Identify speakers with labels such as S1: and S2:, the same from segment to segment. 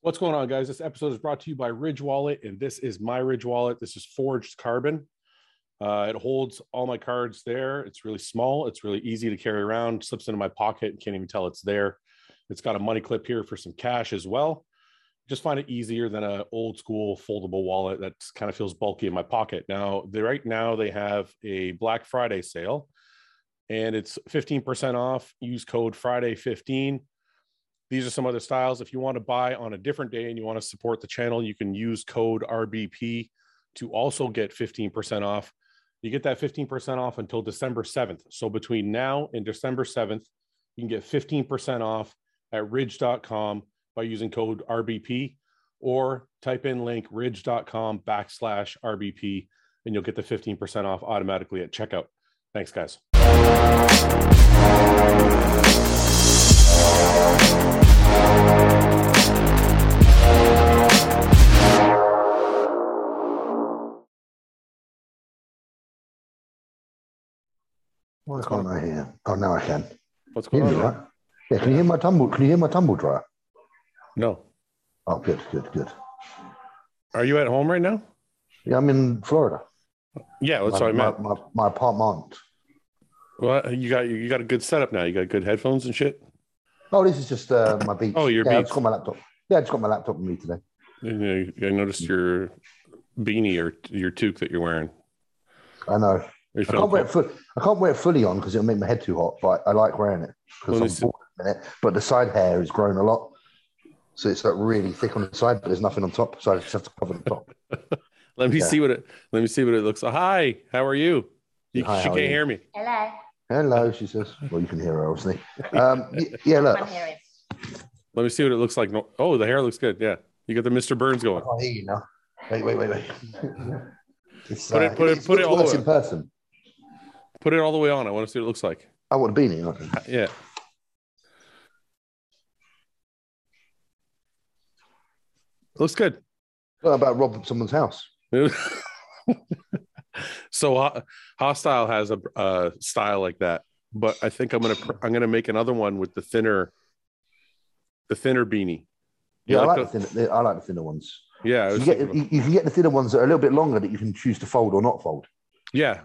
S1: What's going on, guys? This episode is brought to you by Ridge Wallet, and this is my Ridge Wallet. This is forged carbon. Uh, it holds all my cards there. It's really small. It's really easy to carry around. Slips into my pocket and can't even tell it's there. It's got a money clip here for some cash as well. Just find it easier than an old school foldable wallet that kind of feels bulky in my pocket. Now, they, right now they have a Black Friday sale, and it's 15% off. Use code Friday 15 these are some other styles. If you want to buy on a different day and you want to support the channel, you can use code RBP to also get 15% off. You get that 15% off until December 7th. So between now and December 7th, you can get 15% off at ridge.com by using code RBP or type in link ridge.com backslash RBP and you'll get the 15% off automatically at checkout. Thanks, guys.
S2: What's going on here? Oh, now I can.
S1: What's
S2: Hear
S1: going
S2: me,
S1: on?
S2: right? Yeah, can you hear my tumble? Can you hear my tumble dryer?
S1: No.
S2: Oh, good, good, good.
S1: Are you at home right now?
S2: Yeah, I'm in Florida.
S1: Yeah, that's
S2: my,
S1: what I meant.
S2: My, my, my apartment.
S1: Well, you got you got a good setup now. You got good headphones and shit.
S2: Oh, this is just uh, my beats.
S1: Oh, your
S2: yeah, I
S1: Beats.
S2: just got my laptop. Yeah, I just got my laptop with me today.
S1: You know, I noticed your beanie or your toque that you're wearing.
S2: I know.
S1: You
S2: I
S1: felt
S2: can't, wear it
S1: cool.
S2: full, I can't wear it fully on because it'll make my head too hot, but I like wearing it
S1: Well,
S2: because
S1: this-
S2: I'm bored at the minute. But the side hair is grown a lot. So it's like really thick on the side, but there's nothing on top. So I just have to cover the top.
S1: let me
S2: yeah.
S1: see what it. Let me see what it looks. like. Hi, how are you? You
S2: Hi,
S1: she
S2: how are
S1: can't
S2: you?
S1: hear me.
S3: Hello,
S2: Hello, she says. Well, you can hear her, obviously. Um, y- yeah, look.
S3: I'm hearing.
S1: Let me see what it looks like. No- Oh, the hair looks good. Yeah, you got the Mr. Burns
S2: I
S1: going.
S2: can't hear you now. Wait, wait, wait, wait. It's, uh,
S1: Put it- put it-
S2: it's
S1: put it
S2: much
S1: all
S2: worse
S1: the way.
S2: in person.
S1: Put it all the way on. I want to see what it looks like.
S2: I want a beanie. aren't I?
S1: Yeah. Looks good.
S2: What about robbing someone's house?
S1: so Ho- hostile has a uh, style like that but i think i'm gonna pr- i'm gonna make another one with the thinner the thinner beanie You
S2: Yeah, I
S1: like
S2: like the thinner. I like the thinner ones.
S1: the- yeah I
S2: You,
S1: was
S2: get,
S1: thinking
S2: you, you can get the thinner ones that are a little bit longer that you can choose to fold or not fold.
S1: about- yeah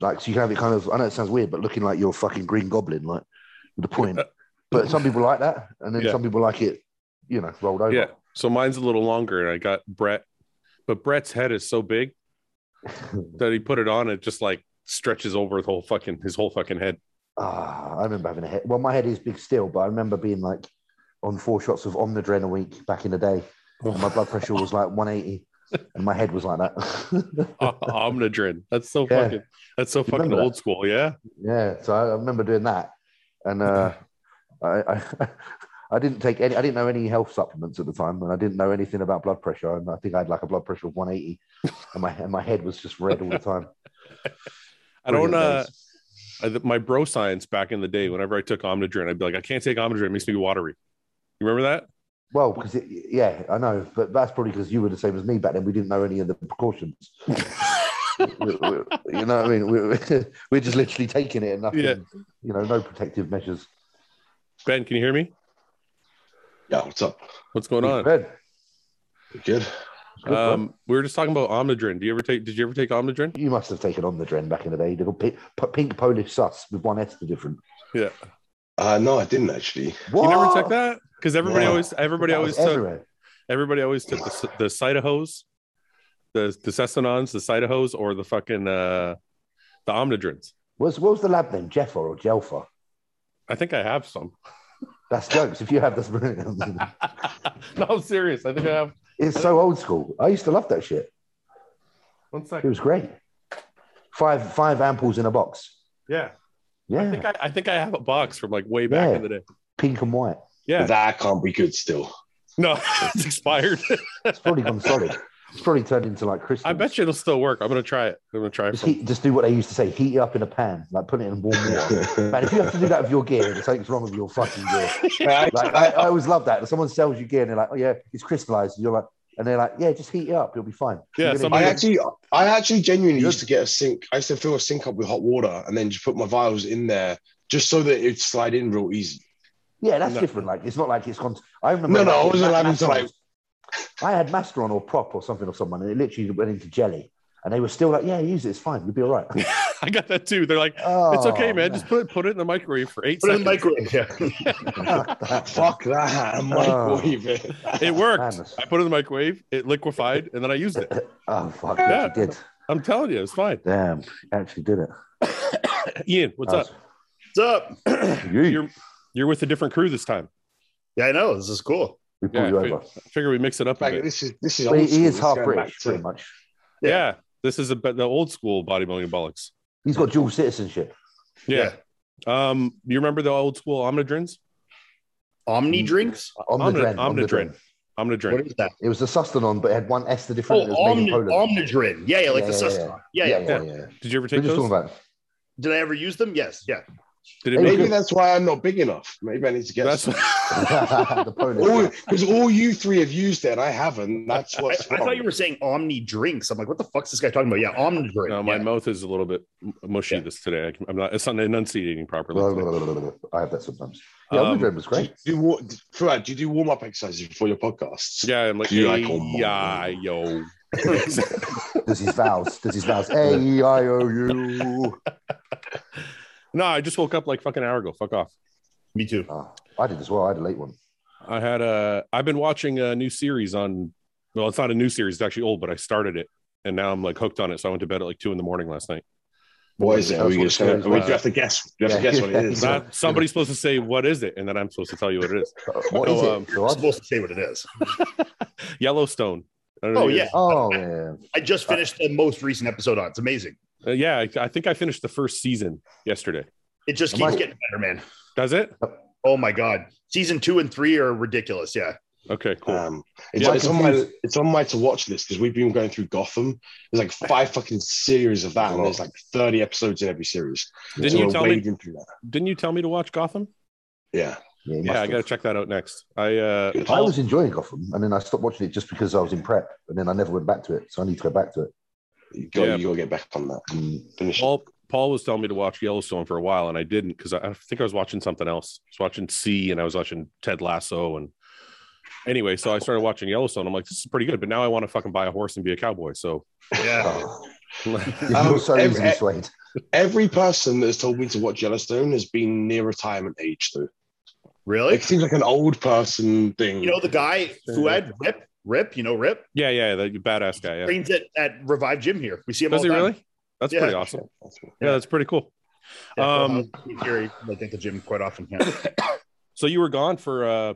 S2: Like, so you can have it kind of. I know it sounds weird, but looking like you're a fucking green goblin, like with a point. but some people like that, and then
S1: Yeah.
S2: some people like it, you know, rolled over.
S1: yeah so mine's a little longer and i got brett but brett's head is so big that he put it on it just like stretches over the whole fucking his whole fucking head
S2: Ah, I remember having a head. Well, my head is big still, but I remember being like on four shots of Omnadren a week back in the day. And my blood pressure was like 180, and my head was like that.
S1: Ah. omnidrin that's so
S2: Yeah.
S1: fucking that's so fucking
S2: remember that?
S1: old school yeah
S2: yeah, so I remember doing that, and uh, I, I, I didn't take any. I didn't know any health supplements at the time, and I didn't know anything about blood pressure. And I think I had like a blood pressure of 180, and my and my head was just red all the time.
S1: i don't uh
S2: Brilliant days.
S1: I, th- my bro science back in the day, whenever I took Omnidrin, I'd be like, I can't take Omnidrin. It makes me watery. You remember that?
S2: Well, because yeah, I know, but that's probably because you were the same as me back then. We didn't know any of the precautions. We- we- you know what I mean? We, we- we're just literally taking it and nothing.
S1: Yeah.
S2: You know, no protective measures.
S1: Ben, can you hear me?
S4: Yeah, what's up?
S1: What's going on?
S2: Good.
S4: Good.
S2: It's good, bro.
S1: Um, we were just talking about Omnidrin. Do you ever take? Did you ever take Omnidrin?
S2: You must have taken on the Dren back in the day. The pink, pink Polish sus with one S to different.
S4: Uh, no, I didn't actually.
S2: What?
S1: You never took that because everybody
S2: Yeah.
S1: always everybody
S2: That
S1: always
S2: was
S1: took
S2: everywhere.
S1: everybody always took the, s- the Cytohos, the the Cestinons, the Cytohos, or the fucking uh, the Omnidrins.
S2: What's, what was the lab name? Jeffa or Jelfa?
S1: I think I have some.
S2: That's jokes. if you have, that's brilliant.
S1: no, I'm serious. I think I have.
S2: it's so old school. I used to love that shit.
S1: One
S2: It
S1: second.
S2: was great. Five five ampules in a box.
S1: Yeah, I
S2: Yeah,
S1: think I, I think I have a box from like way back
S2: Yeah.
S1: in the day.
S2: pink and white.
S1: Yeah.
S4: That can't be good still.
S1: No, it's expired.
S2: It's probably gone solid. It's probably turned into like crystals.
S1: I bet you it'll still work. I'm gonna try it. I'm gonna try it.
S2: Just,
S1: From,
S2: heat, just do what they used to say: heat it up in a pan, like put it in warm water. Man, if you have to do that with your gear, then something's wrong with your fucking gear.
S4: I,
S2: Like, I, I always love that. If someone sells you gear and they're like, "Oh yeah, it's crystallized," and you're like, and they're like, "Yeah, just heat it up, you'll be fine."
S1: Yeah,
S2: You're gonna-
S1: somebody-
S4: I actually, I actually genuinely used to get a sink. I used to fill a sink up with hot water and then just put my vials in there just so that it'd slide in real easy.
S2: yeah, that's
S1: No.
S2: different. Like, it's not like it's gone. I remember.
S4: No, no,
S2: like,
S4: I wasn't
S2: Ma-
S4: having to,
S2: McDonald's- I had Masteron or Prop or something or someone, and it literally went into jelly. And they were still like, "Yeah, use it. It's fine. You'll be all right."
S1: I got that too. They're like,
S2: Oh,
S1: it's okay, man. Just put it put it in the microwave for eight
S3: Put it in
S1: seconds.
S3: the microwave. Yeah.
S4: Fuck that. I'm
S2: Oh.
S4: microwave it.
S1: it worked.
S2: Madness.
S1: I put it in the microwave. It liquefied, and then I used it.
S2: Oh fuck!
S1: Yeah.
S2: Yeah. Actually did.
S1: I'm telling you, it's fine.
S2: Damn, actually did it.
S1: Ian, what's
S2: Oh,
S1: up?
S3: What's up?
S1: You're you're with a different crew this time.
S3: Yeah, I know. This is cool.
S2: we pulled
S1: Yeah,
S2: you
S1: it-
S2: over.
S1: I figure we mix it up a
S4: Like
S1: bit.
S4: this is this is.
S2: But
S4: old
S2: he, he
S4: school.
S2: is
S4: It's
S2: half
S4: going
S2: British,
S4: back
S2: pretty
S4: to-
S2: much.
S1: Yeah.
S3: Yeah.
S1: this is a bit- the old school bodybuilding bollocks.
S2: He's got dual citizenship.
S1: Yeah. Um, you remember the old school Omnidrins?
S3: Omni drinks?
S2: Omnidren.
S1: Omni-
S2: Omnidren.
S1: Omnidrin.
S3: What is that?
S2: It was a Sustanon, but it had one ester
S3: Oh,
S2: different. it was made
S3: Omni-
S2: in Poland.
S3: Omnidrin. Yeah, yeah, like
S2: Yeah,
S3: the
S2: yeah,
S3: Sustanon. Yeah. Yeah,
S2: yeah, yeah, yeah.
S1: Did you ever
S2: We're
S1: take
S2: just
S1: those?
S2: talking about.
S3: Did I ever use them? Yes. Yeah.
S1: Did it
S2: Hey,
S1: make
S4: Maybe
S1: you?
S4: that's why I'm not big enough. Maybe I need to get.
S1: That's
S4: some-
S2: the Polish.
S4: all because all you three have used it and I haven't. That's
S3: I,
S4: what's
S3: I
S4: wrong.
S3: thought you were saying Omni drinks. I'm like, what the fuck's this guy talking about? Yeah, Omni drink.
S1: No, my
S3: yeah.
S1: mouth is a little bit m- mushy
S3: Yeah.
S1: this today. I can- I'm not. It's not enunciating properly.
S2: Blah,
S1: today.
S2: blah, blah, blah, blah, blah. I have that sometimes. Yeah,
S1: Um,
S2: Omnidren was great.
S4: Do you, wa- Fuad, do you do warm up exercises before your podcasts?
S1: yeah, I'm like,
S4: You like
S1: "Hey,
S4: Omni.
S1: yeah, yo.
S2: Does his vows? Does his vows? A E I O U.
S1: no, I just woke up like fucking hour ago. Fuck off.
S3: Me too.
S2: Oh, I did as well. I had a late one.
S1: I had a. I've been watching a new series on. Well, it's not a new series. It's actually old, but I started it, and now I'm like hooked on it. So I went to bed at like two in the morning last night.
S4: What is it? Are we
S2: That's
S4: just
S2: what
S4: gonna,
S2: it
S4: are we,
S1: is.
S4: do you have to guess? Do you have
S2: Yeah.
S4: to guess what it is?
S2: Yeah.
S1: Not, somebody's supposed to say what is it, and then I'm supposed to tell you what it is.
S2: Uh, What is
S1: No,
S2: it?
S1: um,
S2: So
S3: I'm
S2: I-
S3: supposed to say what it is.
S1: Yellowstone. I don't
S3: Oh,
S1: if you-
S3: yeah.
S2: Oh man,
S3: I just finished the most recent episode on. it. It's amazing.
S1: Uh, yeah. I, I think I finished the first season yesterday.
S3: It just
S2: Am
S3: keeps
S2: I-
S3: getting better, man.
S1: Does it?
S3: Oh my god. Season two and three are ridiculous. Yeah.
S1: Okay, cool.
S4: Um, it's,
S1: Yeah,
S4: it's on my it's on my to watch list because we've been going through Gotham. There's like five fucking series of that, and there's like 30 episodes in every series.
S1: Didn't
S4: so
S1: you
S4: we're
S1: tell me-
S4: wading through that.
S1: Didn't you tell me to watch Gotham?
S4: Yeah,
S2: yeah, he must
S1: Yeah, I
S2: have.
S1: gotta check that out next. I uh,
S2: I was enjoying Gotham, and then I stopped watching it just because I was in prep, and then I never went back to it. So I need to go back to it.
S4: you got
S1: Yeah.
S4: you got to get back on that.
S2: Mm,
S4: Finish. it.
S1: Paul Paul was telling me to watch Yellowstone for a while, and I didn't because I, I think I was watching something else. I was watching C, and I was watching Ted Lasso, and anyway, so I started watching Yellowstone. I'm like, this is pretty good, but now I want to fucking buy a horse and be a cowboy. So
S3: Yeah.
S2: oh.
S1: yeah,
S2: You're
S4: Um,
S2: so
S1: eh,
S4: ev-
S2: easily
S4: ev-
S2: swayed.
S4: Every person that's told me to watch Yellowstone has been near retirement age, though.
S3: Really?
S4: It seems like an old person thing.
S3: You know the guy Fuad Rip Rip. You know Rip
S1: yeah, the badass guy. Yeah.
S3: trains at at Revive Gym here. We see him.
S1: Does
S3: all
S1: he
S3: the time.
S1: really? That's
S3: Yeah.
S1: pretty awesome. Yeah, that's pretty cool.
S3: Yeah,
S1: Um,
S3: Fuad Fury, I think the gym quite often. Yeah.
S1: So you were gone for uh,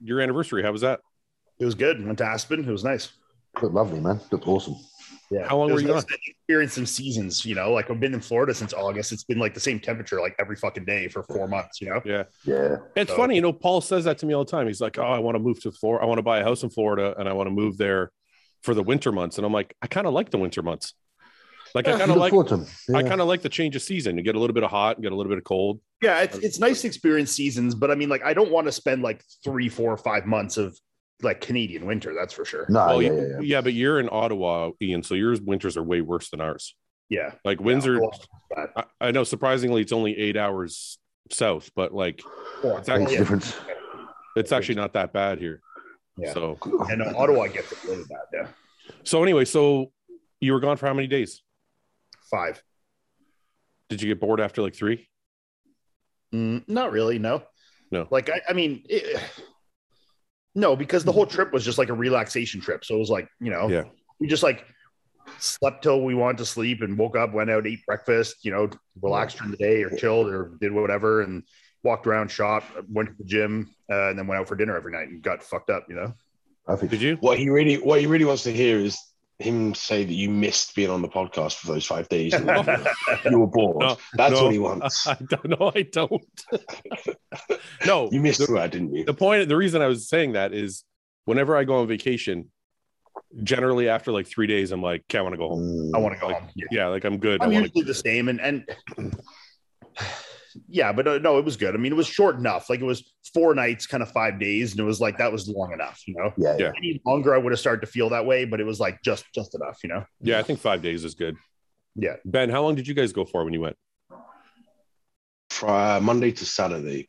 S1: your anniversary. How was that?
S3: It was good. Went to Aspen. It was nice.
S2: Looked lovely, man. Looked awesome.
S3: Yeah.
S1: How long
S3: It
S1: were
S3: was
S1: you
S3: nice to Experience some seasons, you know. Like I've been in Florida since August. It's been like the same temperature like every fucking day for four months, you know.
S2: Yeah,
S1: It's
S3: So-
S1: funny, you know. Paul says that to me all the time. He's like, "Oh, I want to move to Florida. I want to buy a house in Florida, and I want to move there for the winter months." And I'm like, I kind of like the winter months. Like I
S3: Yeah,
S1: kind of
S2: Look
S1: like
S2: forward to 'em.
S1: I
S2: Yeah.
S1: kind of like the change of season. You get a little bit of hot and get a little bit of cold.
S3: Yeah, it's it's nice to experience seasons, but I mean, like, I don't want to spend like three, four, five months of like Canadian winter. That's for sure.
S2: No,
S1: well,
S2: yeah,
S1: you-
S2: yeah, yeah.
S1: but you're in Ottawa, Ian, so your winters are way worse than ours.
S3: Yeah,
S1: Like Windsor,
S3: Well,
S1: I, I know surprisingly it's only eight hours south, but like
S3: yeah.
S1: Exactly.
S2: Makes a
S3: Yeah.
S2: difference.
S1: it's actually not that bad here.
S3: Yeah.
S1: So
S3: And uh, Ottawa gets it really bad. Yeah,
S1: so anyway, so you were gone for how many days?
S3: five.
S1: Did you get bored after like three?
S3: Mm, not really. No.
S1: No.
S3: Like I, I mean, it, no, because the whole trip was just like a relaxation trip. So it was like you know,
S1: Yeah.
S3: we just like slept till we wanted to sleep and woke up, went out, ate breakfast, you know, relaxed during the day or chilled or did whatever and walked around, shop, went to the gym, uh, and then went out for dinner every night and got fucked up, you know.
S2: I think
S1: Did you?
S4: What he really what he really wants to hear is him say that you missed being on the podcast for those five days. and you were bored.
S1: No,
S4: That's
S1: no.
S4: what he wants.
S1: I don't know. I don't. no,
S4: You missed
S1: the,
S4: that, didn't you?
S1: the point. The reason I was saying that is, whenever I go on vacation, generally after like three days, I'm like, okay, I want to go home.
S4: Um,
S2: Mm.
S3: I want to go home. Yeah.
S1: Yeah, like I'm good.
S3: I'm
S1: I want
S3: usually the same, and and yeah, but uh, no, it was good. I mean, it was short enough. Like it was four nights, kind of five days, and it was like that was long enough. You know,
S2: Yeah,
S1: Yeah.
S2: yeah.
S3: any longer, I would have started to feel that way, but it was like just just enough. You know,
S1: Yeah, I think five days is good.
S3: Yeah.
S1: Ben, how long did you guys go for when you went?
S4: Fri- uh, Monday to Saturday.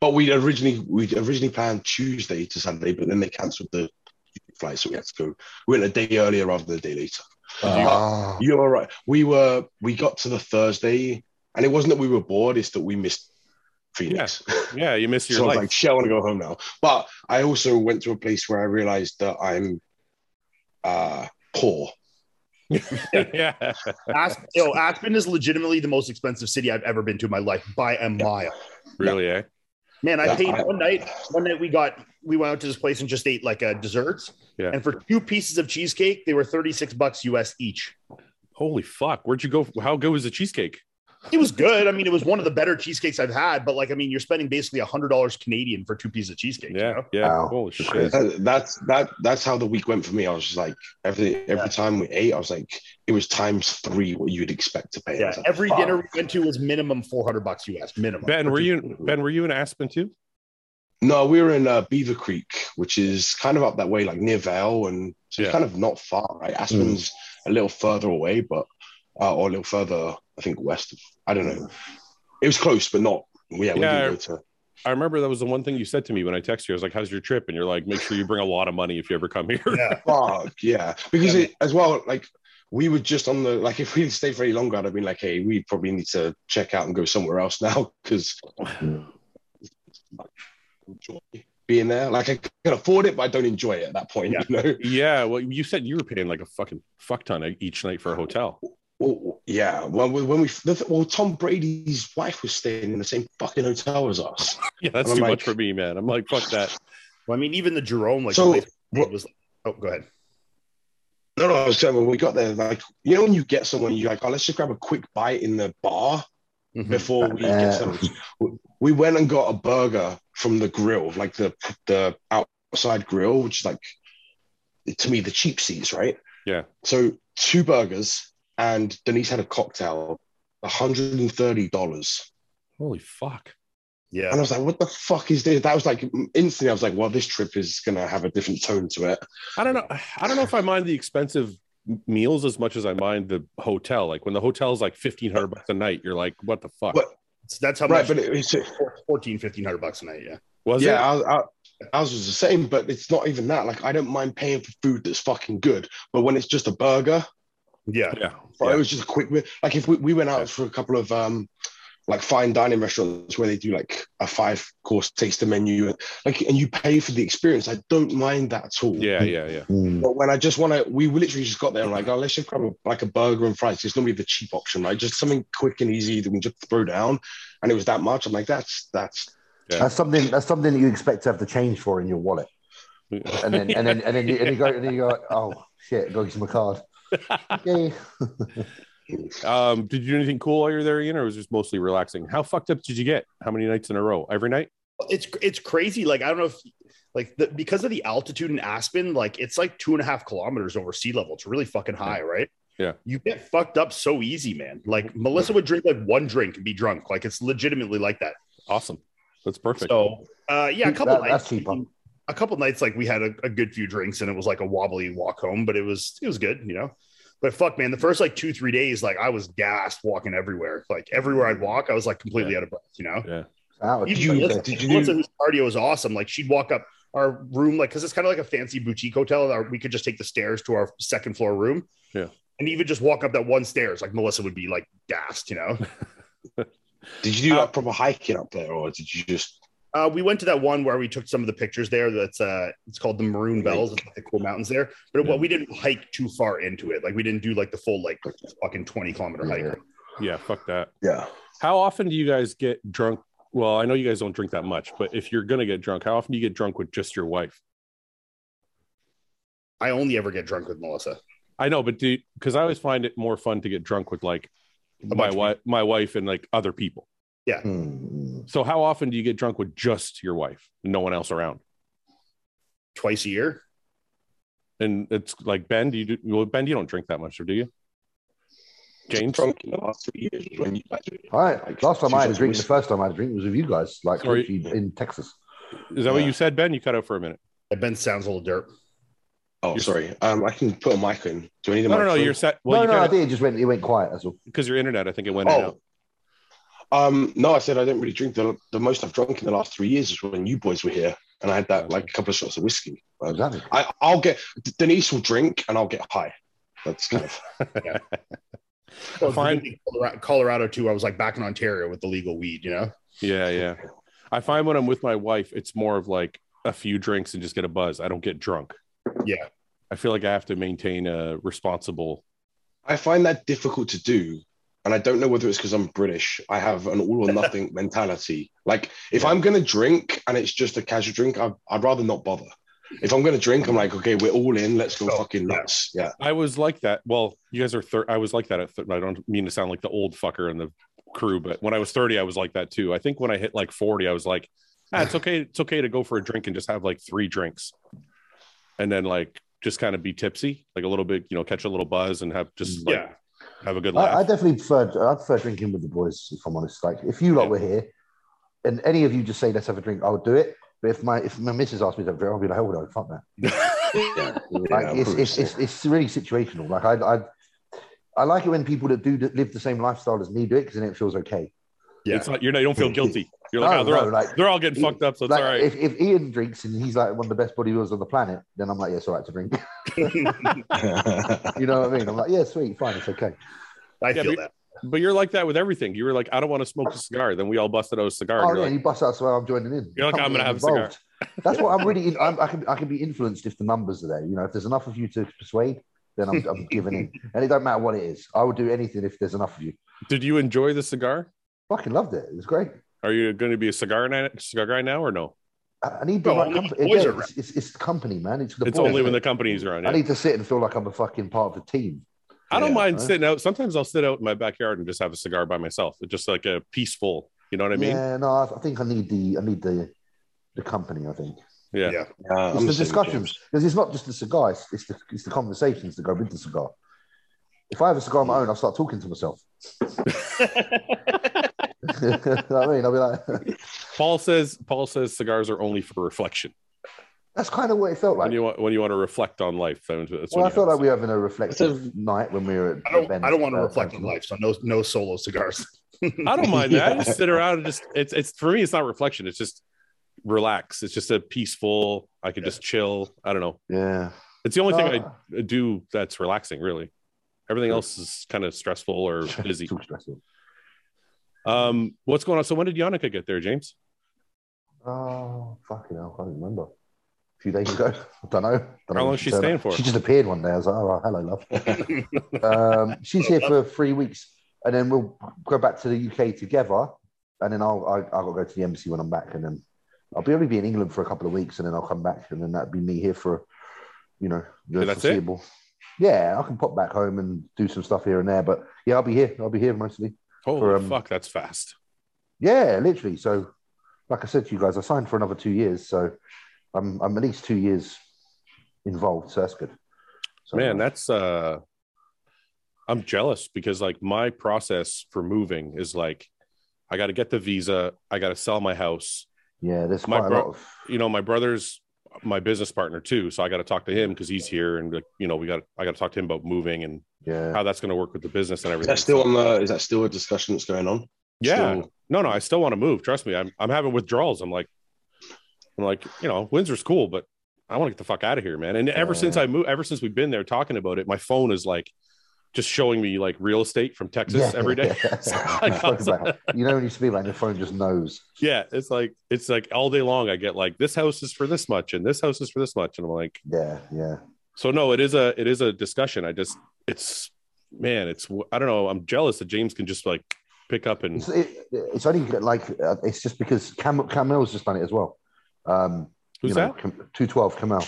S4: But we originally we originally planned Tuesday to Saturday, but then they cancelled the flight, so we had to go. We went a day earlier rather than a day later.
S2: Ah,
S4: You're right. We were we got to the Thursday, and it wasn't that we were bored; it's that we missed Phoenix.
S1: Yeah, you miss your
S4: so I was
S1: life.
S4: like, shit, I want to go home now. But I also went to a place where I realized that I'm uh, poor.
S1: yeah.
S3: Aspen, yo, Aspen is legitimately the most expensive city I've ever been to in my life by a mile.
S1: Really, eh?
S3: Man, I
S4: Yeah,
S3: paid
S4: I-
S3: one night. One night we got we went out to this place and just ate like uh, desserts.
S1: Yeah.
S3: And for two pieces of cheesecake, they were thirty six bucks US each.
S1: Holy fuck. Where'd you go? How good was the cheesecake?
S3: It was good. I mean, it was one of the better cheesecakes I've had. But like, I mean, you're spending basically hundred dollars Canadian for two pieces of cheesecake. you
S1: Yeah.
S3: know?
S1: Yeah.
S2: Wow.
S1: Holy
S2: That's
S1: shit.
S2: crazy.
S4: That- That's that. That's how the week went for me. I was just like, every every
S3: Yeah.
S4: time we ate, I was like, it was times three what you'd expect to pay. I
S3: Yeah,
S4: was like,
S3: every
S4: fuck.
S3: dinner we went to was minimum four hundred bucks US minimum.
S1: Ben, were you Ben, were you in Aspen too?
S4: No, we were in uh, Beaver Creek, which is kind of up that way, like near Vale, and so
S1: Yeah.
S4: it's kind of not far, right? Aspen's a little further away, but uh, or a little further, I think west of. I don't know. It was close, but not. Yeah, we
S1: Yeah.
S4: didn't go to.
S1: I remember that was the one thing you said to me when I texted you. I was like, "How's your trip?" And you're like, "Make sure you bring a lot of money if you ever come here."
S3: Yeah,
S4: Fuck yeah, because
S3: Yeah.
S4: it, as well, like we were just on the like if we stayed for any longer, I'd have been like, hey, we probably need to check out and go somewhere else now because being there, like I can afford it, but I don't enjoy it at that point,
S3: Yeah.
S4: you know.
S1: Yeah, well, you said you were paying like a fucking fuck ton e-, each night for a hotel.
S4: Well, yeah. Well, we- when we the, th- well, Tom Brady's wife was staying in the same fucking hotel as us.
S1: Yeah, that's
S4: I'm
S1: too
S4: like-
S1: much for me, man. I'm like, fuck that.
S3: well, I mean, even the Jerome like
S4: So-
S3: the place it was. Oh, go ahead.
S4: No, no. I was saying when we got there, like you know, when you get someone, you're like, oh, let's just grab a quick bite in the bar
S3: Mm. Mm-hmm.
S4: before we
S2: Uh,
S4: get sandwiches. We- We went and got a burger from the grill, like the the outside grill, which is like to me the cheap seats, right?
S1: Yeah.
S4: So two burgers, and Denise had a cocktail, hundred and thirty dollars.
S1: Holy fuck.
S3: Yeah,
S4: And I was like, what the fuck is this? That was like instantly, I was like, well, this trip is going to have a different tone to it.
S1: I don't know. I don't know if I mind the expensive meals as much as I mind the hotel. Like when the hotel's like fifteen hundred bucks a night, you're like, what the fuck
S4: But-
S3: So that's how
S4: right.
S3: much.
S4: But it, it's,
S3: Fourteen, fifteen hundred bucks a night. Yeah,
S1: was
S4: yeah,
S1: it?
S4: Ours, our- ours was the same, but it's not even that. Like, I don't mind paying for food that's fucking good. But when it's just a burger,
S3: yeah.
S1: Yeah,
S4: or
S1: yeah.
S4: it was just a quick, meal- like, if we, we went out
S1: Yeah.
S4: for a couple of, um, like fine dining restaurants where they do like a five course taster menu, and, like, and you pay for the experience. I don't mind that at all.
S1: yeah, yeah, yeah.
S2: mm.
S4: But when I just want to, we literally just got there and like, oh, let's just grab a, like a burger and fries. It's normally the cheap option, right? Just something quick and easy that we can just throw down. And it was that much. I'm like, that's that's
S2: That's something. That's something that you expect to have to change for in your wallet, and then and then and then you, and you go and then you go, like, oh shit, go get my card. Yay.
S1: Um, did you do anything cool while you were there, Ian, or was it just mostly relaxing? How fucked up did you get? How many nights in a row? Every night?
S3: it's it's crazy. Like I don't know if like the, because of the altitude in Aspen, like it's like two and a half kilometers over sea level. It's really fucking high, right?
S1: Yeah.
S3: you get fucked up so easy, man. Like Melissa would drink like one drink and be drunk. Like it's legitimately like that.
S1: Awesome. That's perfect.
S3: So uh, yeah, a
S2: That-
S3: couple nights.
S2: that's cheaper.
S3: A couple nights, like we had a, a good few drinks, and it was like a wobbly walk home, but it was it was good, you know. But fuck, man, the first like two three days, like I was gassed walking everywhere. Like everywhere I'd walk, I was like completely out of breath, you know.
S2: Ouch.
S3: Even
S4: you-
S3: Melissa,
S4: did you
S3: Melissa,
S4: do-
S3: whose cardio is awesome. Like she'd walk up our room, like because it's kind of like a fancy boutique hotel. That we could just take the stairs to our second floor room.
S1: Yeah.
S3: And even just walk up that one stairs, like Melissa would be like gassed, you know.
S4: did you do
S1: Uh,
S4: like proper hiking up there or did you just
S3: Uh, we went to that one where we took some of the pictures there. That's uh, it's called the Maroon Bells, it's like the cool mountains there. But
S1: Yeah.
S3: what we didn't hike too far into it, like we didn't do like the full like fucking twenty kilometer hike.
S2: Yeah.
S1: yeah, fuck that.
S4: yeah
S1: How often do you guys get drunk? Well, I know you guys don't drink that much, but if you're gonna get drunk, how often do you get drunk with just your wife?
S3: I only ever get drunk with Melissa.
S1: I know, but do because I always find it more fun to get drunk with like
S3: A
S1: my
S3: bunch of
S1: wife, my wife, and like other people.
S2: Mm.
S1: So how often do you get drunk with just your wife and no one else around?
S3: twice a year.
S1: And it's like Ben, do you do well, Ben? You don't drink that much, or do you? James,
S4: drunk in the last three years when you guys were here?
S2: All right.
S4: Like,
S2: Last time I had a
S4: Jesus,
S2: drink,
S4: we-
S2: the first time I had a drink was with you guys, like
S1: Sorry.
S2: literally in Texas.
S1: is that what
S4: Yeah.
S1: you said, Ben? You cut out for a minute.
S3: That Ben sounds a little dirt.
S4: oh
S1: You're-
S4: sorry um I can put a mic in do I need a
S1: No,
S4: mic
S1: no, no.
S4: for-
S1: You're set. Well,
S2: no,
S1: you
S2: no, I
S1: kinda-
S2: think it just went. It went quiet. That's all.
S1: because your internet, I think it went in. and
S4: oh
S1: out.
S4: um no I said I don't really drink the, the most I've drunk in the last three years is when you boys were here and I had that like a couple of shots of whiskey But
S2: Exactly.
S4: I, I'll get Denise will drink and I'll get high. That's kind of
S3: Well, it's
S1: Fine.
S3: really Colorado, Colorado too. I was like back in Ontario with the legal weed, you know.
S1: Yeah, yeah. I find when I'm with my wife, it's more of like a few drinks and just get a buzz. I don't get drunk.
S3: Yeah.
S1: I feel like I have to maintain a responsible.
S4: I find that difficult to do. And I don't know whether it's because I'm British. I have an all or nothing mentality. Like, if I'm going to drink and it's just a casual drink, I, I'd rather not bother. If I'm going to drink, I'm like, okay, we're all in. Let's go
S3: Go.
S4: fucking
S3: Yeah.
S4: nuts. Yeah.
S1: I was like that. Well, you guys are. Thir- I was like that. At thir- I don't mean to sound like the old fucker in the crew, but when I was 30, I was like that too. I think when I hit like 40, I was like, ah, it's okay. It's okay to go for a drink and just have like three drinks, and then like just kind of be tipsy, like a little bit, you know, catch a little buzz and have just like,
S3: Yeah.
S1: have a good laugh.
S2: I, I definitely prefer I prefer drinking with the boys, if I'm honest. Like if you lot
S1: Yeah.
S2: were here and any of you just say let's have a drink, I would do it. But if my if my missus asked me to have a drink, I'll be like, oh no, fuck that.
S4: Yeah.
S2: Like
S4: Yeah,
S2: it's, it's, it's it's really situational. Like I I I like it when people that do that live the same lifestyle as me do it because then it feels okay.
S3: Yeah.
S1: It's not you're not you don't feel guilty. You're like,
S2: No,
S1: oh, they're,
S2: no,
S1: all,
S2: like-
S1: they're all getting fucked up, so it's
S2: like
S1: all right.
S2: if, if Ian drinks and he's like one of the best bodybuilders on the planet, then I'm like, yes, all right to drink. you know what I mean? I'm like, yeah, sweet, fine, it's okay.
S3: I
S1: Yeah,
S3: feel
S1: but-
S3: that.
S1: But you're like that with everything. You were like, I don't want to smoke a cigar. Then we all busted out a cigar.
S2: Oh
S1: you're
S2: yeah,
S1: like,
S2: you bust out, so I'm joining in.
S1: You're like,
S2: Come
S1: I'm gonna
S2: get
S1: have a cigar.
S2: involved. That's what I'm really. In, I'm, I can I can be influenced if the numbers are there. You know, if there's enough of you to persuade, then I'm, I'm giving in, and it don't matter what it is. I would do anything if there's enough of you.
S1: Did you enjoy the cigar?
S2: Fucking loved it. It was great.
S1: Are you going to be a cigar na- cigar guy now or no?
S2: I I need the
S3: Well,
S2: right
S3: only
S2: company.
S3: boys
S2: Again,
S3: are
S2: it's, it's, it's the company, man. It's the
S1: it's
S2: boys.
S1: only when the companies are on.
S2: I
S1: Yeah.
S2: need to sit and feel like I'm a fucking part of the team.
S1: I don't
S4: Yeah,
S1: mind
S2: right.
S1: sitting out. Sometimes I'll sit out in my backyard and just have a cigar by myself. It's just like a peaceful. You know what I mean?
S2: yeah, no, I I think I need the I need the the company. I think
S1: Yeah.
S3: Yeah.
S4: Yeah, I'm
S2: it's the
S4: the same,
S2: discussions because it's not just the cigar. It's, it's the it's the conversations that go with the cigar. If I have a cigar on my own, I'll start talking to myself. You know what I mean, I'll be like,
S1: Paul says. Paul says cigars are only for reflection.
S2: that's kind of what it felt
S1: When
S2: like.
S1: you want when you want to reflect on life, that's when
S2: well, I
S1: you
S2: felt
S1: have
S2: like we were having a reflective night when we were at
S3: I don't.
S2: events,
S3: I don't want to
S2: uh,
S3: reflect on life, so no, no solo cigars.
S1: a- I don't mind that. I
S4: Yeah.
S1: just sit around and just it's it's for me. It's not reflection. It's just relax. It's just a peaceful. I could
S3: Yeah.
S1: just chill. I don't know.
S2: Yeah.
S1: It's the only thing I
S2: Ah,
S1: do that's relaxing really everything
S2: Sure.
S1: else is kind of stressful or busy
S2: too stressful.
S1: um what's going on so when did Yannicka get there james
S2: Oh, fucking hell, I can't remember. A few days ago. I don't know. Don't know
S1: How long
S2: when
S1: is she
S2: turned
S1: staying
S2: up.
S1: for?
S2: She just appeared one day. I was like, oh, hello, love.
S4: yeah.
S2: Um, she's here for three weeks, and then we'll go back to the UK together, and then I'll I, I'll go to the embassy when I'm back, and then I'll be only be in England for a couple of weeks, and then I'll come back, and then that'd be me here for, you know, the
S1: So that's it?
S2: foreseeable. Yeah, I can pop back home and do some stuff here and there, but yeah, I'll be here. I'll be here mostly.
S1: holy
S2: For, um,
S1: fuck that's fast
S2: Yeah, literally. So, like I said to you guys, I signed for another two years, so I'm I'm at least two years involved. So that's good. So,
S1: man that's uh i'm jealous because like my process for moving is like i got to get the visa i got to sell my house
S2: yeah, there's
S1: my
S2: quite
S1: bro-
S2: a lot of
S1: you know my brother's my business partner too so i got to talk to him because he's here and like, you know we got i got to talk to him about moving and
S2: yeah.
S1: how that's going to work with the business and
S4: Is
S1: everything
S4: that still on the? Is that still a discussion that's going on?
S1: yeah
S4: Still-
S1: No, no, I still want to move. Trust me, I'm I'm having withdrawals. I'm like, I'm like, you know, Windsor's cool, but I want to get the fuck out of here, man. And ever
S2: Yeah.
S1: since I moved, ever since we've been there talking about it, my phone is like just showing me like real estate from Texas
S2: Yeah.
S1: every day. So I
S2: Fuck
S1: got-
S2: about it. you know when you speak like your phone just knows.
S1: yeah, it's like it's like all day long. I get like this house is for this much and this house is for this much, and I'm like,
S2: Yeah, yeah.
S1: so no, it is a it is a discussion. I just it's man, it's I don't know. I'm jealous that James can just like pick up and
S2: It's, it, it's only like uh, it's just because Cam Camel's just done it as well. Um,
S1: who's
S2: you know,
S1: that?
S2: Two twelve Camel.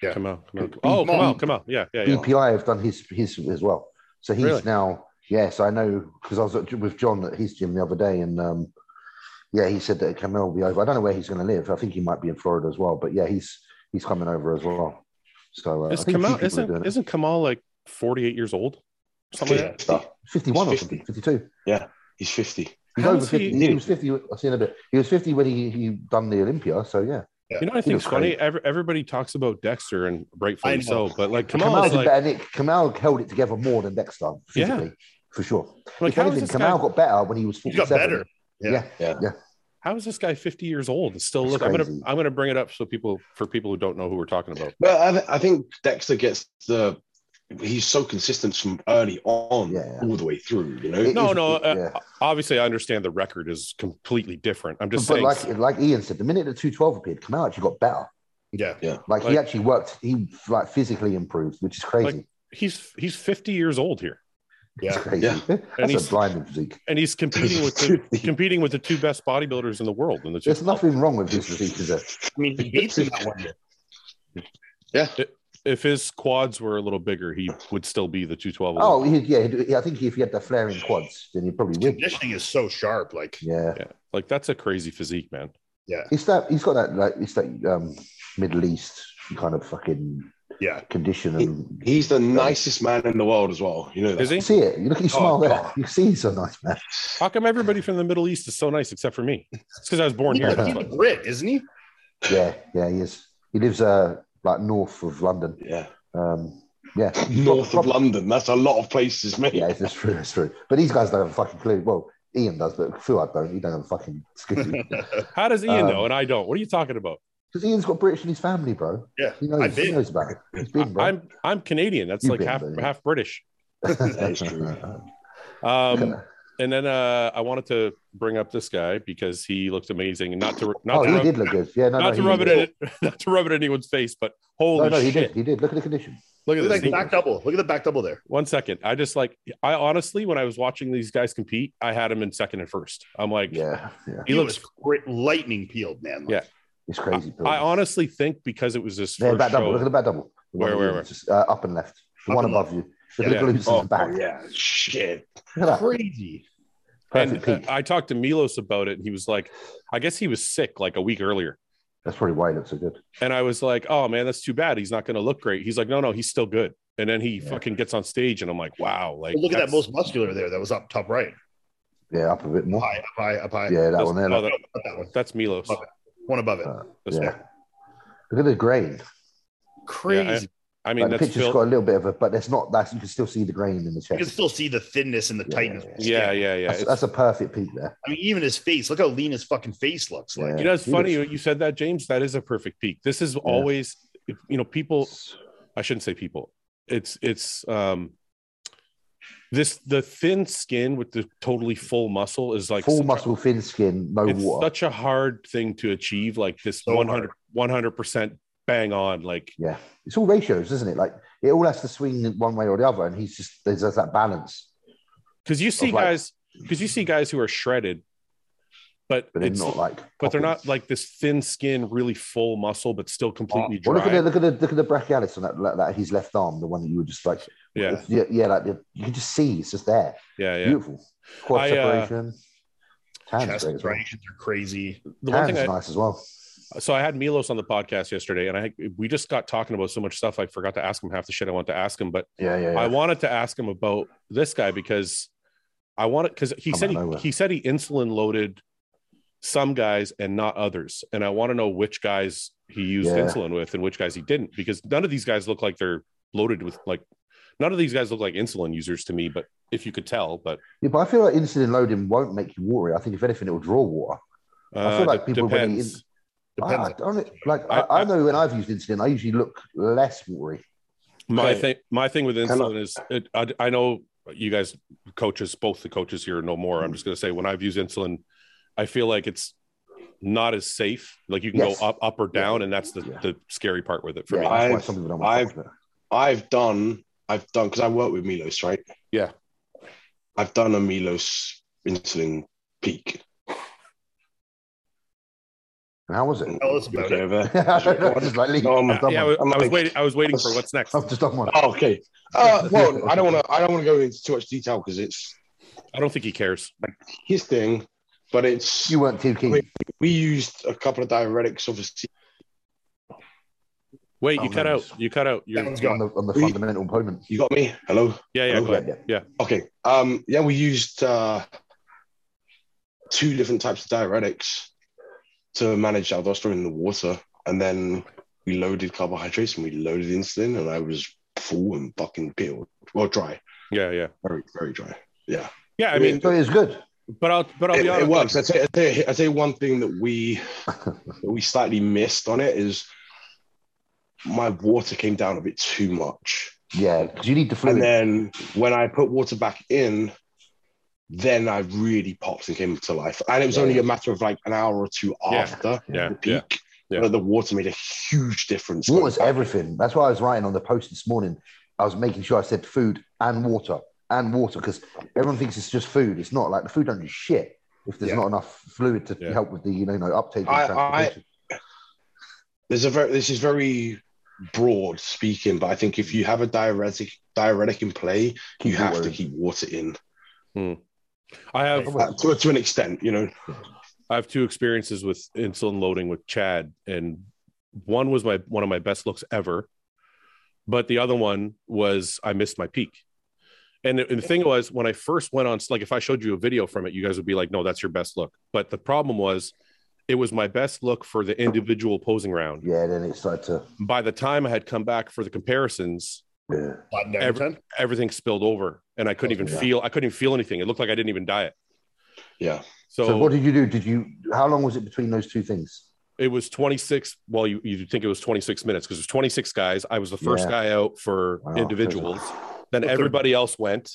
S3: yeah.
S1: Come out, come out. Oh, come out, come out. Yeah, yeah, yeah.
S2: BPI E have done his his as well. So he's
S1: Really?
S2: now yes, I know because I was at, with John at his gym the other day, and um, yeah, he said that Camel will be over. I don't know where he's going to live. I think he might be in Florida as well, but yeah, he's he's coming over as well. So uh, I
S1: Is
S2: think a few
S1: Kamal
S2: people are doing
S1: isn't
S2: it.
S1: isn't Kamal like forty eight years old? Something like that.
S4: Stuff.
S2: 51 or
S4: He's
S2: something, 52.
S4: He's fifty.
S2: He's
S1: How
S2: over
S1: is he-
S2: 50. He, was 50. I've seen a bit. He was 50 when he, he done the Olympia. So, yeah.
S1: You know, what I think it's
S2: looks
S1: funny.
S2: great.
S1: Every, everybody talks about Dexter and
S3: I
S1: rightfully
S3: know.
S1: so, but like
S2: Kamal,
S1: Kamal is
S2: did
S1: like,
S2: better. Nick, Kamal held it together more than Dexter
S1: Yeah.
S2: physically, for sure.
S1: like
S2: if
S1: how is
S2: anything,
S1: this
S2: Kamal
S1: guy?
S2: got better when he was
S3: You
S2: 47.
S3: got better.
S2: Yeah.
S4: Yeah.
S2: Yeah.
S1: How is this guy 50 years old and still
S4: That's
S1: look? I'm gonna
S4: crazy.
S1: I'm gonna bring it up so people for people who don't know who we're talking about.
S4: But I, th- I think Dexter gets the. He's so consistent from early on
S2: Yeah.
S4: all the way through. You know,
S2: It
S1: No,
S2: is-
S1: no, uh,
S2: yeah.
S1: Obviously, I understand the record is completely different. I'm just
S2: but
S1: saying
S2: like like Ian said, the minute the 212 appeared, Canal actually got better.
S3: Yeah.
S2: Like,
S1: Like-
S2: he actually worked, he like physically improved, which is crazy.
S1: Like- he's he's 50 years old here,
S2: it's
S3: Yeah.
S2: crazy.
S4: Yeah.
S2: That's
S1: he's-
S2: a blinding physique.
S1: and he's competing with the, competing with the two best bodybuilders in the world. And the two,
S2: There's nothing wrong with this physique, is there?
S3: I mean, he beats him that one year.
S1: if his quads were a little bigger, he would still be the 212. Olympian.
S2: Oh, he, yeah. He, I think if he had the flaring quads, then he probably would.
S3: Conditioning is so sharp. Like,
S2: Yeah.
S1: Yeah, like that's a crazy physique, man.
S3: yeah.
S2: It's that he's got that like it's that um, Middle East kind of fucking
S3: Yeah.
S2: condition and
S4: he's the nicest man in the world as well. You know that.
S1: Is
S2: you
S1: he?
S2: see it. You look at his
S4: Oh,
S2: smile there.
S4: God.
S2: You see he's a nice man.
S1: How come everybody from the Middle East is so nice except for me? It's because I was born
S3: He's
S1: here.
S2: Yeah.
S1: that's
S3: a
S1: why.
S3: Brit, isn't he?
S2: Yeah, yeah, he is. He lives uh like north of London.
S4: Yeah,
S2: Um yeah.
S4: north of
S2: Prob-
S4: London. That's a lot of places, mate.
S2: Yeah, that's true, that's true. But these guys don't have a fucking clue. Well, Ian does, but Fuad don't. He don't have a fucking skin.
S1: How does Ian
S2: Um,
S1: know and I don't? What are you talking about?
S2: Because Ian's got British in his family, bro.
S3: Yeah,
S2: He knows,
S3: I've
S2: he
S3: been.
S2: knows about it. He's
S1: I,
S2: been, bro.
S1: am I'm Canadian. That's
S2: You've
S1: like
S2: been,
S1: half
S2: bro.
S1: half British.
S4: That is true.
S1: Um, and then uh, I wanted to bring up this guy because he looked amazing and not to not
S2: oh,
S1: to
S2: he
S1: rub,
S2: did look good. Yeah, no,
S1: not
S2: no,
S1: to
S2: he
S1: rub it
S2: did.
S1: in, not to rub it in anyone's face, but
S2: No,
S1: holy
S2: no, he
S1: shit!
S2: did. He did. Look at the condition.
S1: Look at
S3: Look
S1: this.
S3: at
S1: thing.
S3: that back double. Look at the back double there.
S1: One second. I just like I honestly, when I was watching these guys compete, I had him in second and first. I'm like,
S2: Yeah, yeah.
S1: He
S3: He,
S1: looks-
S3: looks great, lightning peeled, man.
S1: Yeah.
S2: It's crazy. bro.
S1: I honestly think because it was this
S2: Yeah,
S1: first
S2: back double.
S1: show-
S2: Look at the back double. The
S1: Where,
S2: one
S1: where,
S2: you-
S1: where?
S2: just, uh, up and left. The
S3: Up
S2: one
S3: and
S2: above you. The
S1: Yeah.
S2: little loose
S4: Oh,
S2: the back.
S4: yeah, shit.
S2: Look at that.
S3: Crazy.
S2: Perfect
S1: and,
S2: peak.
S1: uh, I talked to Milos about it, and he was like, "I guess he was sick like a week earlier."
S2: That's probably why it looks so good.
S1: And I was like, "Oh man, that's too bad. He's not going to look great." He's like, "No, no, he's still good." And then he
S2: Yeah.
S1: fucking gets on stage, and I'm like, "Wow!" Like,
S3: Well, look at that
S1: that's-
S3: most muscular there. That was up top right.
S2: Yeah, up a bit more.
S3: High, up high, up high.
S2: Yeah, that
S1: that's-
S2: one there.
S1: oh,
S2: look.
S1: that-
S3: Not that one.
S1: that's Milos.
S3: Okay. One above it.
S2: Uh,
S1: That's-
S2: yeah. Look at the grain.
S3: Crazy.
S1: Yeah, I mean,
S2: Like, the
S1: that's
S2: picture's
S1: Phil.
S2: got a little bit of a, but it's not that. You can still see the grain in the
S3: you can
S2: chest.
S3: still see the thinness and the
S2: Yeah,
S3: tightness.
S1: yeah,
S2: yeah,
S1: yeah, yeah.
S2: that's,
S1: It's-
S2: that's a perfect peak there.
S3: I mean, even his face. Look how lean his fucking face looks like.
S2: Yeah.
S1: you know, it's
S2: He
S1: funny
S2: looks-
S1: you said that, James. That is a perfect peak. This is always, you know, people. I shouldn't say people. It's it's um this the thin skin with the totally full muscle is like
S2: Full
S1: such a-
S2: muscle, thin skin, no
S1: it's
S2: water.
S1: such a hard thing to achieve like this
S3: So
S1: 100 percent bang on like
S2: Yeah, it's all ratios, isn't it? Like it all has to swing one way or the other, and he's just there's, there's that balance.
S1: because you see
S2: Of, like-
S1: guys because you see guys who are shredded but
S2: But it's
S1: it's
S2: not like.
S1: but they're
S2: popping.
S1: not like this thin skin really full muscle but still completely
S2: Well, look
S1: dry
S2: at the look at the look at the brachialis on that, that, that his left arm, the one that you were just like,
S1: yeah
S2: yeah, yeah, like the- you can just see it's just there,
S1: yeah yeah
S2: beautiful quad
S1: I, uh,
S2: separation. Tan's
S3: Chest
S2: great as well.
S3: striations are crazy.
S1: the one
S2: Tan's
S1: thing I,
S2: nice as well.
S1: So I had Milos on the podcast yesterday, and I we just got talking about so much stuff. I forgot to ask him half the shit I want to ask him, but
S2: Yeah, yeah, yeah.
S1: I wanted to ask him about this guy because I wanted because he
S2: Come
S1: said
S2: out
S1: he,
S2: of nowhere.
S1: he said he insulin loaded some guys and not others, and I want to know which guys he used
S2: Yeah.
S1: insulin with and which guys he didn't because none of these guys look like they're loaded with like none of these guys look like insulin users to me. But if you could tell, but
S2: Yeah, but I feel like insulin loading won't make you watery. I think if anything, it will draw water.
S1: uh,
S2: feel
S1: de-
S2: like people when he
S1: depends.
S2: is- I,
S3: Depends.
S2: I don't e, like.
S1: I-
S2: I, I, know when I've used insulin, I usually look less watery.
S1: my
S4: Okay.
S1: thing my thing with
S4: Hello.
S1: insulin is it, I, I know you guys coaches both the coaches here know more i'm just going to say when i've used insulin i feel like it's not as safe like you can
S2: Yes.
S1: go up up or
S2: Yeah.
S1: down and that's the,
S2: Yeah.
S1: the scary part with it for
S2: Yeah,
S1: me
S2: that's why
S4: I've-
S2: some people don't want to fuck with it.
S4: I've done, I've done, because I work with Milos, right?
S1: Yeah.
S4: I've done a Milos insulin peak.
S2: And How was it?
S3: Tell us about
S4: Okay,
S3: it.
S4: over there.
S2: I don't know, just like leave.
S4: No, I'm-
S2: I've done
S1: yeah, I,
S2: one.
S1: was, I was
S4: like-
S1: waiting i was waiting for what's next
S2: I've just done one.
S4: Oh, okay. Uh, well, I don't want to. I don't want to go into too much detail because it's
S1: i don't think he cares
S4: his thing. But it's
S2: You weren't too keen.
S4: Wait. we used a couple of diuretics, obviously.
S1: wait
S2: Oh,
S1: you cut
S2: nice.
S1: out you cut out your
S3: That one's
S2: on
S3: gone.
S2: the, on the
S4: We-
S2: fundamental opponent.
S4: You got me. Hello.
S1: yeah yeah
S4: Oh,
S1: go ahead.
S4: Okay. Um. Yeah, we used uh, two different types of diuretics to manage aldosterone in the water, and then we loaded carbohydrates and we loaded insulin, and I was full and fucking peeled. Well, dry,
S1: yeah yeah
S4: very very dry.
S1: yeah i
S4: Yeah.
S1: mean
S2: So it was good.
S1: But I'll but I'll
S4: it,
S1: be honest.
S4: it works. I tell, you, I, tell you, I tell you one thing that we that we slightly missed on it is my water came down a bit too much,
S2: Yeah, because you need the
S4: and
S2: fluid.
S4: then when I put water back in, then I really popped and came to life. And it was
S2: Yeah.
S4: only a matter of like an hour or two
S1: Yeah.
S4: after
S1: Yeah,
S4: the
S1: yeah.
S4: peak.
S1: Yeah.
S4: But the water made a huge difference.
S2: Water's
S4: Like,
S2: everything. That's why I was writing on the post this morning. I was making sure I said food and water and water because everyone thinks it's just food. It's not like the food don't do shit if there's
S3: Yeah.
S2: not enough fluid to
S1: Yeah.
S2: help with the you know, no, uptake.
S4: I- I-
S2: and transportation.
S4: There's a very this is very broad speaking, but I think if you have a diuretic diuretic in play, you
S2: Keep
S4: have
S2: water
S4: to
S2: in.
S4: keep water in
S1: I have
S4: Uh, to, to an extent, you know.
S1: I have two experiences with insulin loading with Chad, and one was my one of my best looks ever, but the other one was I missed my peak. And the, and the thing was, when I first went on, like if I showed you a video from it, you guys would be like, "No, that's your best look." But the problem was, it was my best look for the individual posing round.
S2: Yeah, then it started to
S1: By the time I had come back for the comparisons,
S2: yeah.
S3: Button down
S1: Every-
S3: ten.
S1: everything spilled over, and I couldn't
S2: Oh,
S1: even
S2: yeah.
S1: feel. I couldn't even feel anything. It looked like I didn't even diet.
S4: Yeah.
S1: So,
S2: So, what did you do? Did you how long was it between those two things?
S1: it was 26 well you, you'd think it was 26 minutes because there's 26 guys i was the first
S2: Yeah.
S1: guy out for
S2: Wow.
S1: individuals then
S3: Well,
S1: everybody else went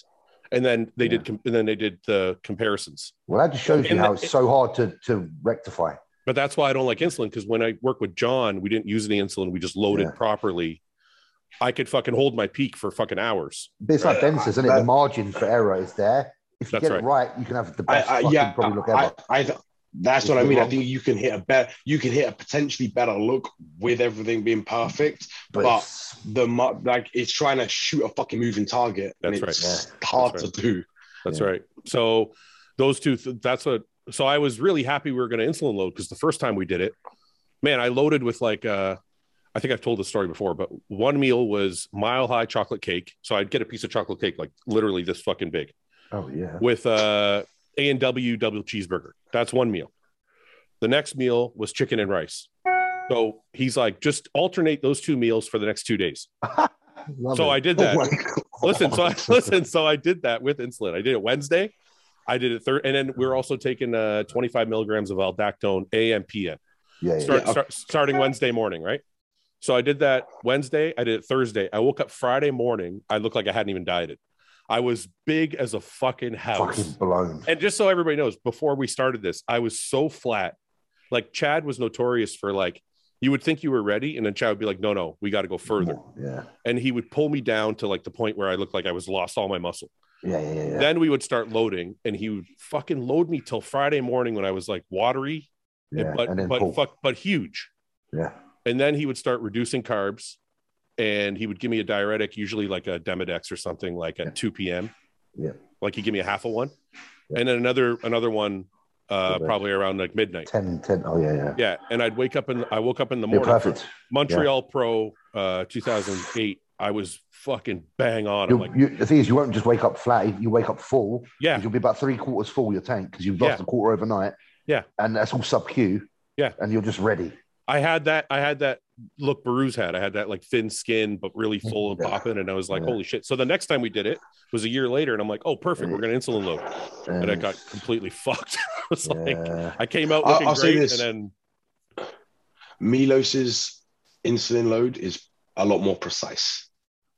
S1: and then they
S2: Yeah.
S1: did com- and then they did the comparisons
S2: Well, that just shows you
S1: In
S2: how
S1: the-
S2: it's so hard to to rectify.
S1: but that's why i don't like insulin because when i work with john we didn't use any insulin we just loaded
S2: Yeah.
S1: properly i could fucking hold my peak for fucking hours
S2: But it's like
S4: Uh,
S2: Ben says, isn't it?
S4: that-
S2: The margin for error is there. If you
S1: That's
S2: get it right, you can have the best
S4: I, I,
S2: fucking
S4: yeah,
S2: probably look ever.
S4: I, I, th- that's
S2: If
S4: what I
S2: you're
S4: mean. I
S2: wrong.
S4: think you can hit a better, you can hit a potentially better look with everything being perfect.
S2: but
S4: but-
S2: it's-
S4: The mu- like it's trying to shoot a fucking moving target. and
S1: That's right.
S4: it's Hard
S1: That's right.
S4: to do.
S1: that's
S2: Yeah.
S1: right so those two th- that's what so i was really happy we were going to insulin load because the first time we did it man i loaded with like uh i think i've told this story before but one meal was mile high chocolate cake so i'd get a piece of chocolate cake like literally this fucking big
S2: oh yeah.
S1: with uh a and w double cheeseburger that's one meal the next meal was chicken and rice so he's like just alternate those two meals for the next two days
S2: Love
S1: so
S2: it.
S1: i did that
S4: Oh my God.
S1: listen, so I listen, so I did that with insulin. I did it Wednesday. I did it third, and then we were also taking uh, 25 milligrams of aldactone AM PM
S2: yeah, yeah.
S1: start,
S4: Yeah.
S1: start, starting Wednesday morning, right? So I did that Wednesday. I did it Thursday. I woke up Friday morning. I looked like I hadn't even dieted. I was big as a fucking house.
S2: fucking blown.
S1: And just so everybody knows, before we started this, I was so flat. Like Chad was notorious for like, you would think you were ready, and then Chad would be like, "No, no, we got to go further."
S2: Yeah.
S1: and he would pull me down to like the point where I looked like I was lost all my muscle.
S2: Yeah, yeah, yeah. yeah.
S1: Then we would start loading, and he would fucking load me till Friday morning when I was like watery,
S2: yeah.
S1: and, but
S2: and then
S1: but
S2: pull.
S1: fuck, but huge.
S2: Yeah.
S1: And then he would start reducing carbs, and he would give me a diuretic, usually like a Demodex or something, like at
S2: Yeah.
S1: two p.m.
S2: Yeah.
S1: like he would give me a half of one,
S2: Yeah.
S1: and then another another one, uh,
S2: Good.
S1: probably around like midnight.
S2: 10, 10. Oh yeah, yeah.
S1: Yeah, and I'd wake up and I woke up in the
S2: You're
S1: morning.
S2: perfect.
S1: Montreal Pro, uh, two thousand eight. I was fucking bang on. I'm
S2: You'll-
S1: like,
S2: you, the thing is, you won't just wake up flat. You wake up full. 'cause
S1: yeah,
S2: You'll be about three quarters full your tank because you've lost
S1: Yeah.
S2: a quarter overnight.
S1: Yeah.
S2: And that's all sub Q.
S1: Yeah.
S2: And you're just ready.
S1: I had that. I had that look Baru's had. I had that like thin skin, but really full and
S2: Yeah.
S1: popping. And I was like,
S2: Yeah.
S1: holy shit. So the next time we did it was a year later. And I'm like, oh, perfect. We're going to insulin load.
S2: And,
S1: And I got completely fucked. I was like,
S2: yeah.
S1: I came out
S4: I'll-
S1: looking
S4: I'll say
S1: great.
S4: this.
S1: And then,
S4: Milos's insulin load is a lot more precise.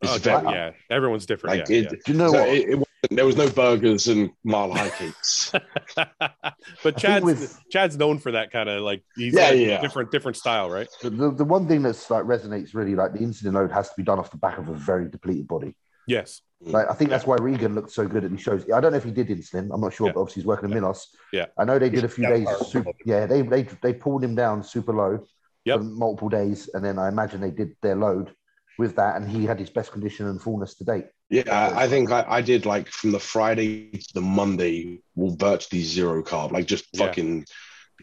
S4: It's
S1: oh,
S4: very
S1: God, yeah, everyone's different.
S4: like
S1: yeah,
S4: it,
S2: Do you know
S4: so
S2: what?
S4: it- it wasn't- there was no burgers and mile high cakes.
S1: yeah. but
S2: I think
S1: Chad's,
S2: with-
S1: Chad's known for that kind of like, he's
S4: Yeah,
S1: got a
S4: yeah.
S1: different, different style, right?
S2: The, the, the one thing that's like resonates really like the insulin load has to be done off the back of a very depleted body.
S1: Yes.
S2: Like I think that's why Regan looked so good at these shows. I don't know if he did insulin. I'm not sure,
S1: Yeah.
S2: but obviously he's working in Milos.
S1: Yeah.
S2: I know they did a few
S3: Yeah,
S2: days.
S3: power
S2: Super,
S3: level.
S2: yeah, they they they pulled him down super low
S1: Yep.
S2: for multiple days, and then I imagine they did their load with that, and he had his best condition and fullness to date.
S4: Yeah, I, I think I, I did like from the Friday to the Monday, well, virtually zero carb, like just
S1: Yeah.
S4: fucking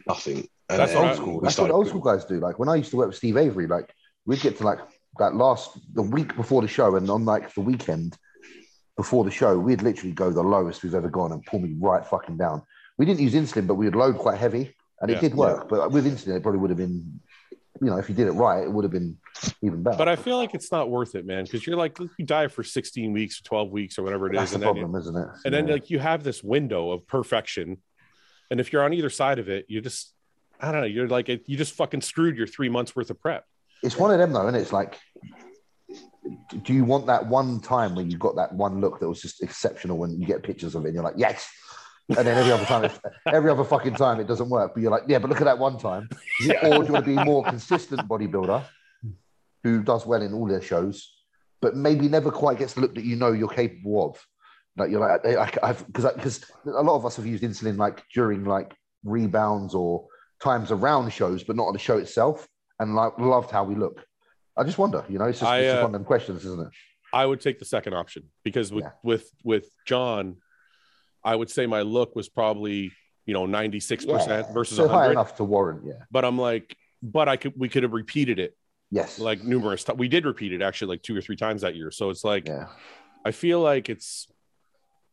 S4: nothing. And
S1: That's
S4: then
S1: what I-
S2: old school.
S4: we
S2: That's what
S4: started-
S2: old school guys do. Like when I used to work with Steve Avery, like we'd get to like that last the week before the show, and on like the weekend before the show, we'd literally go the lowest we've ever gone and pull me right fucking down. We didn't use insulin, but we would load quite heavy, and
S1: Yeah.
S2: it did work. But with insulin, it probably would have been you know, if you did it right, it would have been even better.
S1: But I feel like it's not worth it, man, because you're like you diet for 16 weeks or 12 weeks or whatever it is,
S2: that's the
S1: and then
S2: problem, isn't it?
S1: and then
S2: Yeah.
S1: like you have this window of perfection, and if you're on either side of it, you just I don't know, you're like you just fucking screwed your three months worth of prep.
S2: it's one of them though, and it's like, do you want that one time when you got that one look that was just exceptional when you get pictures of it and you're like, yes. And then every other time, it, every other fucking time, it doesn't work. But you're like, yeah, but look at that one time.
S3: Yeah.
S2: Or do you want to be a more consistent bodybuilder who does well in all their shows, but maybe never quite gets the look that you know you're capable of? Like you're like, I- I, I've because because a lot of us have used insulin like during like rebounds or times around shows, but not on the show itself and like loved how we look. I just wonder, you know, it's just,
S1: I,
S2: it's just
S1: uh,
S2: one of them questions, isn't it?
S1: I would take the second option because with
S2: Yeah.
S1: with with John, I would say my look was probably you know 96 percent
S2: Yeah.
S1: versus
S2: so high
S1: 100.
S2: enough to warrant, yeah,
S1: But I'm like, but I could we could have repeated it
S2: yes,
S1: like numerous times. We did repeat it actually like two or three times that year. So it's like
S2: yeah,
S1: I feel like it's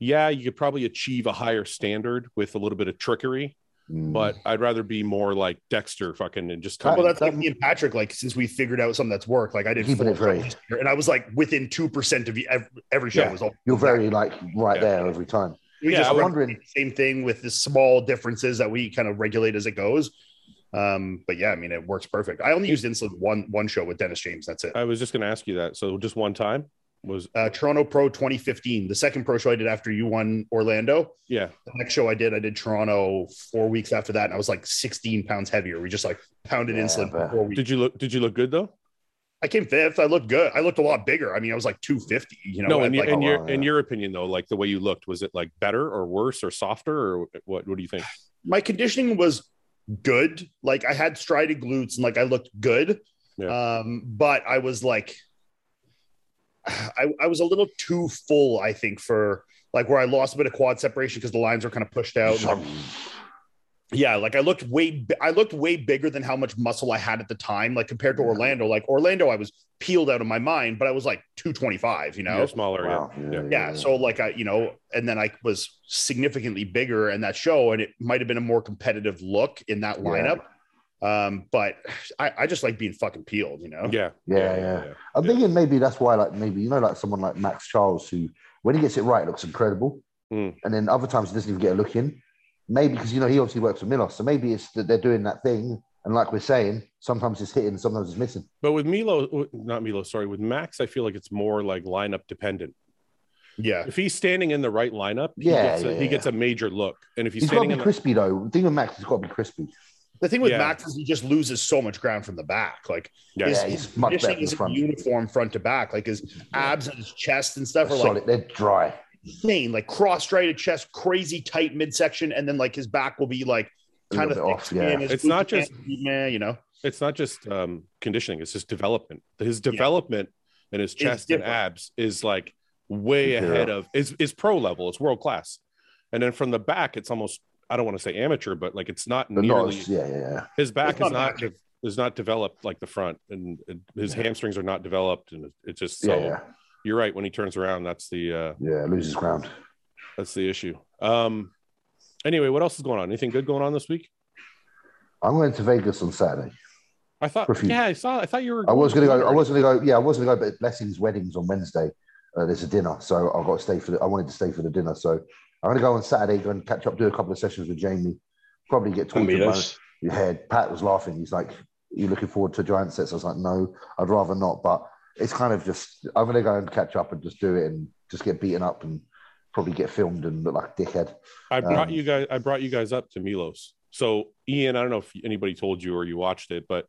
S1: yeah, you could probably achieve a higher standard with a little bit of trickery,
S2: Mm.
S1: but I'd rather be more like Dexter fucking and just come
S3: Well,
S1: in.
S3: that's like me and Patrick. Like, since we figured out something that's worked, like I did
S2: Keeping
S3: four
S2: it very-
S3: shows here, and I was like within two percent of every, every show
S1: Yeah.
S3: was all.
S2: you're very like right
S1: Yeah.
S2: there every time.
S3: We
S1: Yeah,
S3: just
S2: I'm
S3: run
S2: wondering-
S3: the same thing with the small differences that we kind of regulate as it goes. Um, but yeah, I mean, it works perfect. I only used insulin one one show with Dennis James. That's it.
S1: I was just gonna ask you that. So just one time was
S3: Uh, Toronto Pro 2015, the second pro show I did after you won Orlando.
S1: yeah,
S3: The next show I did, I did Toronto four weeks after that, and I was like 16 pounds heavier. We just like pounded
S2: Yeah,
S3: insulin for
S2: but-
S3: four weeks.
S1: did you look did you look good though?
S3: I came fifth. I looked good. I looked a lot bigger. I mean, I was like 250. You know,
S1: no,
S3: I
S1: in,
S3: like,
S1: in
S2: oh,
S1: your
S2: wow,
S1: in
S2: yeah.
S1: your opinion though, like the way you looked, was it like better or worse or softer or what? What do you think?
S3: my conditioning was good. Like I had strided glutes and like I looked good. Um, but I was like I, I was a little too full, I think, for like where I lost a bit of quad separation because the lines were kind of pushed out. and, like,
S1: Oh,
S3: yeah, like I looked way bi- I looked way bigger than how much muscle I had at the time, like compared to Orlando. Like Orlando, I was peeled out of my mind, but I was like 225, you know.
S1: You're smaller. yeah.
S2: Wow.
S3: yeah so like i you know and then i was significantly bigger in that show and it might have been a more competitive look in that lineup um but I, I just like being fucking peeled you know
S1: Yeah.
S2: Yeah, yeah. I'm thinking maybe that's why, like, maybe you know, like someone like Max Charles, who when he gets it right, looks incredible,
S1: Mm.
S2: and then other times he doesn't even get a look in. Maybe because you know he obviously works with Milos, so maybe it's that they're doing that thing, and like we're saying, sometimes it's hitting, sometimes it's missing.
S1: But with Milo, w- not Milo, sorry, with Max, I feel like it's more like lineup dependent.
S3: yeah
S1: If he's standing in the right lineup, he,
S2: Yeah,
S1: gets, a,
S2: yeah,
S1: he
S2: yeah.
S1: gets a major look. And if he's
S2: He's got to
S1: standing
S2: be
S1: in the,
S2: crispy though. The thing with Max, he's got to be crispy.
S3: the thing with
S1: Yeah.
S3: max is he just loses so much ground from the back like
S1: Yeah.
S3: his,
S2: Yeah, he's
S3: his
S2: much better
S3: conditioning
S2: in
S3: is
S2: front.
S3: uniform front to back like his abs and his chest and stuff are like
S2: Solid, they're dry.
S3: insane like cross-striated chest crazy tight midsection and then like his back will be like
S2: A
S3: kind of
S2: little bit off,
S3: thick
S2: yeah.
S3: skin, his
S1: It's not
S3: glutes
S1: just-
S3: can't be, man you know
S1: it's not just um, conditioning, it's just development. His development and his chest and
S3: different.
S1: abs is like way
S2: Yeah.
S1: ahead of, is, is pro level, it's world class. And then from the back, it's almost, I don't want to say amateur, but like it's not
S2: The
S1: nearly,
S2: nose, yeah, yeah, yeah.
S1: his back
S3: It's not
S1: is not, de- is not developed like the front and and his hamstrings are not developed. And it- it's just, so
S2: yeah, yeah,
S1: you're right. When he turns around, that's the, uh,
S2: yeah. Loses ground.
S1: That's the issue. Um, anyway, what else is going on? Anything good going on this week?
S2: I'm going to Vegas on Saturday.
S1: I thought,
S2: Refuse.
S1: yeah, I saw. I thought you were.
S2: I was going to go. I was going to go. Yeah, I was going to go. But Blessing's wedding's on Wednesday. Uh, there's a dinner, so I've got to stay for. The, I wanted to stay for the dinner, so I'm going to go on Saturday. Go and catch up, do a couple of sessions with Jamie. Probably get
S4: And
S2: talked about.
S4: Milos.
S2: Your head. Pat was laughing. He's like, "You looking forward to giant sets?" I was like, "No, I'd rather not." But it's kind of just. I'm going to go and catch up and just do it and just get beaten up and probably get filmed and look like a dickhead.
S1: I brought
S2: um,
S1: you guys. I brought you guys up to Milos. So Ian, I don't know if anybody told you or you watched it, but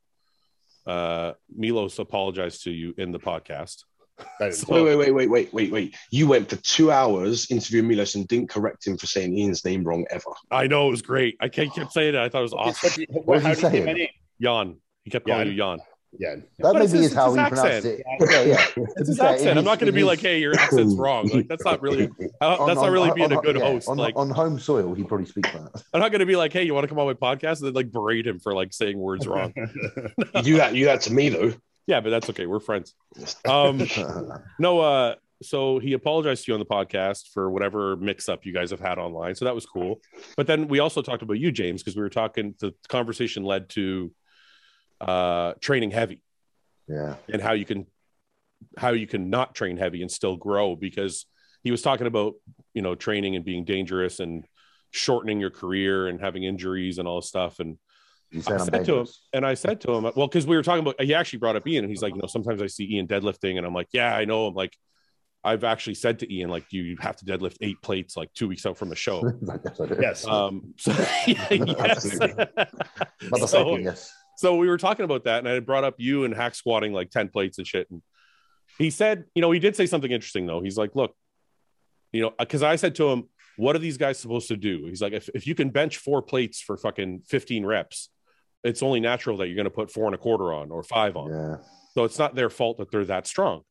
S1: uh, Milos apologized to you in the podcast.
S3: I didn't-
S1: So-
S4: Wait, wait, wait, wait, wait, wait, wait. You went for two hours interviewing Milos and didn't correct him for saying Ian's name wrong ever.
S1: I know it was great. I kept kept saying it. I thought it was awesome.
S3: What do you-
S2: What
S3: how
S2: was he
S3: do you say my
S2: saying?
S3: name?
S1: Jan. He kept calling you Jan.
S3: yeah
S2: That
S1: But it's
S2: maybe
S1: his-
S2: is how
S1: it's
S2: he
S1: his
S2: pronounced it.
S3: accent.
S2: Yeah, yeah.
S1: It's
S2: It's
S1: his
S2: like,
S1: accent.
S2: in
S1: I'm not going
S2: his-
S1: to
S2: in
S1: be
S2: his-
S1: like, hey, your accent's wrong. Like that's not really. uh,
S2: On-
S1: that's not
S2: on-
S1: really
S2: on-
S1: being a
S2: on-
S1: good
S2: yeah,
S1: host.
S2: On,
S1: like
S2: on home soil, he probably speaks like that.
S1: I'm not going to be like, hey, you want to come on my podcast and then like berate him for like saying words wrong.
S4: You do that, you do that to me though.
S1: yeah, but that's okay. We're friends. Um, no, uh, so he apologized to you on the podcast for whatever mix up you guys have had online. So that was cool. But then we also talked about you, James, because we were talking, the conversation led to uh, training heavy
S2: Yeah.
S1: and how you can how you can not train heavy and still grow because he was talking about you know training and being dangerous and shortening your career and having injuries and all this stuff and
S2: You said
S1: I
S2: I'm
S1: said to him-
S2: dangerous.
S1: and I said to him, well, because we were talking about, he actually brought up Ian, and he's like, you know, sometimes I see Ian deadlifting, and I'm like, yeah, I know. I'm like, I've actually said to Ian, like, you have to deadlift eight plates like two weeks out from the show.
S2: I guess I did.
S3: Yes.
S1: Um, so, yeah, yes.
S4: Absolutely.
S2: Motherfucking
S1: So-
S2: yes.
S1: so we were talking about that, and I had brought up you and hack squatting like 10 plates and shit. And he said, you know, he did say something interesting though. He's like, look, you know, because I said to him, what are these guys supposed to do? He's like, if, if you can bench four plates for fucking 15 reps, it's only natural that you're going to put four and a quarter on or five on.
S2: Yeah.
S1: So it's not their fault that they're that strong.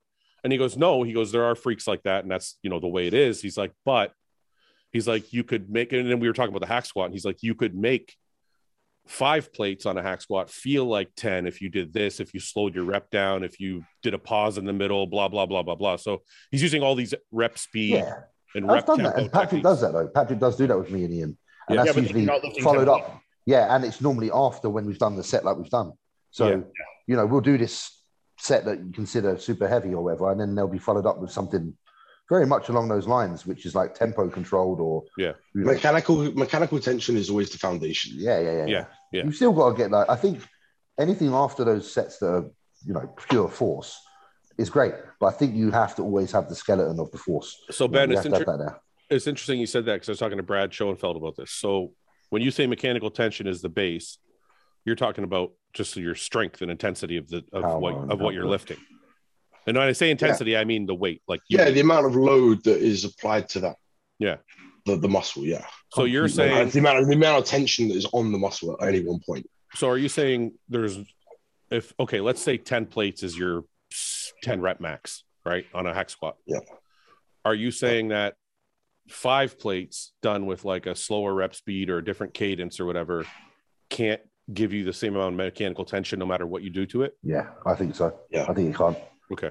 S1: And he goes, No, he goes, there are freaks like that. And that's, you know, the way it is. He's like, But he's like, You could make it. And then we were talking about the hack squat. And he's like, You could make five plates on a hack squat feel like 10 if you did this, if you slowed your rep down, if you did a pause in the middle, blah, blah, blah, blah, blah. So he's using all these rep speed
S2: Yeah.
S1: and
S2: I've
S1: rep
S2: done
S1: tempo.
S2: that. And Patrick
S1: techniques.
S2: does that though. Patrick does do that with me and Ian.
S1: Yeah.
S2: And that's
S3: Yeah, but
S2: usually
S3: you're not lifting
S2: followed
S3: 10
S2: up. Yeah, and it's normally after when we've done the set like we've done. So
S1: Yeah.
S2: you know, we'll do this set that you consider super heavy or whatever, and then they'll be followed up with something very much along those lines, which is like tempo controlled or
S1: Yeah.
S2: you know,
S4: Mechanical mechanical tension is always the foundation.
S2: yeah, yeah, yeah,
S1: Yeah, yeah.
S2: You've still got to get like I think anything after those sets that are you know pure force is great, but I think you have to always have the skeleton of the force.
S1: So,
S2: You know,
S1: Ben,
S2: you
S1: it's
S2: have to
S1: interesting.
S2: have that there.
S1: it's interesting you said that because I was talking to Brad Schoenfeld about this. So when you say mechanical tension is the base, you're talking about just your strength and intensity of the of
S2: Power
S1: what
S2: and
S1: of what you're
S2: output.
S1: lifting. And when I say intensity, I mean the weight. Like you-
S4: Yeah, the amount of load that is applied to that.
S1: Yeah.
S4: The, the muscle, yeah.
S1: so you're
S2: completely.
S1: saying
S4: And the amount of the amount of tension that is on the muscle at any one point.
S1: so are you saying there's if okay, let's say 10 plates is your 10 rep max, right? On a hack squat.
S4: Yeah.
S1: Are you saying that five plates done with like a slower rep speed or a different cadence or whatever can't give you the same amount of mechanical tension no matter what you do to it?
S2: Yeah, I think so.
S4: Yeah.
S2: I think you can't.
S1: Okay.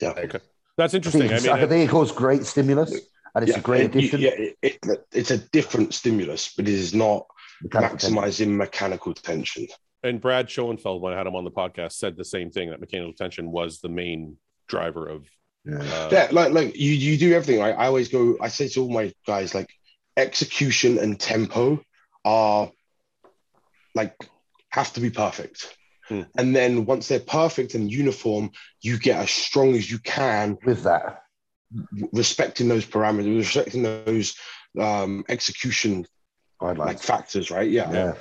S4: Yeah.
S1: Okay. That's
S2: I
S1: interesting.
S2: think,
S1: I
S2: it's-
S1: mean,
S2: I
S1: it-
S2: think it caused great stimulus, and it's a great
S4: it-
S2: addition.
S4: Yeah, it, it- it's a different stimulus, but it is not
S2: Mechanical tension.
S4: maximizing mechanical tension.
S1: and Brad Schoenfeld, when I had him on the podcast, said the same thing that mechanical tension was the main driver of.
S2: Yeah.
S1: Uh,
S4: yeah, like like you you do everything. Like I always go. I say to all my guys, like execution and tempo are like have to be perfect.
S1: Hmm.
S4: And then once they're perfect and uniform, you get as strong as you can,
S2: With that,
S4: w- respecting those parameters, respecting those um, execution
S2: I'd like.
S4: like factors, right? Yeah.
S2: yeah.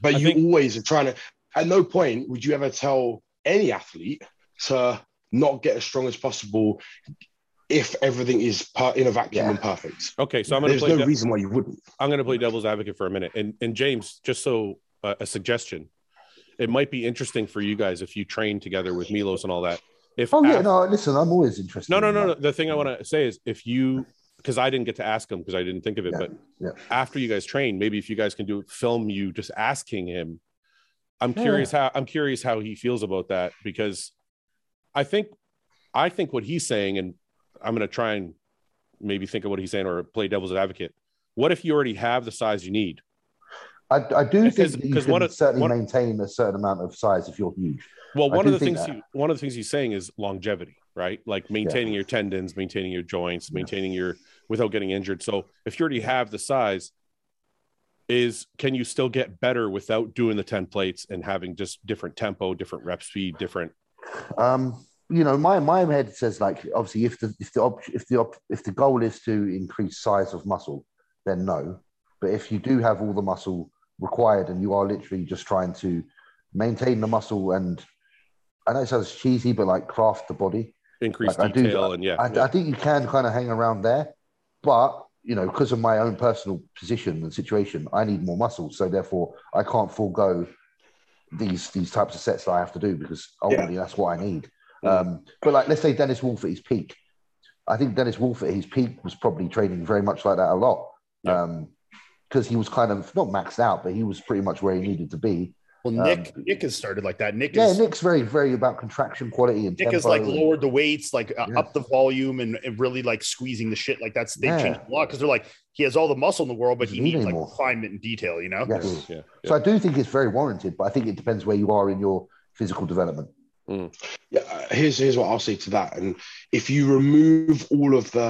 S4: But
S1: I
S4: you
S1: think-
S4: always are trying to. At no point would you ever tell any athlete to not get as strong as possible if everything is per, in a vacuum
S2: Yeah.
S4: and perfect.
S1: okay, so I'm going to
S4: There's
S1: play.
S4: no
S1: de-
S4: reason why you wouldn't.
S1: I'm going to play devil's advocate for a minute. And and James, just so uh, a suggestion, it might be interesting for you guys if you train together with Milos and all that. If
S2: Oh yeah,
S1: af-
S2: no. Listen, I'm always interested.
S1: no, no,
S2: in
S1: no, no.
S2: that.
S1: The thing I want to say is if you, because I didn't get to ask him because I didn't think of it,
S2: Yeah,
S1: but
S2: yeah.
S1: after you guys train, maybe if you guys can do film you just asking him. I'm
S2: Yeah.
S1: curious how I'm curious how he feels about that because I think I think what he's saying, and I'm gonna try and maybe think of what he's saying or play devil's advocate. What if you already have the size you need?
S2: I, I do
S1: Because-
S2: think that you
S1: because
S2: can
S1: one of-
S2: certainly
S1: one-
S2: maintain a certain amount of size if you're huge.
S1: Well,
S2: I
S1: one
S2: do
S1: of the
S2: think
S1: things
S2: that.
S1: he, one of the things he's saying is longevity, right? Like maintaining your tendons, maintaining your joints,
S2: Yeah.
S1: maintaining your without getting injured. So if you already have the size, is can you still get better without doing the ten plates and having just different tempo, different rep speed, different?
S2: Um, you know, my my head says like obviously if the if the op- if the op- if the goal is to increase size of muscle, then no. But if you do have all the muscle required and you are literally just trying to maintain the muscle and I know it sounds cheesy, but like craft the body.
S1: increased
S2: Like, I do-
S1: detail and yeah,
S2: I,
S1: yeah.
S2: I think you can kind of hang around there, but you know, because of my own personal position and situation, I need more muscle, so therefore I can't forego these these types of sets that I have to do because ultimately that's what I need.
S3: Mm.
S2: Um, but like, let's say Dennis Wolf at his peak, I think Dennis Wolf at his peak was probably training very much like that a lot, Um,
S1: Yeah.
S2: because he was kind of not maxed out, but he was pretty much where he needed to be.
S3: Well,
S2: Um,
S3: Nick Nick has started like that. Nick
S2: Yeah,
S3: is
S2: Nick's very, very about contraction quality and
S3: Nick has
S2: tempo
S3: like
S2: and-
S3: lowered the weights, like uh,
S2: Yeah.
S3: up the volume, and, and really like squeezing the shit. Like that's they
S2: Yeah.
S3: changed a lot because they're like he has all the muscle in the world, but he
S2: Doesn't need
S3: needs like
S2: anymore.
S3: refinement and detail. You know,
S2: Yes.
S1: Mm, yeah, yeah.
S2: So I do think it's very warranted, but I think it depends where you are in your physical development.
S4: Yeah, uh, here's here's what I'll say to that. And if you remove all of the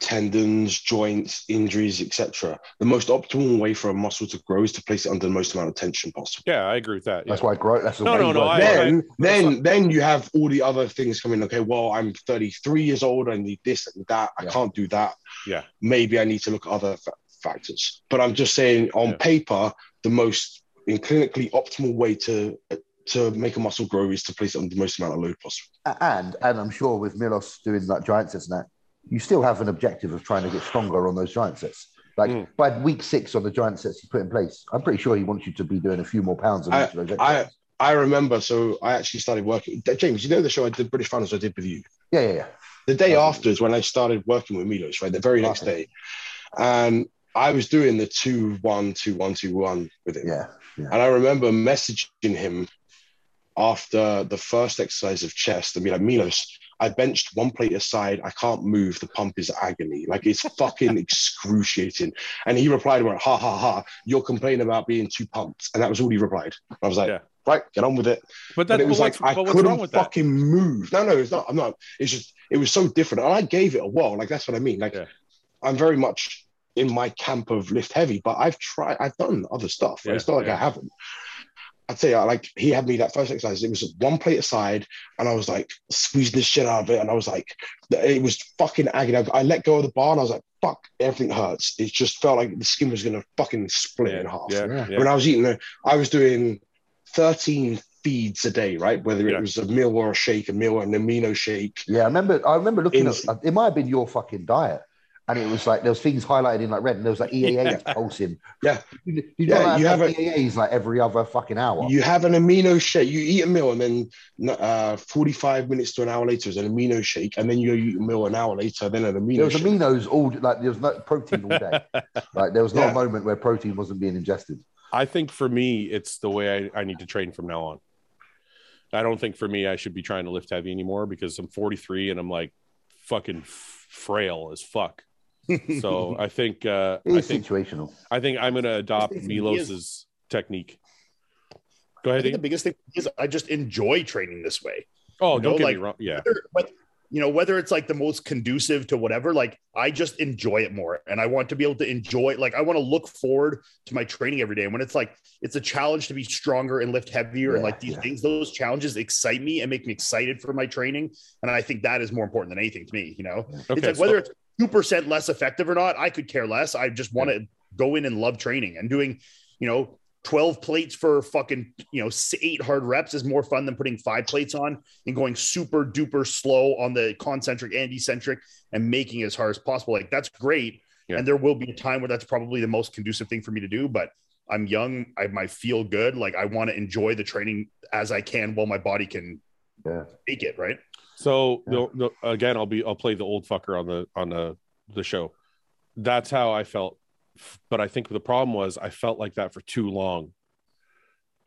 S4: tendons, joints, injuries, etc., the most optimal way for a muscle to grow is to place it under the most amount of tension possible.
S1: yeah, I agree with that. Yeah.
S2: That's why growth. That's the
S1: No,
S2: way
S1: no,
S2: you
S1: no,
S2: work.
S1: I-
S2: Yeah.
S4: then, then, then you have all the other things coming. Okay, well, I'm 33 years old. I need this and that. I
S2: Yeah.
S4: can't do that.
S1: Yeah.
S4: Maybe I need to look at other fa- factors. But I'm just saying, on
S1: Yeah.
S4: paper, the most in clinically optimal way to to make a muscle grow is to place it under the most amount of load possible.
S2: and and I'm sure with Milos doing like giant sets and that, you still have an objective of trying to get stronger on those giant sets. Like
S4: Hmm.
S1: Mm.
S2: by week six on the giant sets he's put in place, I'm pretty sure he wants you to be doing a few more pounds on
S4: I-
S2: each of those.
S4: I-
S2: exercises.
S4: I remember, so I actually started working. James, you know the show I did, British Finals, I did with you.
S2: yeah, yeah, yeah.
S4: The day
S2: Oh.
S4: after is when I started working with Milos, right? The very next
S2: Oh.
S4: day. And I was doing the two one two one two one with him.
S2: yeah.
S4: And I remember messaging him after the first exercise of chest and be like, Milos, I benched one plate aside. I can't move. The pump is agony. Like it's fucking excruciating. And he replied, went, ha ha ha, you're complaining about being too pumped. And that was all he replied. I was like,
S1: Yeah.
S4: right, get on with it
S1: But
S4: but
S1: that's
S4: it was like I
S1: but what's wrong
S4: couldn't
S1: with that?
S4: fucking move. No, no, it's not. I'm not. It's just it was so different, and I gave it a whirl. Like that's what I mean. Like
S1: Yeah.
S4: I'm very much in my camp of lift heavy, but I've tried. I've done other stuff. Like,
S1: Yeah,
S4: it's not like
S1: yeah.
S4: I haven't. I'd say I, like he had me that first exercise. It was one plate aside, and I was like squeezing the shit out of it, and I was like, it was fucking agony. I, I let go of the bar, and I was like, fuck, everything hurts. It just felt like the skin was gonna fucking split in half.
S1: Yeah, yeah,
S2: Yeah.
S1: yeah.
S4: When I was eating, I was doing 13 feeds a day, right? Whether
S1: Yeah.
S4: it was a meal or a shake, a meal and an amino shake.
S2: Yeah, I remember. I remember looking
S4: Ins-
S2: at. It might have been your fucking diet, and it was like there was things highlighted in like red, and there was like E EAA pulsing.
S4: Yeah.
S2: you, you know,
S4: Yeah,
S2: like,
S4: you have a-
S2: EAAs like every other fucking hour.
S4: You have an amino shake, you eat a meal, and then uh, 45 minutes to an hour later is an amino shake, and then you eat a meal an hour later, then an amino
S2: there was
S4: shake.
S2: aminos all like there was no protein all day. like there was not
S4: Yeah.
S2: a moment where protein wasn't being ingested.
S1: I think for me, it's the way I, I need to train from now on. I don't think for me, I should be trying to lift heavy anymore because I'm 43 and I'm like fucking f- frail as fuck. So I think uh,
S2: It
S1: I
S2: is
S1: think
S2: situational.
S1: I think I'm gonna adopt
S3: It's- it's-
S1: Milos's technique. Go
S3: I
S1: ahead.
S3: think the
S1: Ian.
S3: biggest thing is I just enjoy training this way.
S1: Oh,
S3: you
S1: don't
S3: know,
S1: get
S3: like-
S1: me wrong. Yeah,
S3: Whether- but you know whether it's like the most conducive to whatever like i just enjoy it more and i want to be able to enjoy like i want to look forward to my training every day and when it's like it's a challenge to be stronger and lift heavier and
S2: Yeah,
S3: like these
S2: yeah.
S3: things those challenges excite me and make me excited for my training and i think that is more important than anything to me you know it's
S1: okay.
S3: like
S1: so-
S3: whether it's two percent less effective or not, I could care less. I just want to go in and love training and doing, you know, twelve plates for fucking you know s- eight hard reps is more fun than putting five plates on and going super duper slow on the concentric and eccentric and making it as hard as possible. Like that's great,
S1: Yeah.
S3: and there will be a time where that's probably the most conducive thing for me to do, but. I'm young. I might feel good. Like I want to enjoy the training as I can while my body can
S2: Yeah.
S3: take it. Right.
S1: So
S2: Yeah.
S1: the, the, again, I'll be I'll play the old fucker on the on the the show. That's how I felt, but I think the problem was I felt like that for too long,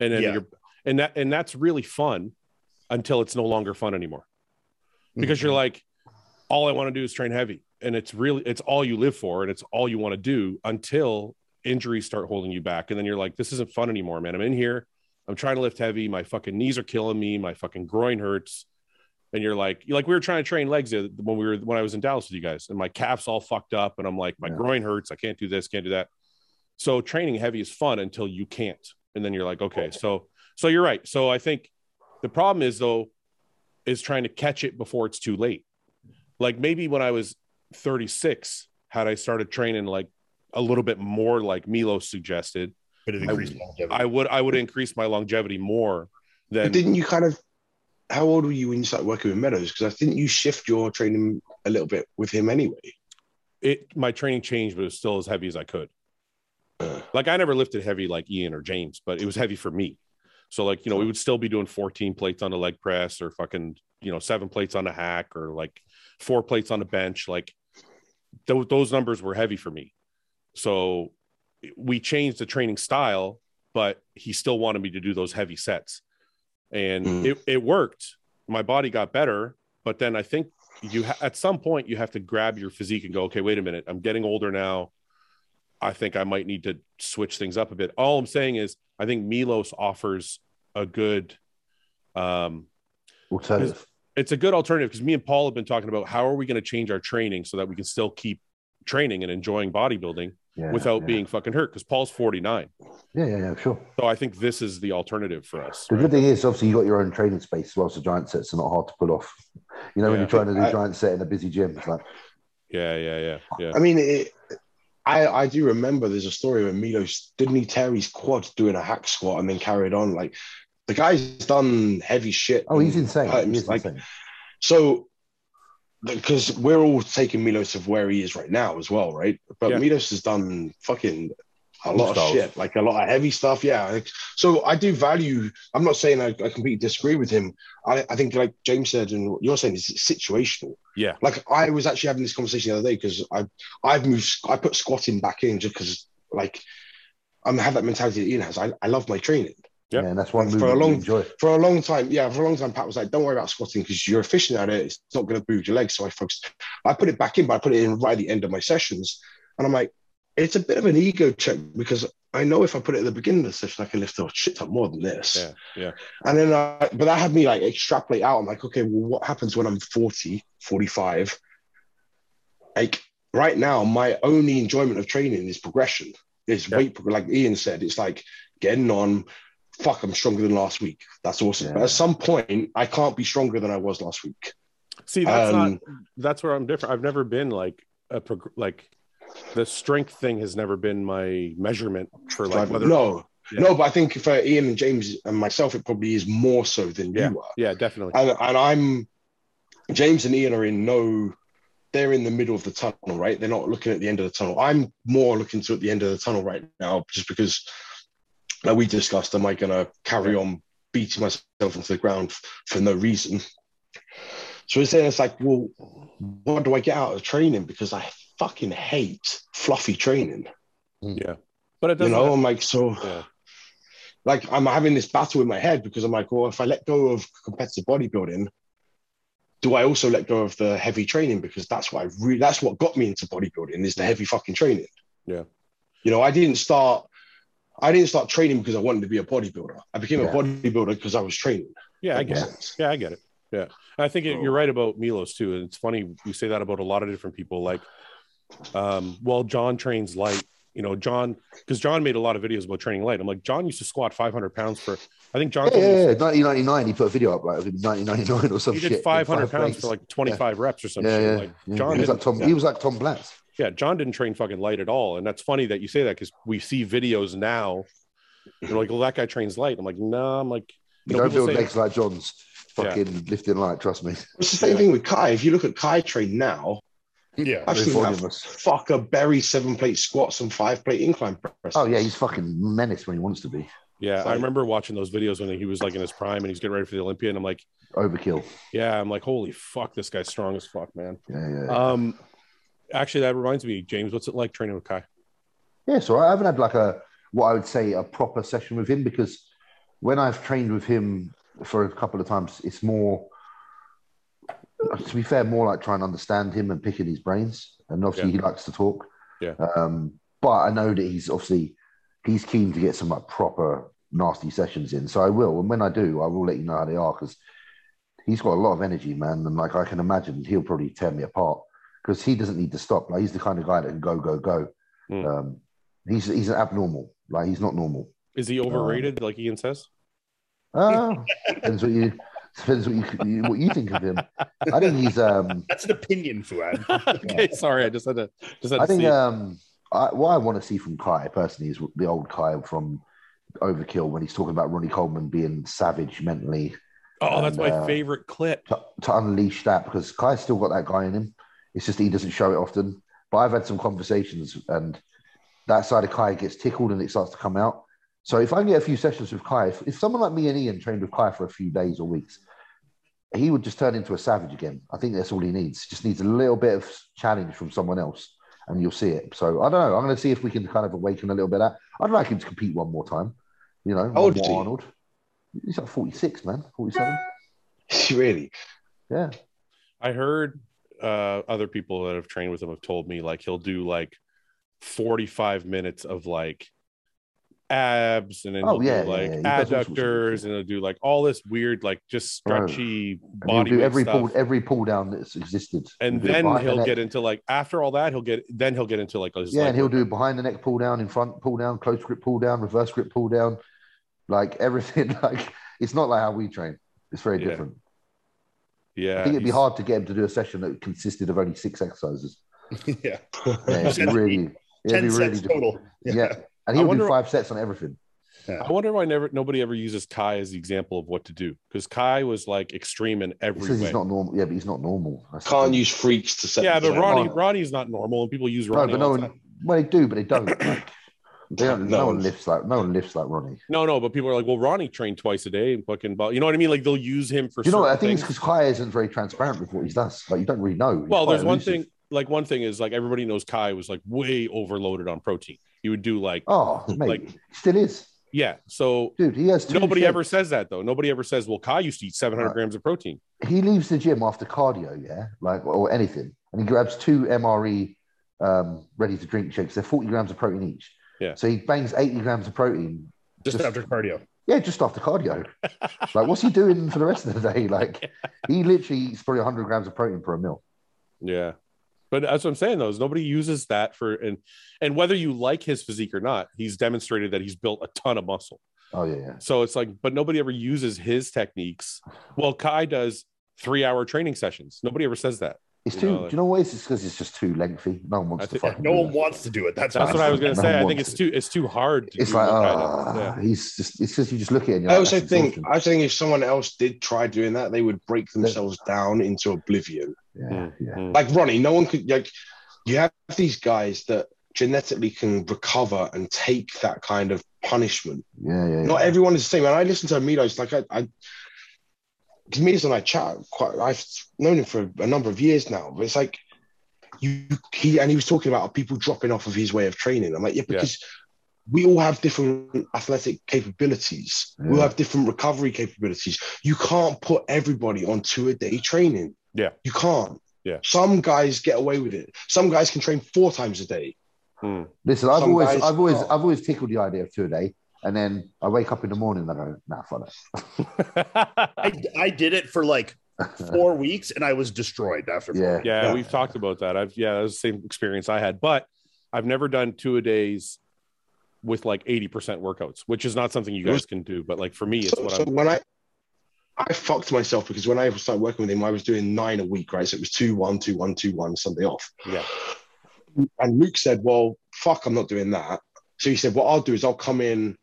S1: and then
S3: Yeah.
S1: you're and that and that's really fun until it's no longer fun anymore because you're like, all I want to do is train heavy, and it's really it's all you live for, and it's all you want to do until injuries start holding you back, and then you're like, this isn't fun anymore, man. I'm in here, I'm trying to lift heavy, my fucking knees are killing me, my fucking groin hurts, and you're like, like we were trying to train legs the- when we were when I was in Dallas with you guys, and my calves all fucked up, and I'm like, my
S2: Yeah.
S1: groin hurts, I can't do this, can't do that. So training heavy is fun until you can't, and then you're like, okay, so so you're right. So I think the problem is though is trying to catch it before it's too late. Like maybe when I was 36, had I started training like a little bit more like Milo suggested,
S3: Could have
S1: I-
S3: increased longevity.
S1: I would I would increase my longevity more
S4: But
S1: than
S4: didn't you kind of, how old were you when you started working with Meadows? Because I think you shift your training a little bit with him anyway.
S1: it my training changed, but it was still as heavy as I could.
S4: Uh,
S1: Like I never lifted heavy like Ian or James, but it was heavy for me. So like, you know, we would still be doing 14 plates on a leg press or fucking, you know, seven plates on a hack or like four plates on a bench. Like th- those numbers were heavy for me. So we changed the training style, but he still wanted me to do those heavy sets. And
S4: Mm.
S1: it, it worked. My body got better. But then I think you, ha- at some point, you have to grab your physique and go, okay, wait a minute. I'm getting older now. I think I might need to switch things up a bit. All I'm saying is, I think Milos offers a good, um,
S2: Alternative.
S1: it's a good alternative because me and Paul have been talking about how are we going to change our training so that we can still keep training and enjoying bodybuilding
S2: Yeah,
S1: without
S2: yeah.
S1: being fucking hurt because Paul's 49.
S2: Yeah, yeah, yeah, sure.
S1: So I think this is the alternative for us.
S2: The
S1: right?
S2: good thing is, obviously, you got your own training space as well, so giant sets are not hard to pull off. You know, when
S1: Yeah.
S2: you're trying to do
S4: I-
S2: giant set in a busy gym, it's like,
S1: Yeah, yeah, yeah, yeah.
S4: I mean, it, I I do remember there's a story where Milos didn't he tear his quad doing a hack squat and then carried on like the guy's done heavy shit.
S2: oh, he's
S4: and-
S2: insane.
S4: Times,
S2: He is
S4: like-
S2: insane.
S4: So, because we're all taking Milos of where he is right now as well, right? But
S1: Yeah.
S4: Milos has done fucking a lot
S2: Styles.
S4: of shit, like a lot of heavy stuff. Yeah. Like, so I do value. I'm not saying I, I completely disagree with him. I, I think, like James said, and what you're saying is it's situational.
S1: Yeah.
S4: Like I was actually having this conversation the other day because I I've moved. I put squatting back in just because like I'm have that mentality that Ian has. I, I love my training
S1: Yep.
S2: Yeah, and that's one
S4: For
S2: move
S4: a
S2: you
S4: long-
S2: enjoy.
S4: for a long time, yeah, for a long time, Pat was like, "Don't worry about squatting because you're efficient at it. It's not going to move your legs." So I focused. I put it back in, but I put it in right at the end of my sessions, and I'm like, "It's a bit of an ego check because I know if I put it at the beginning of the session, I can lift a shit ton more than this."
S1: Yeah, yeah.
S4: And then, I, but that had me like extrapolate out. I'm like, okay, well, what happens when I'm 40, 45? Like right now, my only enjoyment of training is progression. It's
S1: Yeah.
S4: weight, prog- like Ian said, it's like getting on. Fuck, I'm stronger than last week. That's awesome.
S2: Yeah.
S4: But at some point, I can't be stronger than I was last week.
S1: See, that's not
S4: Um,
S1: that's where I'm different. I've never been like a prog- like the strength thing has never been my measurement for like
S4: Like,
S1: whether
S4: no,
S1: Yeah.
S4: no. But I think for Ian and James and myself, it probably is more so than you are.
S1: yeah, definitely.
S4: and, and I'm James and Ian are in no they're in the middle of the tunnel, right? They're not looking at the end of the tunnel. I'm more looking to at the end of the tunnel right now, just because like we discussed, am I gonna carry on beating myself into the ground f- for no reason? So instead it's like, well, what do I get out of training? Because I fucking hate fluffy training.
S1: but it
S4: You
S1: doesn't
S4: know, I'm like, so
S1: yeah.
S4: like I'm having this battle in my head because I'm like, well, if I let go of competitive bodybuilding, do I also let go of the heavy training? Because that's what I really that's what got me into bodybuilding is the heavy fucking training.
S1: Yeah.
S4: You know, I didn't start I didn't start training because I wanted to be a bodybuilder. I became
S2: Yeah.
S4: a bodybuilder because I was training.
S1: yeah, I
S4: That
S1: guess.
S4: makes
S2: Yeah.
S4: sense.
S1: Yeah, I get it. Yeah, And I think it,
S4: So-
S1: you're right about Milos too. And it's funny we say that about a lot of different people. Like, um, well, John trains light. You know, John because John made a lot of videos about training light. I'm like, John used to squat 500 pounds for. I think John
S2: Yeah,
S1: told
S2: yeah,
S1: me
S2: yeah. 1999, he put a video up like 1999 or some
S1: he
S2: shit.
S1: did
S2: in
S1: 500
S2: five
S1: pounds
S2: plates.
S1: for like 25 reps or some
S2: yeah,
S1: shit.
S2: yeah,
S1: Like
S2: yeah.
S1: John
S2: he was
S1: didn't,
S2: like Tom.
S1: yeah.
S2: He was like Tom Platz.
S1: yeah, John didn't train fucking light at all, and that's funny that you say that because we see videos now. They're like, well, that guy trains light. I'm like, no, I'm like, you know,
S2: Don't
S1: people
S2: build
S1: say-
S2: legs like John's.
S1: Yeah.
S2: Fucking lifting light. Trust me.
S4: It's the same
S1: Yeah.
S4: thing with Kai. If you look at Kai train now,
S3: Yeah.
S4: I've
S2: Very
S4: seen that.
S2: voluminous.
S4: fucker bury seven plate squats and five plate incline press.
S2: Oh yeah, he's fucking menace when he wants to be.
S1: yeah, I
S4: Sorry.
S1: remember watching those videos when he was like in his prime and he's getting ready for the Olympia, and I'm like.
S2: Overkill.
S1: Yeah, I'm like, holy fuck, this guy's strong as fuck, man.
S2: Yeah, yeah.
S1: Um, actually, that reminds me, James, what's it like training with Kai?
S2: Yeah, so I haven't had like a what I would say a proper session with him because when I've trained with him for a couple of times, it's more to be fair, more like trying to understand him and picking his brains. And obviously he likes to talk.
S1: Yeah.
S2: Um, but I know that he's obviously he's keen to get some like proper nasty sessions in. So I will, and when I do, I will let you know how they are because he's got a lot of energy, man, and like I can imagine he'll probably tear me apart because he doesn't need to stop. Like he's the kind of guy that can go, go, go.
S1: Mm.
S2: Um, he's he's abnormal. Like he's not normal.
S1: Is he overrated, like Ian says?
S2: Oh, depends what you depends what you what you think of him. I think he's um.
S3: That's an opinion, Fuad.
S1: okay, sorry, I just had to just had
S2: I
S1: to
S2: think
S1: see. it.
S2: um, I, what I want to see from Kai personally is the old Kai from Overkill when he's talking about Ronnie Coleman being savage mentally
S1: oh, that's my
S2: and, uh,
S1: favorite clip.
S2: to, to unleash that because Kai's still got that guy in him. It's just he doesn't show it often. But I've had some conversations and that side of Kai gets tickled and it starts to come out. So if I can get a few sessions with Kai, if, if someone like me and Ian trained with Kai for a few days or weeks, he would just turn into a savage again. I think that's all he needs. Just needs a little bit of challenge from someone else and you'll see it. So I don't know. I'm going to see if we can kind of awaken a little bit. Of that. I'd like him to compete one more time. You know,
S4: How old
S2: Ron
S4: is he?
S2: Arnold. He's like 46, man. 47.
S4: really?
S2: Yeah.
S1: I heard uh, other people that have trained with him have told me like he'll do like 45 minutes of like abs and then
S2: Oh,
S1: he'll
S2: yeah,
S1: do
S2: yeah,
S1: like
S2: yeah. He does all sorts of
S1: adductors
S2: stuff,
S1: and he'll do like all this weird like just
S2: Right.
S1: stretchy
S2: And he'll
S1: body
S2: do
S1: weight
S2: every
S1: stuff.
S2: pull every pull down that's existed.
S1: and
S2: do a
S1: then
S2: behind the
S1: he'll
S2: neck-
S1: get into like after all that he'll get then he'll get into like his,
S2: yeah,
S1: like,
S2: and he'll do behind the neck pull down, in front pull down, close grip pull down, reverse grip pull down, like everything. Like it's not like how we train. It's very
S1: Yeah.
S2: different.
S1: yeah
S2: I think it'd be
S1: he's-
S2: hard to get him to do a session that consisted of only six exercises.
S3: yeah.
S2: Yeah, it'd be really, it'd be
S3: Ten
S2: really
S3: sets
S2: difficult.
S3: total.
S2: Yeah.
S3: yeah.
S1: I
S2: And he'll
S1: wonder-
S2: do five sets on everything.
S1: I wonder why never nobody ever uses Kai as the example of what to do because Kai was like extreme in
S2: He
S1: every
S2: says
S1: way.
S2: he's not normal. Yeah, but he's not normal. That's the
S4: Can't
S2: thing.
S4: use freaks to set.
S1: yeah,
S4: the
S1: but Ronnie
S4: example.
S1: Ronnie's not normal and people use
S2: No,
S1: Ronnie.
S2: but
S1: all
S2: no
S1: the time.
S2: one. Well, they do, but they don't. Like, they don't no,
S4: No
S2: one
S4: one's-
S2: lifts like no one lifts like Ronnie.
S1: No, no, but people are like, well, Ronnie trained twice a day and fucking, but you know what I mean? Like they'll use him for.
S2: Do you know what? I
S1: certain
S2: think it's
S1: things.
S2: because Kai isn't very transparent with what he does. Like you don't really know. He's
S1: well, there's
S2: quite
S1: one
S2: elusive.
S1: thing. Like one thing is like everybody knows Kai was like way overloaded on protein. He would do like
S2: Oh, mate,
S1: Like-
S2: he still is,
S1: yeah. So
S2: dude. He has two
S1: nobody
S2: shakes.
S1: ever says that though. Nobody ever says, well, Kai used to eat 700
S2: Right.
S1: grams of protein.
S2: he leaves the gym after cardio, yeah, like or anything, and he grabs two MRE um, ready to drink shakes. They're forty grams of protein each.
S1: Yeah.
S2: So he bangs eighty grams of protein.
S3: Just,
S2: Just-
S3: after cardio.
S2: Yeah, just after cardio. like, what's he doing for the rest of the day? Like, he literally eats probably hundred grams of protein per meal.
S1: Yeah. But that's what I'm saying though, is nobody uses that for and and whether you like his physique or not, he's demonstrated that he's built a ton of muscle.
S2: Oh yeah, yeah.
S1: So it's like, but nobody ever uses his techniques. Well, Kai does three hour training sessions. Nobody ever says that.
S2: It's
S1: You
S2: too.
S1: know, like-
S2: do you know what? It's just because it's just too lengthy. No one wants
S1: I
S2: to
S1: think-
S2: fucking.
S3: No
S2: do
S3: one
S2: that.
S3: wants to do it. That's,
S1: That's
S3: why.
S1: what I was going to
S2: No
S1: say. I
S2: one
S1: think
S2: wants
S1: it's too it's too hard. To
S2: It's
S1: do
S2: like,
S1: what Kai does.
S2: ah, he's just. It's because you just look at it. And you're
S4: I
S2: like,
S4: also
S2: that's
S4: think
S2: exhausting.
S4: I think if someone else did try doing that, they would break themselves down into oblivion.
S1: Mm.
S2: Yeah, yeah.
S4: Like Ronnie, no one could like. You have these guys that genetically can recover and take that kind of punishment.
S2: Yeah, yeah, yeah.
S4: Not everyone is the same. And I listen to Milos, like I, I because Milos and I chat quite. I've known him for a number of years now, but it's like you he and he was talking about people dropping off of his way of training. I'm like, yeah,
S1: Yeah.
S4: because we all have different athletic capabilities. We all
S2: Yeah.
S4: have different recovery capabilities. You can't put everybody on two a day training.
S1: Yeah.
S4: you can't.
S1: Yeah.
S4: some guys get away with it. Some guys can train four times a day.
S2: Listen, I've
S4: Some
S2: always,
S4: guys-
S2: I've always,
S4: oh.
S2: I've always tickled the idea of two a day, and then I wake up in the morning and I go, nah, fuck
S1: Yeah.
S3: I, I did it for like
S2: that.
S3: four weeks and I was destroyed after four
S2: yeah,
S3: weeks.
S1: yeah, we've talked about that. I've yeah, that was the same experience I had, but I've never done two a days with like 80% workouts, which is not something you guys can do. But like for me, it's
S4: So,
S1: what
S4: so
S1: I'm
S4: when I I fucked myself because when I started working with him, I was doing nine a week, right? So it was two one, two one, two one, Sunday off.
S1: Yeah.
S4: And Luke said, "Well, fuck, I'm not doing that." So he said, "What I'll do is I'll come in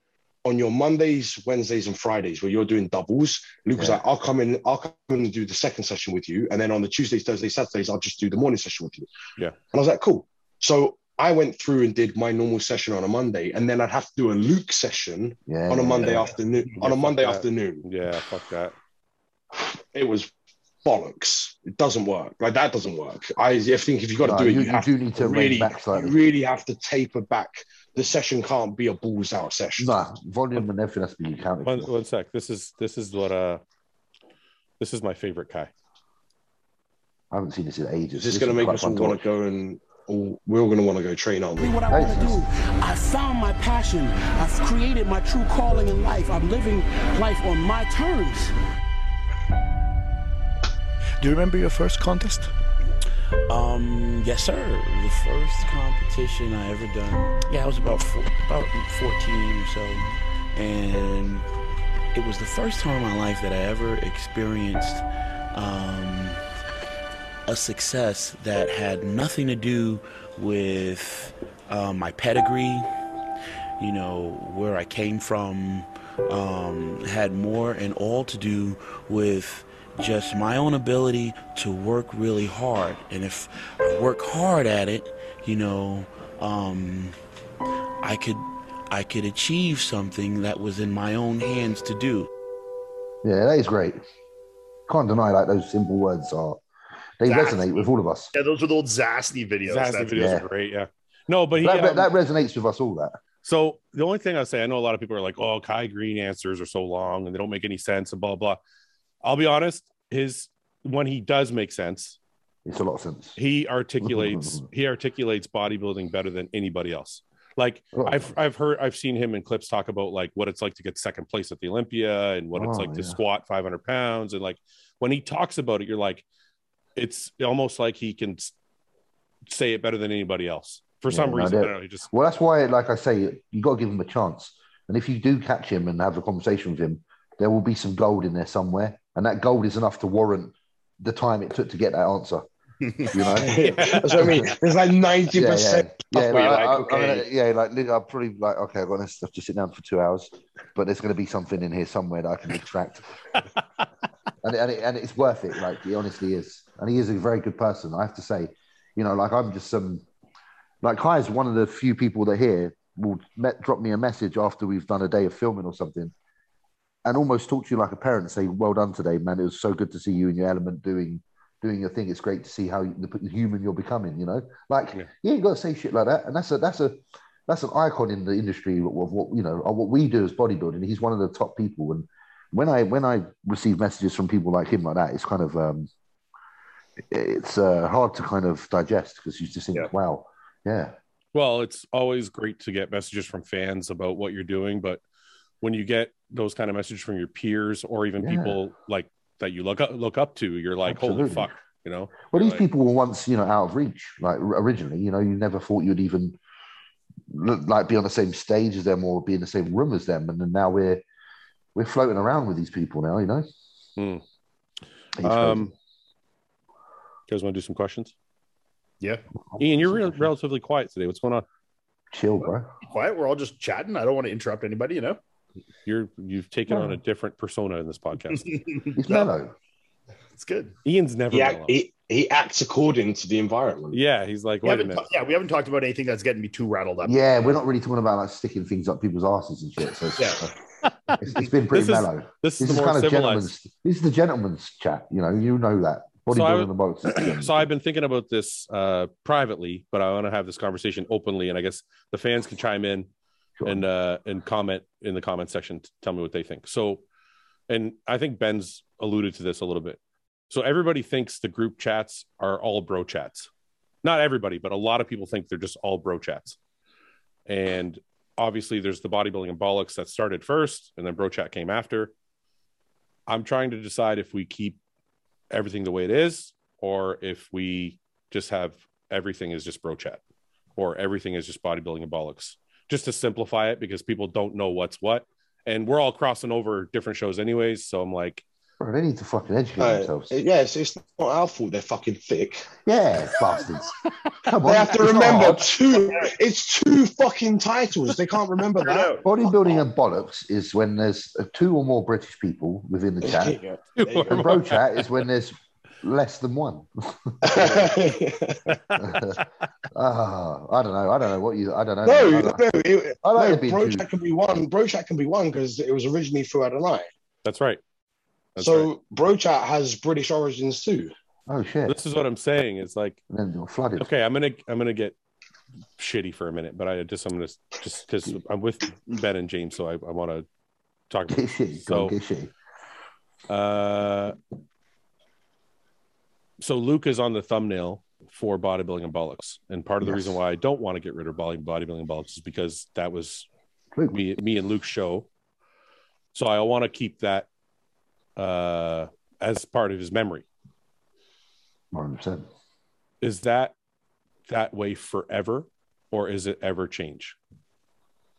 S4: on your Mondays, Wednesdays, and Fridays where you're doing doubles." Luke was
S2: Yeah.
S4: like, "I'll come in, I'll come in and do the second session with you, and then on the Tuesdays, Thursdays, Saturdays, I'll just do the morning session with you."
S1: Yeah.
S4: And I was like, "Cool." So I went through and did my normal session on a Monday, and then I'd have to do a Luke session
S2: yeah.
S4: on a Monday
S2: yeah.
S4: afternoon.
S1: Yeah,
S4: On a
S1: fuck
S4: Monday
S1: that.
S4: afternoon
S1: yeah, fuck that.
S4: it was bollocks. It doesn't work. Like that doesn't work. I, I think if you've got to
S2: No,
S4: do it,
S2: you,
S4: you,
S2: you
S4: have
S2: do need to
S4: to
S2: really,
S4: really,
S2: back
S4: you
S2: slightly.
S4: really have to taper back. The session can't be a balls out session.
S2: nah, volume and everything has to be counted.
S1: One,
S2: for.
S1: one sec. This is this is what uh this is my favorite Kai.
S2: I haven't seen this in ages.
S4: It's just going
S2: is
S4: to make
S2: quite
S4: us all
S2: fun to
S4: want
S2: watch.
S4: to go and all, we're all going to want to go train, aren't
S5: do
S4: we?
S5: what I
S2: Nice.
S5: want to do. I found my passion. I've created my true calling in life. I'm living life on my terms.
S6: Do you remember your first contest?
S5: Um, yes, sir. The first competition I ever done. Yeah, I was about four, about 14 or so, and it was the first time in my life that I ever experienced um, a success that had nothing to do with um, my pedigree. You know where I came from. Um, had more and all to do with just my own ability to work really hard. And if I work hard at it, you know, um, I could I could achieve something that was in my own hands to do.
S2: Yeah, that is great. Can't deny like those simple words are. They
S3: That's-
S2: resonate with all of us.
S3: Yeah, those were the old Zastny videos.
S1: Zazzy
S3: That's-
S1: videos
S2: yeah.
S1: are great. Yeah. No, but he
S2: That,
S1: um,
S2: that resonates with us all. That
S1: So the only thing I'll say, I know a lot of people are like, "Oh, Kai Green answers are so long and they don't make any sense," and blah blah. I'll be honest, his when he does make sense,
S2: It's a lot of sense.
S1: he articulates he articulates bodybuilding better than anybody else. Like
S2: Oh.
S1: I've I've heard I've seen him in clips talk about like what it's like to get second place at the Olympia and what it's
S2: Oh,
S1: like to
S2: yeah.
S1: squat 500 pounds and like when he talks about it, you're like, it's almost like he can s- say it better than anybody else for
S2: Yeah,
S1: some
S2: no
S1: reason. I
S2: doubt.
S1: don't know, he just
S2: Well, that's why, like I say, you got to give him a chance. And if you do catch him and have a conversation with him, there will be some gold in there somewhere, and that gold is enough to warrant the time it took to get that answer. You know.
S4: That's what I mean. There's like 90%
S2: Yeah, yeah, yeah.
S4: where
S2: Like, I,
S4: you're like,
S2: I- I'm gonna-
S4: okay.
S2: yeah, like li- I'm probably like, okay, I've got this stuff to sit down for two hours, but there's going to be something in here somewhere that I can extract, and and, it, and it's worth it. Like he honestly is, and he is a very good person. I have to say, you know, like I'm just some, like Kai is one of the few people that here will met, drop me a message after we've done a day of filming or something, and almost talk to you like a parent, and say, "Well done today, man. It was so good to see you in your element doing." Doing your thing, it's great to see how you, the human you're becoming. You know, like yeah, you got to say shit like that, and that's a that's a that's an icon in the industry of what what, you know of what we do as bodybuilding. He's one of the top people, and when I when I receive messages from people like him like that, it's kind of um, it's uh, hard to kind of digest because you just think,
S3: Yeah.
S2: wow, yeah,
S1: Well, it's always great to get messages from fans about what you're doing, but when you get those kind of messages from your peers or even
S2: Yeah.
S1: people like that you look up look up to, you're like, holy
S2: Absolutely.
S1: fuck, you know?
S2: Well,
S1: You're
S2: these
S1: like-
S2: people were once, you know, out of reach. Like r- originally, you know, you never thought you'd even look, like be on the same stage as them or be in the same room as them, and then now we're we're floating around with these people now, you know.
S1: Hmm.
S2: It's
S1: Um, you guys want to do some questions?
S3: Yeah.
S1: Ian, you're real relatively quiet today. What's going on?
S2: crazy. chill, bro.
S3: Quiet. We're all just chatting. I don't want to interrupt anybody, you know?
S1: You're you've taken on
S2: No.
S1: a different persona in this podcast.
S2: He's
S3: No,
S2: mellow.
S3: it's good.
S1: Ian's never.
S4: He,
S1: Yeah,
S4: act, he, he acts according to the environment.
S1: yeah, he's like,
S3: We
S1: wait a
S3: haven't
S1: minute.
S3: ta- yeah, we haven't talked about anything that's getting me too rattled up.
S2: Yeah, we're not really talking about like sticking things up people's asses and shit. So it's, uh, it's- it's been pretty
S1: This is-
S2: mellow.
S1: This is
S2: this
S1: the
S2: is
S1: more
S2: kind of
S1: civilized.
S2: gentleman's. This is the gentleman's chat. You know, you know that bodybuilding
S1: So I
S2: the boats.
S1: so I've been thinking about this uh, privately, but I want to have this conversation openly, and I guess the fans can chime in
S2: Sure.
S1: and uh, and comment in the comment section to tell me what they think. So, and I think Ben's alluded to this a little bit. So everybody thinks the group chats are all bro chats. Not everybody, but a lot of people think they're just all bro chats. And obviously, there's the bodybuilding and bollocks that started first, and then bro chat came after. I'm trying to decide if we keep everything the way it is, or if we just have everything is just bro chat, or everything is just bodybuilding and bollocks, just to simplify it because people don't know what's what. And we're all crossing over different shows, anyways. So I'm like,
S2: Bro, they need to fucking educate
S4: Uh,
S2: themselves.
S4: yeah, it's, it's not our fault they're fucking thick.
S2: yeah, bastards. Come on,
S4: They have to
S2: it's not
S4: remember
S2: hard.
S4: two. It's two fucking titles. They can't remember
S3: Figure it
S4: that.
S3: out.
S2: Bodybuilding and bollocks is when there's uh, two or more British people within the chat,
S4: There you
S2: and bro chat is when there's less than one. Ah, I don't know. I don't know what you. I don't know.
S4: no,
S2: I
S4: no,
S2: don't-
S4: it,
S2: I like
S4: no,
S2: it being
S4: bro
S2: two.
S4: chat can be one. Bro chat can be one because it was originally through Adonai.
S1: That's right. That's
S4: so
S1: right.
S4: bro chat has British origins too.
S2: oh shit!
S1: this is what I'm saying. It's like,
S2: And then you're flooded.
S1: okay, I'm gonna I'm gonna get shitty for a minute, but I just I'm gonna just because I'm with Ben and James, so I, I want to talk about
S2: Get shitty.
S1: So-
S2: So, get shitty.
S1: Uh, so Luke is on the thumbnail for bodybuilding and bollocks, and part of the
S2: Yes.
S1: reason why I don't want to get rid of body- bodybuilding and bollocks is because that was
S2: Luke.
S1: me, me and Luke's show. So I want to keep that uh, as part of his memory.
S2: 100%.
S1: Is that that way forever, or is it ever change?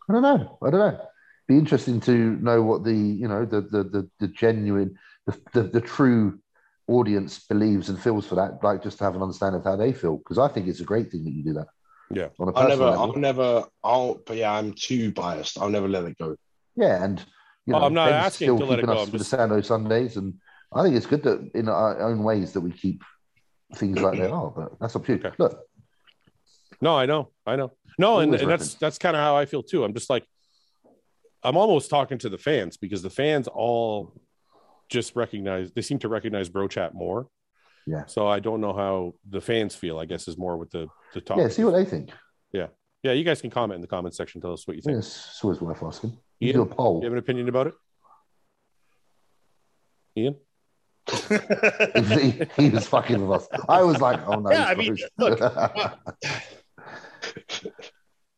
S2: I don't know. I don't know. Be interesting to know what the you know the the the, the genuine the, the the true audience believes and feels for that. Like just to have an understanding of how they feel, because I think it's a great thing that you do that.
S1: Yeah.
S2: On a
S4: I'll
S2: personal
S4: never,
S2: level.
S4: I'll never, I'll. But yeah, I'm too biased. I'll never let it go.
S2: Yeah, and you
S1: Oh,
S2: know,
S1: I'm not
S2: Ben's
S1: asking
S2: still
S1: to let it
S2: keeping
S1: go,
S2: us
S1: I'm
S2: for
S1: just-
S2: the Sando Sundays, and I think it's good that in our own ways that we keep things like they are. But that's up to you.
S1: Okay.
S2: Look,
S1: No, I know, I know. No, and,
S2: Always
S1: and that's that's kind of how I feel too. I'm just like, I'm almost talking to the fans because the fans all just recognize. They seem to recognize Bro Chat more.
S2: Yeah.
S1: So I don't know how the fans feel. I guess is more with the the topic.
S2: yeah, see what they think.
S1: Yeah, you guys can comment in the comment section. Tell us what you think.
S2: Yes, it's always worth asking. You
S1: Yeah.
S2: do a poll.
S1: You have an opinion about it? Ian?
S2: he, he was fucking with us. I was like, oh no. he's
S3: Yeah, I mean,
S2: close.
S3: look,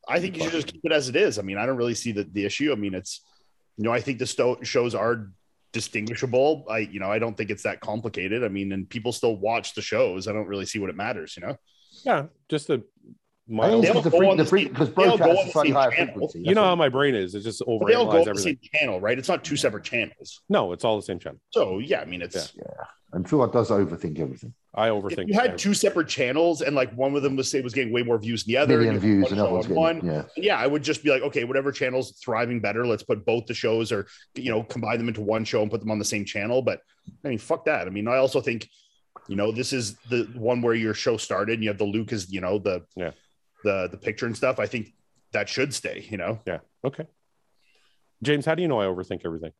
S3: I think you should just keep it as it is. I mean, I don't really see the, the issue. I mean, it's, you know, I think the sto- shows are distinguishable. I, you know, I don't think it's that complicated. I mean, and people still watch the shows. I don't really see what it matters, you know?
S1: Yeah, just a
S2: I
S1: mild.
S2: think
S3: They all
S2: it's the
S3: go
S2: fre-
S3: on
S2: the
S3: the
S2: fre-
S3: same-
S2: because
S3: they all go
S2: broadcast
S3: on
S2: is
S3: the
S2: slightly
S3: same
S2: higher
S3: channel.
S2: frequency.
S1: you know um, how
S2: That's
S1: my brain is. It just
S3: But they all
S1: overanalyze
S3: go on the
S1: everything.
S3: same channel, right? It's not two separate channels.
S1: No, it's all the same channel.
S3: So, yeah, I mean, it's,
S2: all. and Fuad does overthink everything.
S1: I
S3: if
S1: overthink.
S3: you had
S1: everything.
S3: two separate channels and like one of them was say was getting way more views than the other,
S2: Million
S3: you
S2: views
S3: put
S2: and
S3: it
S2: everyone's
S3: on
S2: getting
S3: one.
S2: yeah.
S3: yeah, I would just be like, okay, whatever channel's thriving better, let's put both the shows or you know combine them into one show and put them on the same channel. But I mean, fuck that. I mean, I also think you know this is the one where your show started. and You have the Luke is you know the
S1: Yeah.
S3: the the picture and stuff. I think that should stay. You know,
S1: Okay. James, how do you know I overthink everything?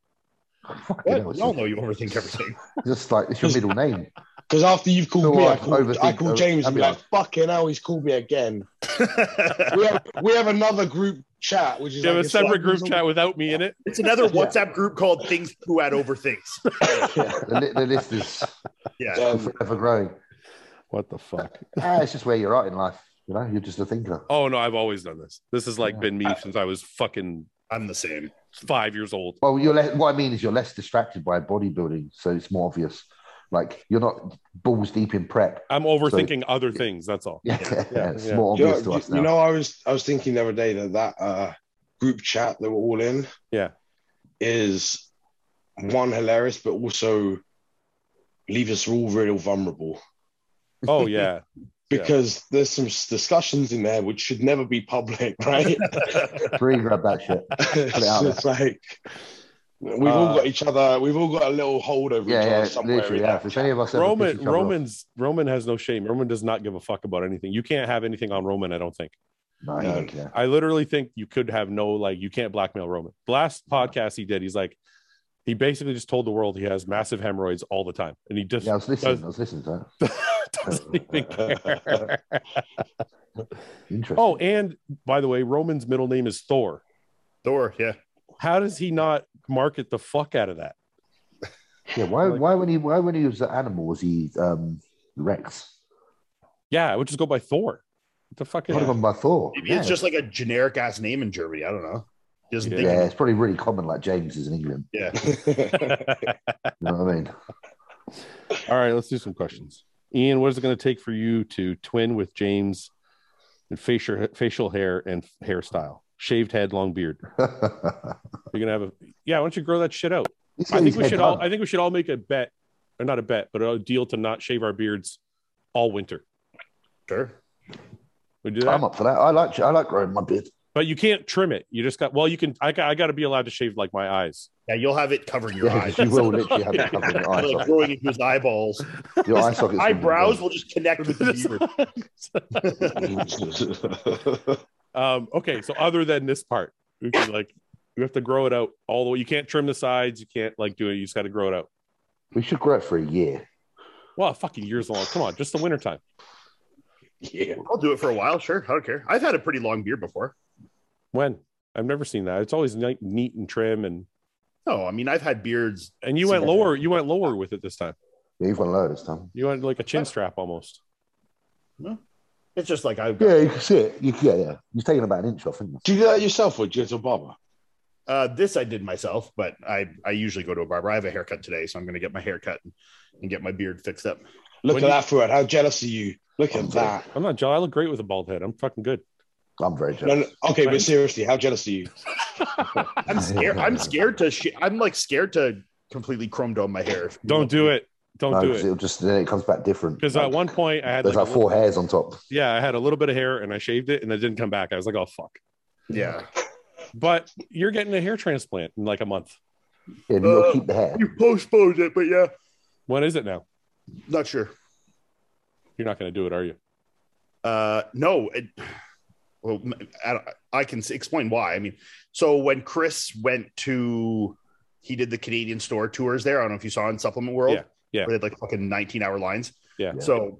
S2: Fucking
S3: what?
S2: hell,
S3: we
S2: it's
S3: all know you overthink everything.
S2: just like it's your middle name.
S4: Because after you've called
S2: So
S4: me,
S2: I
S4: I, called,
S2: overthink- uh,
S4: I called James and be
S2: I mean,
S4: like, fucking hell, he's called me again. We have, we have another group chat, which is
S1: You have
S4: like,
S1: a
S4: it's
S1: separate
S4: like-
S1: group chat without me in it.
S3: it's another
S4: Yeah.
S3: WhatsApp group called Things Puad Overthinks.
S2: The, li- the list is
S3: Yeah.
S4: Um,
S2: forever growing.
S1: What the fuck?
S2: Ah, it's just where you're at in life. You know, you're just a thinker.
S1: Oh no, I've always done this. This has like
S2: Yeah.
S1: been me since I was fucking
S3: I'm the same.
S1: five years old.
S2: Well, you're le- what I mean is you're less distracted by bodybuilding, so it's more obvious. Like you're not balls deep in prep.
S1: I'm overthinking other things. That's all.
S2: Yeah,
S1: yeah,
S2: it's
S1: yeah.
S2: more
S4: you, know,
S2: obvious to us
S4: you-
S2: now.
S4: you know, I was I was thinking the other day that that uh, group chat that we're all in,
S1: Yeah.
S4: is one hilarious, but also leaves us all real vulnerable
S1: Oh yeah. Yeah.
S4: because there's some s- discussions in there which should never be public, right?
S2: Three grab that shit.
S4: it's
S2: out there.
S4: just like we've all
S1: Uh,
S4: got each other. We've all got a little hold over each
S2: Yeah,
S4: other
S2: yeah,
S4: somewhere.
S2: literally.
S4: in
S2: Yeah.
S4: that
S2: If
S4: chat.
S2: any of us ever piss
S1: Roman
S2: each other off-
S1: Roman's Roman has no shame. Roman does not give a fuck about anything. You can't have anything on Roman, I don't think.
S2: no, he
S4: No.
S2: don't care.
S1: I literally think you could have no like you can't blackmail Roman. The last podcast he did, he's like he basically just told the world he has massive hemorrhoids all the time. And he just
S2: Yeah, I was listening.
S1: Does-
S2: I was listening to that.
S1: doesn't even care.
S2: Interesting.
S1: oh, and by the way, Roman's middle name is Thor.
S3: Thor, yeah.
S1: How does he not market the fuck out of that?
S2: yeah. Why?
S1: like-
S2: why when he? Why when he was an animal? Was he um, Rex?
S1: Yeah, I would just go by Thor. What the fuck
S2: Yeah.
S1: is
S2: Would have
S1: that?
S2: gone by Thor.
S3: Maybe
S2: yeah.
S3: it's just like a generic ass name in Germany. I don't know. He doesn't
S1: Yeah.
S3: think
S2: yeah, it's probably really common. Like James is in England. You know what I mean?
S1: All right, let's do some questions. Ian, what is it going to take for you to twin with James in facial facial hair and hairstyle? Shaved head, long beard. You're gonna have a yeah. Why don't you grow that shit out?
S2: He's got
S1: I think
S2: his
S1: we
S2: head
S1: should all.
S2: done.
S1: I think we should all make a bet, or not a bet, but a deal to not shave our beards all winter.
S3: Sure.
S1: We do
S2: I'm
S1: that,
S2: up for that. I like. I like growing my beard.
S1: but you can't trim it. You just got. Well, you can. I got. I got to be allowed to shave like my eyes.
S3: Yeah, you'll have it covering your
S2: Yeah,
S3: eyes.
S2: you will literally have it covering your eye
S3: Like
S2: socket.
S3: growing into his eyeballs.
S2: Your eye
S3: His
S2: socket's gonna be
S3: eyebrows
S2: gone.
S3: will just connect with the beard.
S1: um, okay, so other than this part, we can like you have to grow it out all the way. You can't trim the sides. You can't like do it. You just got to grow it out.
S2: We should grow it for a year.
S1: Well, fucking years long. Come on, just the winter time.
S4: yeah.
S3: I'll do it for a while, sure. I don't care. I've had a pretty long beard before.
S1: When I've never seen that. It's always like neat and trim and
S3: No, I mean I've had beards.
S1: and you went lower. You went lower with it this time.
S2: Yeah, you've gone low this time.
S1: You went like a chin strap almost.
S3: It's just like I've got
S2: Yeah, you can see it. You, yeah, yeah. You've taken about an inch off, haven't you?
S4: Do you do that yourself or do you go to a barber?
S3: uh, this I did myself, but I I usually go to a barber. I have a haircut today, so I'm gonna get my hair cut and, and get my beard fixed up.
S4: Look
S1: When
S4: at
S1: you-
S4: that, Fred. How jealous are you? Look
S2: I'm
S4: at that.
S1: I'm not jealous. I look great with a bald head. I'm fucking good.
S2: I'm very jealous.
S4: No, no, okay, but seriously, how jealous are you?
S3: I'm scared. I'm scared to sh- I'm like scared to completely chrome dome my hair.
S1: Don't do it. Don't
S2: No,
S1: do
S2: 'cause
S1: it.
S2: it'll just then it comes back different.
S1: Because at
S2: Like,
S1: one point I had
S2: there's
S1: like,
S2: like
S1: a
S2: four
S1: little-
S2: hairs on top.
S1: yeah, I had a little bit of hair and I shaved it and it didn't come back. I was like, oh fuck.
S3: Yeah.
S1: But you're getting a hair transplant in like a month.
S2: Yeah, you'll
S3: Uh,
S2: keep the hair.
S3: You postponed it, but yeah.
S1: When is it now?
S3: Not sure.
S1: You're not going to do it, are you?
S3: Uh, no. It, well, m- I, don't- I can s- explain why. I mean, so when Chris went to, he did the Canadian store tours there. I don't know if you saw in Supplement World.
S1: yeah.
S3: Where they had like fucking 19 hour lines.
S1: Yeah.
S2: Yeah.
S3: So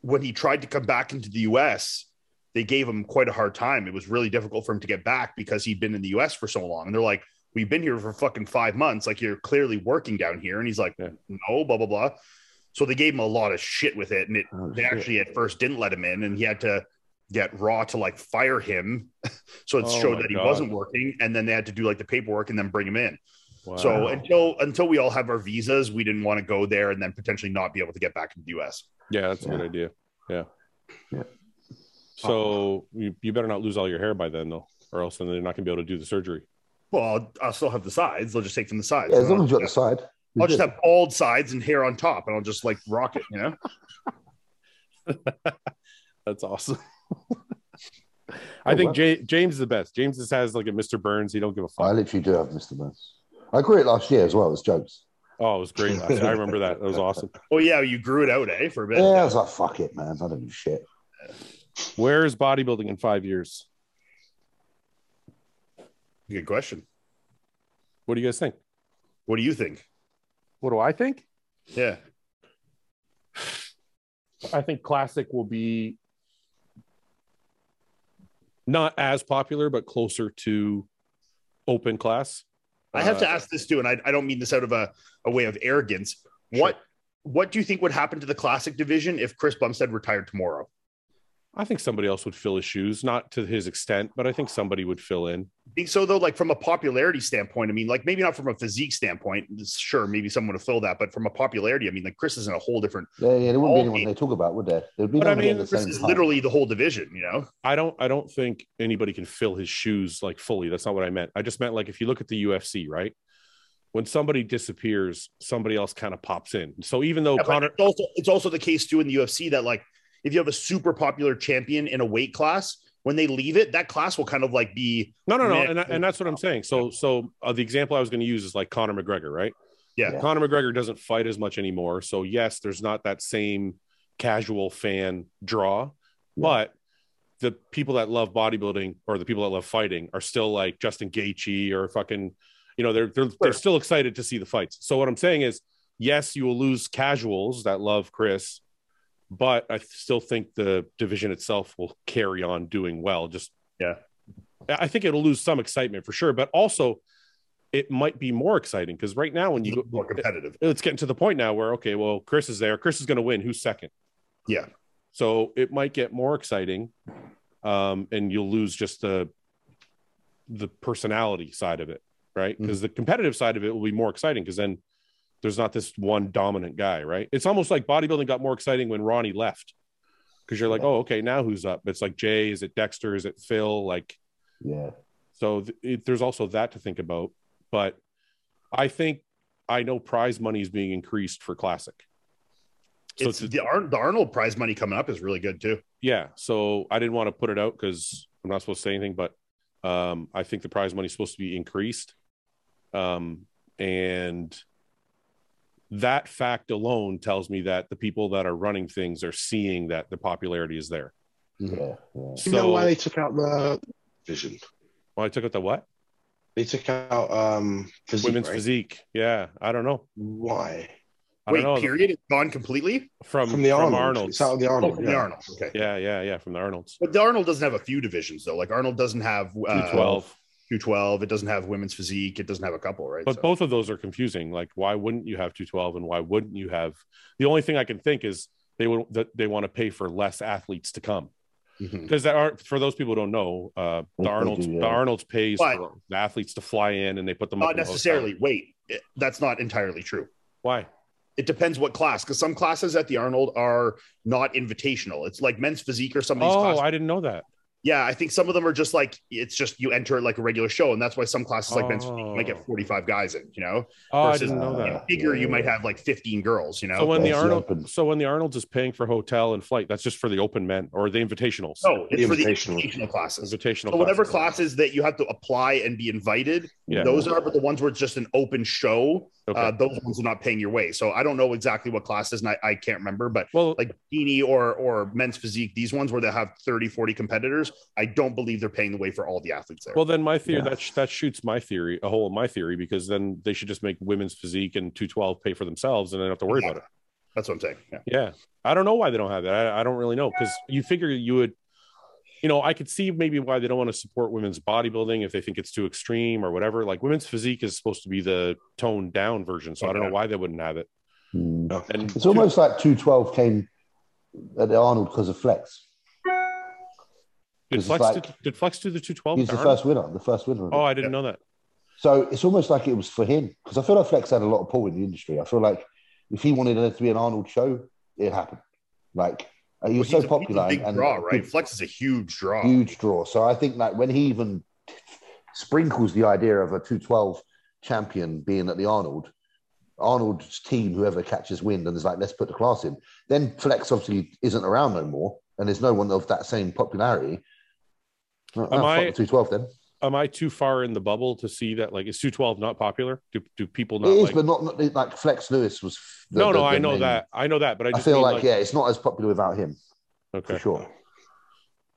S3: when he tried to come back into the US, they gave him quite a hard time. It was really difficult for him to get back because he'd been in the US for so long. And they're like, We've been here for fucking five months. Like, you're clearly working down here. And he's like,
S1: Yeah.
S3: No, blah, blah, blah. So they gave him a lot of shit with it. And it,
S2: Oh,
S3: they
S2: shit.
S3: actually at first didn't let him in and he had to get raw to like fire him so it
S1: Oh
S3: showed
S1: my
S3: that he
S1: God.
S3: wasn't working and then they had to do like the paperwork and then bring him in so
S1: Wow.
S3: until until we all have our visas we didn't want to go there and then potentially not be able to get back to the us
S1: yeah, that's a
S2: Yeah.
S1: good idea. Yeah.
S2: Yeah.
S1: So you, you better not lose all your hair by then, though, or else then they're not going to be able to do the surgery.
S3: well i'll, I'll still have the sides they'll just take from the sides
S2: Yeah, as
S3: I'll,
S2: long as you're at the side. you're
S3: I'll just
S2: good.
S3: have bald sides and hair on top and i'll just like rock it you know
S1: That's awesome. I think
S2: wow.
S1: Ja James is the best. James just has like a Mr. Burns. He don't give a
S2: I
S1: fuck.
S2: literally do have Mr. Burns. I grew it last year as well. It's jokes.
S1: Oh, it was great. last year. I remember that. That was awesome.
S3: oh yeah you grew it out eh for a bit
S2: Yeah, I was like, fuck it, man. I don't give a shit.
S1: Where is bodybuilding in five years?
S3: good question
S1: What do you guys think?
S3: what do you think
S1: What do I think?
S3: yeah
S1: I think classic will be not as popular, but closer to open class.
S3: I have to
S1: Uh,
S3: ask this too, and I, I don't mean this out of a, a way of arrogance. What what do you think would happen to the classic division if Chris Bumstead retired tomorrow?
S1: I think somebody else would fill his shoes, not to his extent, but I think somebody would fill in.
S3: Think so though, like from a popularity standpoint, I mean, like maybe not from a physique standpoint, sure, maybe someone would fill that, but from a popularity, I mean, like Chris is in a whole different
S2: Yeah, yeah, there wouldn't be
S3: All
S2: anyone
S3: eight.
S2: they talk about, would there? There'd be
S1: But I
S2: no one
S1: mean,
S2: at the
S3: Chris
S2: same
S3: is
S2: time.
S3: literally the whole division, you know?
S1: I don't I don't think anybody can fill his shoes like fully. That's not what I meant. I just meant like if you look at the UFC, right? When somebody disappears, somebody else kind of pops in. So even though
S3: Yeah, but
S1: Oh, Connor
S3: it's also it's also the case too in the UFC that like if you have a super popular champion in a weight class, when they leave it, that class will kind of like be
S1: No, no, no,
S3: Nick-
S1: and, I- and that's what I'm saying. So, so uh, the example I was going to use is like Conor McGregor, right?
S3: Yeah.
S2: Yeah.
S1: Conor McGregor doesn't fight as much anymore, so yes, there's not that same casual fan draw,
S2: Yeah.
S1: but the people that love bodybuilding or the people that love fighting are still like Justin Gaethje or fucking, you know, they're they're, they're still excited to see the fights. So what I'm saying is, yes, you will lose casuals that love Chris, but I still think the division itself will carry on doing well. Just
S3: Yeah.
S1: I think it'll lose some excitement for sure, but also it might be more exciting because right now when you go,
S3: more competitive.
S1: it's getting to the point now where okay, well Chris is there, Chris is going to win. Who's second?
S3: Yeah.
S1: So it might get more exciting, um, and you'll lose just the the personality side of it, right? Because the competitive side of it will be more exciting because then there's not this one dominant guy, right? It's almost like bodybuilding got more exciting when Ronnie left because you're like, oh, okay, now who's up? It's like Jay, is it Dexter, is it Phil? Like,
S2: Yeah.
S1: so th- it, there's also that to think about. But I think I know prize money is being increased for classic. So
S3: it's,
S1: to-
S3: the, Ar- the Arnold prize money coming up is really good too.
S1: yeah so i didn't want to put it out because i'm not supposed to say anything but um i think the prize money is supposed to be increased um and that fact alone tells me that the people that are running things are seeing that the popularity is there
S2: Yeah. Yeah.
S4: you know
S1: so
S4: why they took out the vision?
S1: well, i took out the what
S4: They took out um physique,
S1: women's
S4: right?
S1: physique yeah i don't know
S4: Why?
S1: i
S3: Wait,
S1: don't know
S3: period? It's gone completely?
S1: from
S4: From the Arnold.
S1: Arnold's.
S4: It's out of the
S3: Oh,
S4: Arnold.
S3: from
S4: yeah.
S3: the Arnold. Okay.
S1: yeah yeah yeah from the arnold's
S3: But the Arnold doesn't have a few divisions, though. Like, Arnold doesn't have uh,
S1: 212
S3: 212. It doesn't have women's physique. It doesn't have a couple, right?
S1: But
S3: So-
S1: both of those are confusing. Like, why wouldn't you have 212 and why wouldn't you have? The only thing I can think is they would that they want to pay for less athletes to come
S3: Mhm.
S1: because that are for those people who don't know uh,
S2: They
S1: the
S2: do,
S1: Arnold's
S2: yeah.
S1: the Arnold's pays
S3: But-
S1: for the athletes to fly in and they put them up
S3: Not
S1: in a hotel.
S3: necessarily. Wait, it- that's not entirely true.
S1: Why?
S3: It depends what class, because some classes at the Arnold are not invitational. It's like men's physique or some of these
S1: Oh,
S3: classes.
S1: I didn't know that.
S3: yeah, I think some of them are just like, it's just you enter it like a regular show. And that's why some classes like men's physique might
S1: Oh.
S3: get 45 guys in, you know?
S1: Oh, I
S3: Versus-
S1: didn't know that.
S2: Yeah.
S3: Bigger, you might have like 15 girls, you know?
S1: So when the
S2: That's the
S1: Arnold,
S2: open.
S1: so when the Arnold's is paying for hotel and flight, that's just for the open men or the invitationals.
S3: no, it's
S4: The
S3: for the
S4: invitational.
S3: invitational classes.
S1: invitational.
S3: So whatever
S1: classes.
S3: classes that you have to apply and be invited,
S1: Yeah.
S3: those are. But the ones where it's just an open show,
S1: Okay.
S3: uh, those ones are not paying your way. So I don't know exactly what classes, and I, I can't remember. But
S1: well,
S3: like bikini or or men's physique, these ones where they have 30, 40 competitors, I don't believe they're paying the way for all the athletes there.
S1: Well, then my theory
S2: Yeah.
S1: that that shoots my theory a hole in my theory because then they should just make women's physique and two twelve pay for themselves and they don't have to worry about it.
S3: That's what I'm saying. Yeah.
S1: Yeah, I don't know why they don't have that. I, I don't really know because you figure you would you know, I could see maybe why they don't want to support women's bodybuilding if they think it's too extreme or whatever. Like women's physique is supposed to be the toned down version, so I don't know why they wouldn't have it.
S2: Hmm.
S4: No.
S1: And
S2: It's almost like 212 came at the Arnold because of Flex.
S1: did
S2: it's
S1: Flex
S2: like-
S1: did, did Flex do the two
S3: Oh,
S1: twelve?
S2: He's the first winner, the first winner. of it.
S1: Oh, I didn't know that.
S2: So it's almost like it was for him because I feel like Flex had a lot of pull in the industry. I feel like if he wanted there to be an Arnold show, it happened. Like uh, he was so
S3: Well, he's a- he's
S2: popular
S3: a big
S2: and
S3: draw, right? Flex is a huge draw.
S2: huge draw. So I think like when he even sprinkles the idea of a two twelve champion being at the Arnold, Arnold's team, whoever catches wind and is like, let's put the class in. Then Flex obviously isn't around no more, and there's no one of that same popularity. No, no,
S1: Am I-
S2: fuck the two twelve then?
S1: Am I too far in the bubble to see that? Like, is two twelve not popular? Do do people
S2: It
S1: not?
S2: is,
S1: like...
S2: but not, not like Flex Lewis was. the-
S1: no,
S2: the-
S1: no, I
S2: the
S1: know
S2: main-
S1: that. I know that, but I
S2: I
S1: just
S2: feel
S1: mean,
S2: like, yeah, it's not as popular without him
S1: okay,
S2: for sure.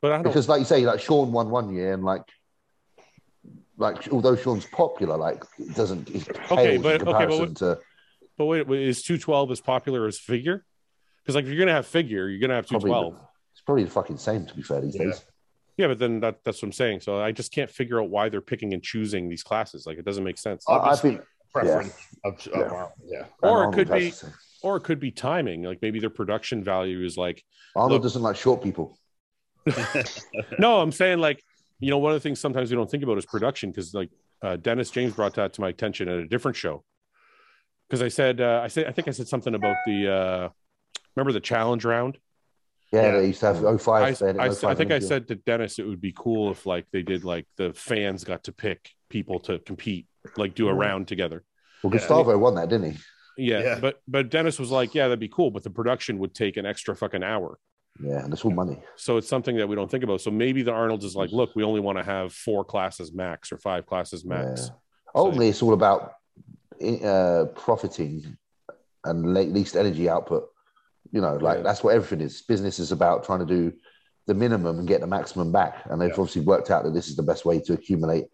S1: but I don't.
S2: Because like you say, like Sean won one year, and like, like although Sean's popular, like it doesn't. It pales
S1: but- okay, but
S2: in comparison to
S1: But wait, wait, is two twelve as popular as figure? Because like, if you're gonna have figure, you're gonna have two
S2: probably
S1: twelve.
S2: it's probably the fucking same to be fair these
S3: Yeah.
S2: days.
S1: Yeah, but then that, that's what I'm saying. So I just can't figure out why they're picking and choosing these classes. Like, it doesn't make sense.
S2: I- I
S3: Obviously,
S2: think,
S3: Preference of, of
S2: Yeah.
S3: Arnold, yeah.
S1: Or it
S2: Arnold
S1: could
S2: has
S1: be-
S2: the same.
S1: or it could be timing. Like maybe their production value is like
S2: Arnold
S1: Look-
S2: doesn't like short people.
S1: no, I'm saying like you know one of the things sometimes we don't think about is production because like uh, Dennis James brought that to my attention at a different show because I said uh, I said I think I said something about the uh, remember the challenge round.
S2: Yeah,
S3: Yeah.
S2: they used to have 05.
S1: I,
S2: they had oh it
S1: I-
S2: in 05,
S1: I think I
S2: didn't
S1: said to Dennis it would be cool if like they did like the fans got to pick people to compete like do a round together.
S2: Well,
S3: Yeah.
S2: Gustavo won that, didn't he?
S1: Yeah,
S3: Yeah.
S1: but but Dennis was like, yeah, that'd be cool, but the production would take an extra fucking hour.
S2: Yeah, and it's all money.
S1: So it's something that we don't think about. So maybe the Arnold is like, look, we only want to have four classes max or five classes max.
S2: Yeah. Ultimately, it's all about uh, profiting and le- least energy output. You know, like
S1: Yeah.
S2: that's what everything is. Business is about trying to do the minimum and get the maximum back. And they've
S3: Yeah.
S2: obviously worked out that this is the best way to accumulate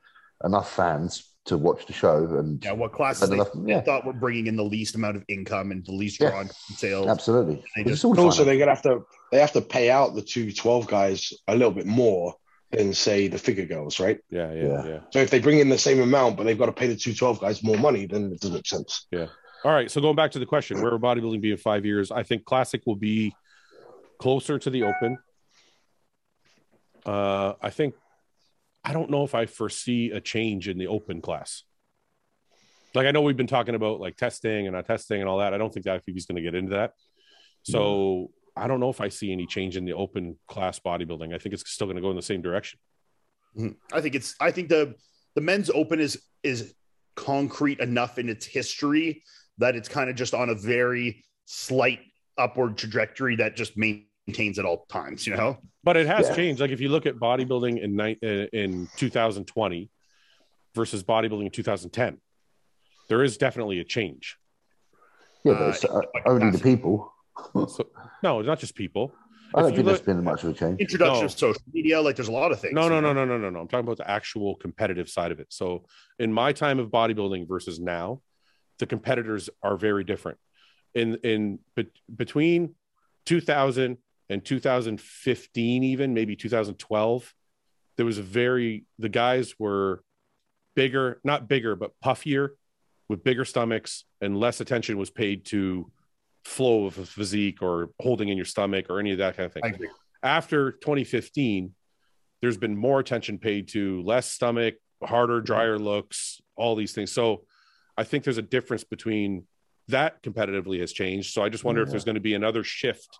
S2: enough fans to watch the show. And
S3: Yeah, what classes
S2: and
S3: they,
S2: enough- yeah.
S3: they thought were bringing in the least amount of income and the least
S2: Yeah.
S3: draw on sales.
S2: absolutely,
S3: They
S2: It's
S3: just-
S2: all
S4: But also,
S2: finance.
S4: they're gonna have to they have to pay out the two twelve guys a little bit more than say the figure girls, right?
S1: Yeah, yeah, yeah,
S2: Yeah.
S4: So if they bring in the same amount, but they've got to pay the two twelve guys more money, then it doesn't make sense.
S1: All right. So going back to the question, where will bodybuilding be in five years? I think classic will be closer to the open. Uh, I think I don't know if I foresee a change in the open class. Like I know we've been talking about like testing and not testing and all that. I don't think that IFBB is going to get into that. So I don't know if I see any change in the open class bodybuilding. I think it's still going to go in the same direction.
S3: I think it's I think the the men's open is is concrete enough in its history that it's kind of just on a very slight upward trajectory that just maintains at all times, you know?
S1: But it has
S2: Yeah.
S1: changed. Like if you look at bodybuilding in ni- uh, in 2020 versus bodybuilding in 2010, there is definitely a change.
S2: yeah, but it's,
S3: uh,
S2: uh, only the
S3: capacity.
S2: people.
S1: So no, it's not just people.
S2: I don't
S1: you
S2: think
S1: look-
S2: there's been much of a change.
S3: Introduction
S1: No.
S3: of social media, like there's a lot of things.
S1: No,
S3: you
S1: no,
S3: know?
S1: no, no, no, no, no. I'm talking about the actual competitive side of it. So in my time of bodybuilding versus now, the competitors are very different. In in but between 2000 and 2015, even maybe 2012, there was a very the guys were bigger, not bigger, but puffier, with bigger stomachs, and less attention was paid to flow of physique or holding in your stomach or any of that kind of thing
S3: I agree.
S1: after 2015, there's been more attention paid to less stomach, harder, drier looks, all these things. So I think there's a difference between that competitively has changed. So I just wonder if
S2: Yeah.
S1: there's going to be another shift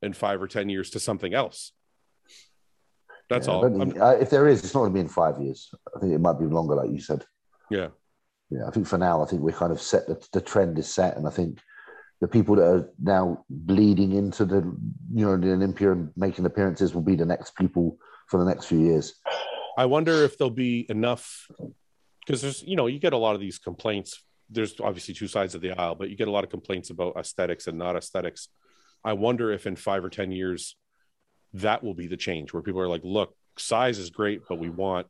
S1: in five or 10 years to something else. That's
S2: Yeah, I
S1: all.
S2: don't
S1: I'm-
S2: think- uh, if there is, it's not going to be in five years. I think it might be longer, like you said.
S1: Yeah.
S2: Yeah. I think for now, I think we're kind of set. The, the trend is set, and I think the people that are now bleeding into the, you know, the Olympia and making appearances will be the next people for the next few years.
S1: I wonder if there'll be enough because there's you know you get a lot of these complaints. There's obviously two sides of the aisle, but you get a lot of complaints about aesthetics and not aesthetics. I wonder if in five or ten years that will be the change where people are like, look, size is great, but we want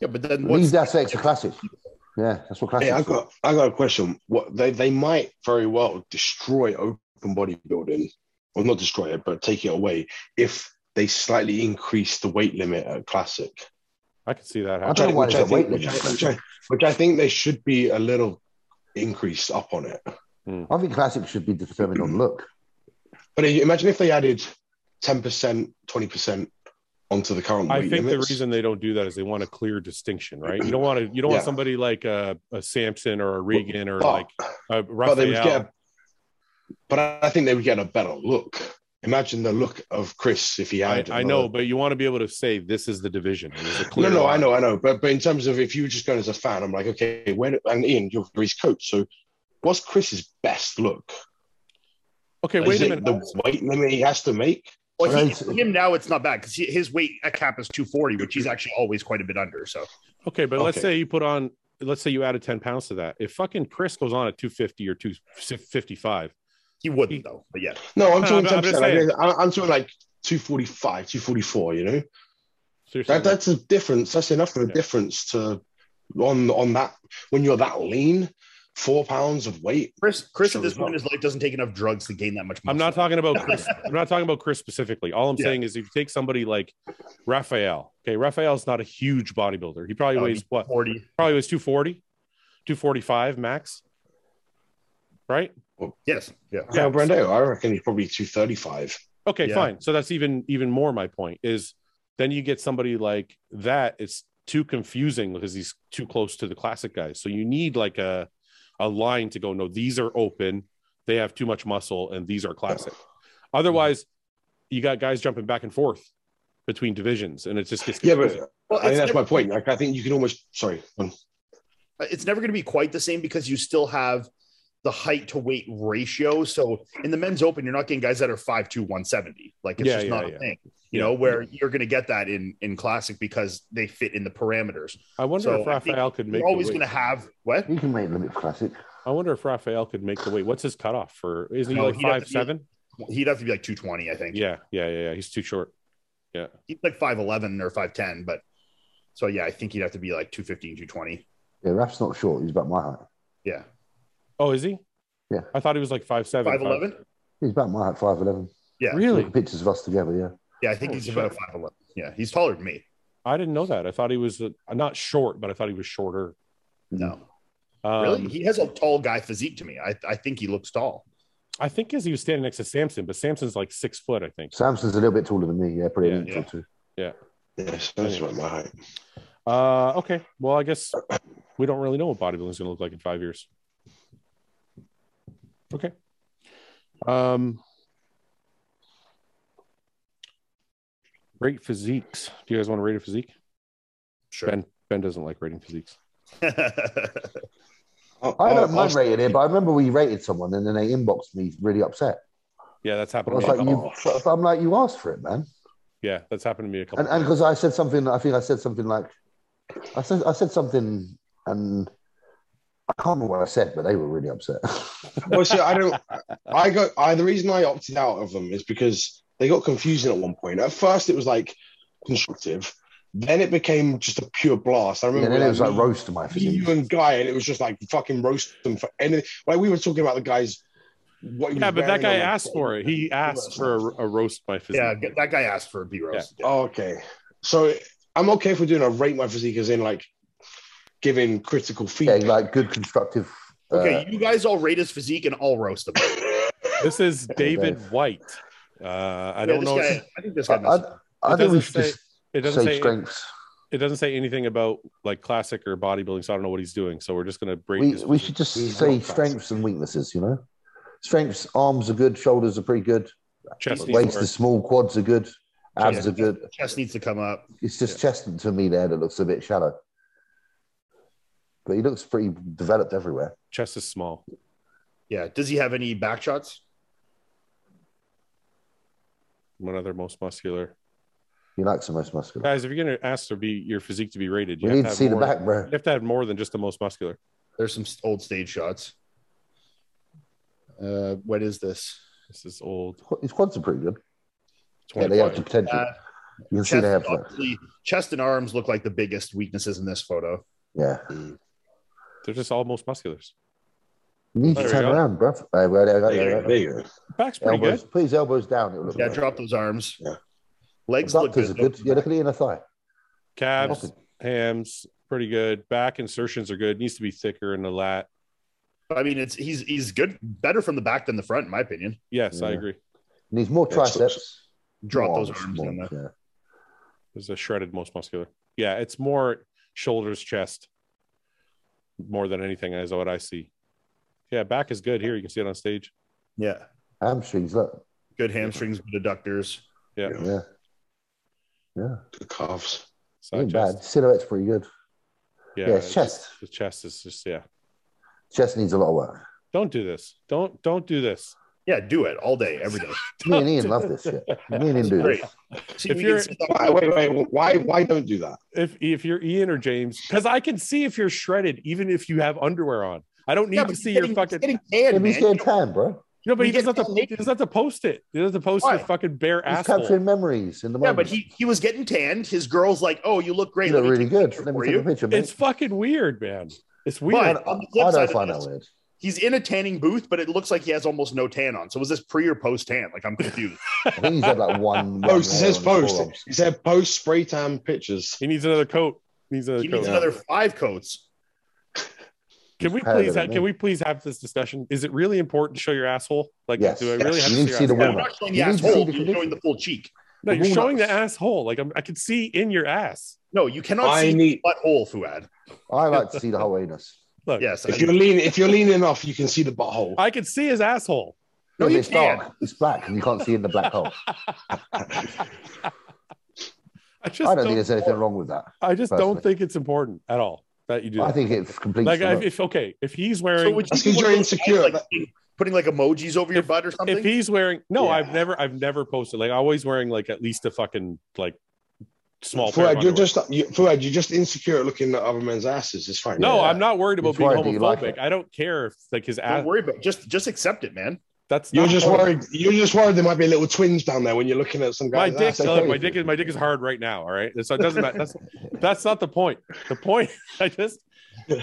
S3: Yeah, but then
S2: These
S3: what's
S2: that's extra classic. Yeah, that's what classic.
S4: Hey, I got I got a question. What they they might very well destroy open bodybuilding, or not destroy it, but take it away if they slightly increased the weight limit at Classic,
S1: I can see that
S2: I
S1: happening.
S4: which
S2: don't
S4: I,
S2: know why
S4: which
S2: there's
S4: I
S2: a weight
S4: think, which, I,
S2: limit.
S4: which, I, which I think there should be a little increase up on it.
S2: I think classic should be determined on look.
S4: But imagine if they added ten percent, twenty percent onto the current.
S1: I
S4: weight
S1: think the
S4: limits.
S1: reason they don't do that is they want a clear distinction, right? You don't want to. You don't want
S4: Yeah.
S1: somebody like a, a Samson or a Regan or
S4: But-
S1: like a
S4: but oh, they would
S1: Raphael.
S4: get. A, but I- I think they would get a better look. Imagine the look of Chris if he
S1: I,
S4: had.
S1: I
S4: another-
S1: know, but you want to be able to say this is the division. and there's a
S4: No,
S1: clear
S4: no, I
S1: line.
S4: know, I know. But but in terms of if you were just going as a fan, I'm like, okay, where? And Ian, you're his coach, so what's Chris's best look?
S1: Okay,
S4: Is
S1: wait a
S4: it
S1: minute.
S4: The weight limit he has to make.
S3: Well, he,
S2: Right.
S3: for him now it's not bad because his weight at cap is 240, which he's actually always quite a bit under. So
S1: Okay, but let's
S4: Okay.
S1: say you put on, let's say you added 10 pounds to that. If fucking Chris goes on at 250 or 255,
S3: he
S1: He-
S3: wouldn't though. But yeah,
S4: No, I'm
S1: No,
S4: talking
S1: but I'm
S4: 10%.
S1: just
S4: Like,
S1: saying.
S4: I- I'm talking like 245, 244. You know,
S1: so you're saying
S4: that that's a difference. That's enough of a
S1: Yeah.
S4: difference to on on that when you're that lean, four pounds of weight.
S3: Chris, Chris
S4: Sure
S3: at this
S4: as
S3: point in
S4: well.
S3: his life doesn't take enough drugs to gain that much. Muscle.
S1: I'm not talking about Chris. I'm not talking about Chris specifically. All I'm
S3: Yeah.
S1: saying is if you take somebody like Raphael, okay, Raphael's not a huge bodybuilder. He probably
S3: No,
S1: weighs
S3: he's
S1: what?
S3: 40.
S1: Probably weighs 240, 245 max. Right?
S3: Yes. Yeah.
S1: Yeah.
S4: Yeah, Brando, I reckon he's probably 235.
S1: Okay,
S3: Yeah.
S1: fine. So that's even even more my point is then you get somebody like that. It's too confusing because he's too close to the classic guys. So you need like a a line to go. No, these are open. They have too much muscle, and these are classic. Otherwise, you got guys jumping back and forth between divisions, and it just gets
S4: Yeah, but
S1: confusing.
S3: Well,
S4: I think
S3: it's
S4: that's
S3: never-
S4: my point. Like, I think you can almost sorry. um,
S3: uh, it's never going to be quite the same because you still have the height to weight ratio. So in the men's open, you're not getting guys that are 5'2, 170. Like it's
S1: Yeah,
S3: just
S1: yeah,
S3: not
S1: yeah.
S3: a thing, you
S1: Yeah.
S3: know, where you're going to get that in, in classic because they fit in the parameters.
S1: I wonder
S3: So
S1: if
S3: I think
S1: Raphael could make.
S3: You're
S1: the
S3: always
S1: weight.
S3: going to have what?
S2: You can make limit for classic.
S1: I wonder if Raphael could make the weight. What's his cutoff for? Isn't he
S3: No,
S1: like
S3: he'd have to
S1: five
S3: be-
S1: seven?
S3: He'd have to be like 220, I think.
S1: Yeah, yeah, yeah, yeah. He's too short.
S3: He's like 5'11 or 5'10, but so yeah, I think he'd have to be like 215, 220.
S2: Yeah, Raf's not short. He's about my height.
S3: Yeah.
S1: Oh, is he?
S2: Yeah.
S1: I thought he was like five seven.
S3: 5'11?
S2: He's about my height, five eleven.
S3: Yeah.
S1: Really?
S2: Pictures of us together. Yeah.
S3: Yeah. I think
S1: Oh,
S3: he's
S1: shit.
S3: about 5'11. Yeah. He's taller than me.
S1: I didn't know that. I thought he was uh, not short, but I thought he was shorter.
S3: No.
S1: Um,
S3: Really? He has a tall guy physique to me. I, I think he looks tall.
S1: I think as he was standing next to Samson, but Samson's like six foot, I think.
S2: Samson's a little bit taller than me. Yeah, pretty
S1: Yeah,
S2: neutral
S3: yeah.
S2: too.
S4: Yes, that's about my height.
S1: Uh, okay. Well, I guess we don't really know what bodybuilding's going to look like in five years. Okay. Um, rate physiques. Do you guys want to rate a physique?
S3: Sure.
S1: Ben Ben doesn't like rating physiques.
S4: I'll-
S2: I
S4: I'll-
S2: don't mind
S4: I'll-
S2: rating it, but I remember we rated someone and then they inboxed me really upset.
S1: Yeah, that's
S2: I
S1: happened.
S2: was
S1: To me.
S2: like, you, but I'm like, you asked for it, man.
S1: yeah, that's happened to me a couple.
S2: And and because I said something, I think I said something like, I said I said something, and I can't remember what I said, but they were really upset.
S4: well, see, I don't. I got. I the reason I opted out of them is because they got confusing at one point. At first, it was like constructive. Then it became just a pure blast. I
S2: and
S4: remember
S2: then it was like
S4: me-
S2: roast to my
S4: me, you
S2: physique.
S4: and Guy, and it was just like fucking roast them for anything. Like we were talking about the guys. What he
S1: yeah,
S4: was
S1: but that
S4: wearing
S1: guy
S4: on the-
S1: asked for it. He asked for a, a roast by physique.
S3: yeah, that guy asked for a B roast. Yeah.
S4: Oh, okay. So I'm okay if we're doing a rate my physique as in like giving critical
S2: Yeah,
S4: feedback.
S2: like good constructive. uh,
S3: Okay, you guys all rate his physique and all roast him.
S1: This is David White. Uh, I don't know.
S3: Guy,
S1: if-
S3: I think this
S2: I,
S3: guy. knows.
S2: I- I think we
S1: doesn't
S2: should
S1: say-
S2: just
S1: It doesn't
S2: say
S1: say
S2: strengths.
S1: it doesn't say anything about like classic or bodybuilding, so I don't know what he's doing. So we're just gonna break.
S2: We,
S1: his-
S2: we should just
S4: we
S2: say
S4: want that.
S2: strengths and weaknesses. You know, strengths. Arms are good. Shoulders are pretty good.
S1: chest needs
S2: Waist
S1: work.
S2: is small. Quads are good. Abs
S3: Yeah.
S2: are good.
S3: chest needs to come up.
S2: It's just chest to me there that looks a bit shallow. But he looks pretty developed everywhere.
S1: Chest is small.
S3: Yeah. Does he have any back shots?
S1: One other most muscular
S2: He likes the most muscular.
S3: Uh,
S1: guys. If you're gonna ask to be your physique to be rated, you have
S2: We need
S1: to
S2: to
S1: have
S2: see the
S1: more-
S2: back, bro.
S1: You have to have more than just the most muscular.
S3: There's some old stage shots. Uh, what is this?
S1: This is old.
S2: His quads are pretty good. Yeah,
S1: 25.
S2: they have the potential.
S3: Uh,
S2: you can see
S3: chest,
S2: they have uh, that.
S3: obviously, chest and arms look like the biggest weaknesses in this photo.
S2: Yeah.
S1: They're just all most musculars.
S2: You need
S1: There
S2: to
S1: we
S2: turn
S1: go.
S2: around, bruv. Hey, well, there you go,
S4: There you
S2: there
S4: go.
S2: you go.
S4: There you go.
S1: Back's pretty
S2: Elbows,
S1: good.
S2: please elbows down. It will look
S3: Yeah,
S2: better.
S3: drop those arms. Legs look
S2: Adductors
S3: good.
S2: are
S3: though.
S2: good. Yeah, look at the inner thigh.
S1: Calves,
S2: Nothing.
S1: hams, pretty good. Back insertions are good. Needs to be thicker in the lat.
S3: I mean, it's he's he's good, better from the back than the front, in my opinion.
S1: Yes, I
S2: Yeah.
S1: agree.
S2: Needs more
S4: Yeah, it's-
S2: triceps.
S3: Drop
S2: more
S3: those arms in there.
S2: yeah.
S1: There's a shredded, most muscular. Yeah, it's more shoulders, chest, more than anything is what I see. Yeah, back is good here. You can see it on stage.
S3: Yeah,
S2: Hamstrings, look.
S3: good hamstrings, good adductors.
S2: Yeah. Yeah.
S4: The calves.
S1: Side
S2: Ain't
S1: chest.
S2: bad. Silhouette's pretty good.
S1: Yeah,
S2: yeah,
S1: it's
S2: it's chest.
S1: just- the chest is just yeah.
S2: Chest needs a lot of work.
S1: Don't do this. Don't don't do this.
S3: Yeah, do it all day, every day.
S2: Me and Ian love this shit. Me and Ian do
S3: Great.
S2: this.
S3: See,
S1: If
S3: we
S1: you're-
S3: can see that-
S4: Why, wait, wait, why, why don't do that?
S1: If if you're Ian or James, because I can see if you're shredded, even if you have underwear on. I don't need
S3: Yeah,
S1: to
S3: but
S1: see
S3: he's
S1: your
S3: getting-
S1: fucking.
S3: he's getting
S2: Him,
S3: tan,
S2: he's
S3: man.
S2: getting tan, bro.
S1: no, but he
S3: he
S1: doesn't have
S3: gets
S1: to.
S3: naked.
S1: He doesn't have to post it. He doesn't have to post
S3: Why?
S1: your fucking bare
S2: He's
S1: asshole.
S2: capturing memories in the
S3: Yeah,
S2: moment.
S3: but he he was getting tanned. His girl's like, "Oh, you look great.
S2: you look
S3: Let me
S2: really
S3: take a
S2: good.
S3: picture
S2: Let
S3: for
S2: me take a
S3: you."
S2: picture,
S1: It's
S2: mate.
S1: fucking weird, man. It's
S2: I,
S1: weird.
S3: fine.
S2: don't-
S3: On the flip
S2: I
S3: side
S2: don't
S3: of
S2: find that
S3: this-
S2: weird.
S3: He's in a tanning booth, but it looks like he has almost no tan on. So was this pre or post tan? Like I'm confused.
S2: I think he's had like one.
S3: Oh,
S2: one
S4: Post, it
S2: layer
S4: says
S2: on his
S4: post.
S2: forearms.
S4: It said post spray tan pictures.
S1: He needs another coat. He needs another
S3: he
S1: coat.
S3: needs another five coats.
S1: Can we please?
S2: He's padded,
S1: Ha-
S2: isn't
S1: can
S2: he?
S1: we please have this discussion? Is it really important to show your asshole? Like,
S2: Yes.
S1: do I
S2: Yes.
S1: really have
S2: You
S1: to
S2: need
S1: see
S2: to
S1: your
S2: see the
S1: asshole?
S3: Yeah,
S2: Yeah.
S3: I'm not showing the
S2: You need to see
S3: asshole.
S2: the
S3: You're showing the full cheek.
S1: No, you're
S2: walnuts.
S1: showing the asshole. Like, I'm, I can see in your ass.
S3: No, you cannot
S4: I
S3: see
S4: need.
S3: the butthole, Fuad.
S2: I like to see the whole anus.
S1: Look,
S3: Yes, I
S4: If you're lean, if you're lean enough, you can see the butthole.
S1: I can see his asshole.
S3: No, you
S2: it's
S3: can't.
S2: dark. It's black, and you can't see in the black hole.
S1: I just
S2: I don't
S1: don't
S2: think there's anything wrong with that.
S1: I just don't
S2: personally.
S1: think it's important at all that you do. That.
S2: I think it's complete.
S1: like
S2: shit.
S1: if, if okay, if he's
S3: So
S1: wearing
S3: would
S4: That's
S3: you
S4: because
S3: do
S4: you're
S3: one of those
S4: insecure.
S3: guys, like, putting like emojis over your butt or something?
S1: if he's wearing no,
S4: Yeah.
S1: I've never I've never posted like I'm always wearing like at least a fucking like small. pair of
S4: Fuad, you're
S1: underwear.
S4: just you, Fuad, you're just insecure at looking at other men's asses. It's fine.
S1: no,
S2: Yeah.
S1: I'm not worried about
S2: It's
S1: being
S2: fine, but you like
S1: homophobic.
S2: it.
S1: I don't care if like his
S3: Don't
S1: ass.
S3: worry about it. just just accept it, man.
S1: That's
S4: You're
S1: not
S4: just
S1: hard.
S4: worried. You're just worried there might be a little twinge down there when you're looking at some
S1: My
S4: guy's
S1: dick,
S4: ass.
S1: look, my dick is my dick is hard right now. All right, so it doesn't matter. That's that's not the point. The point, I just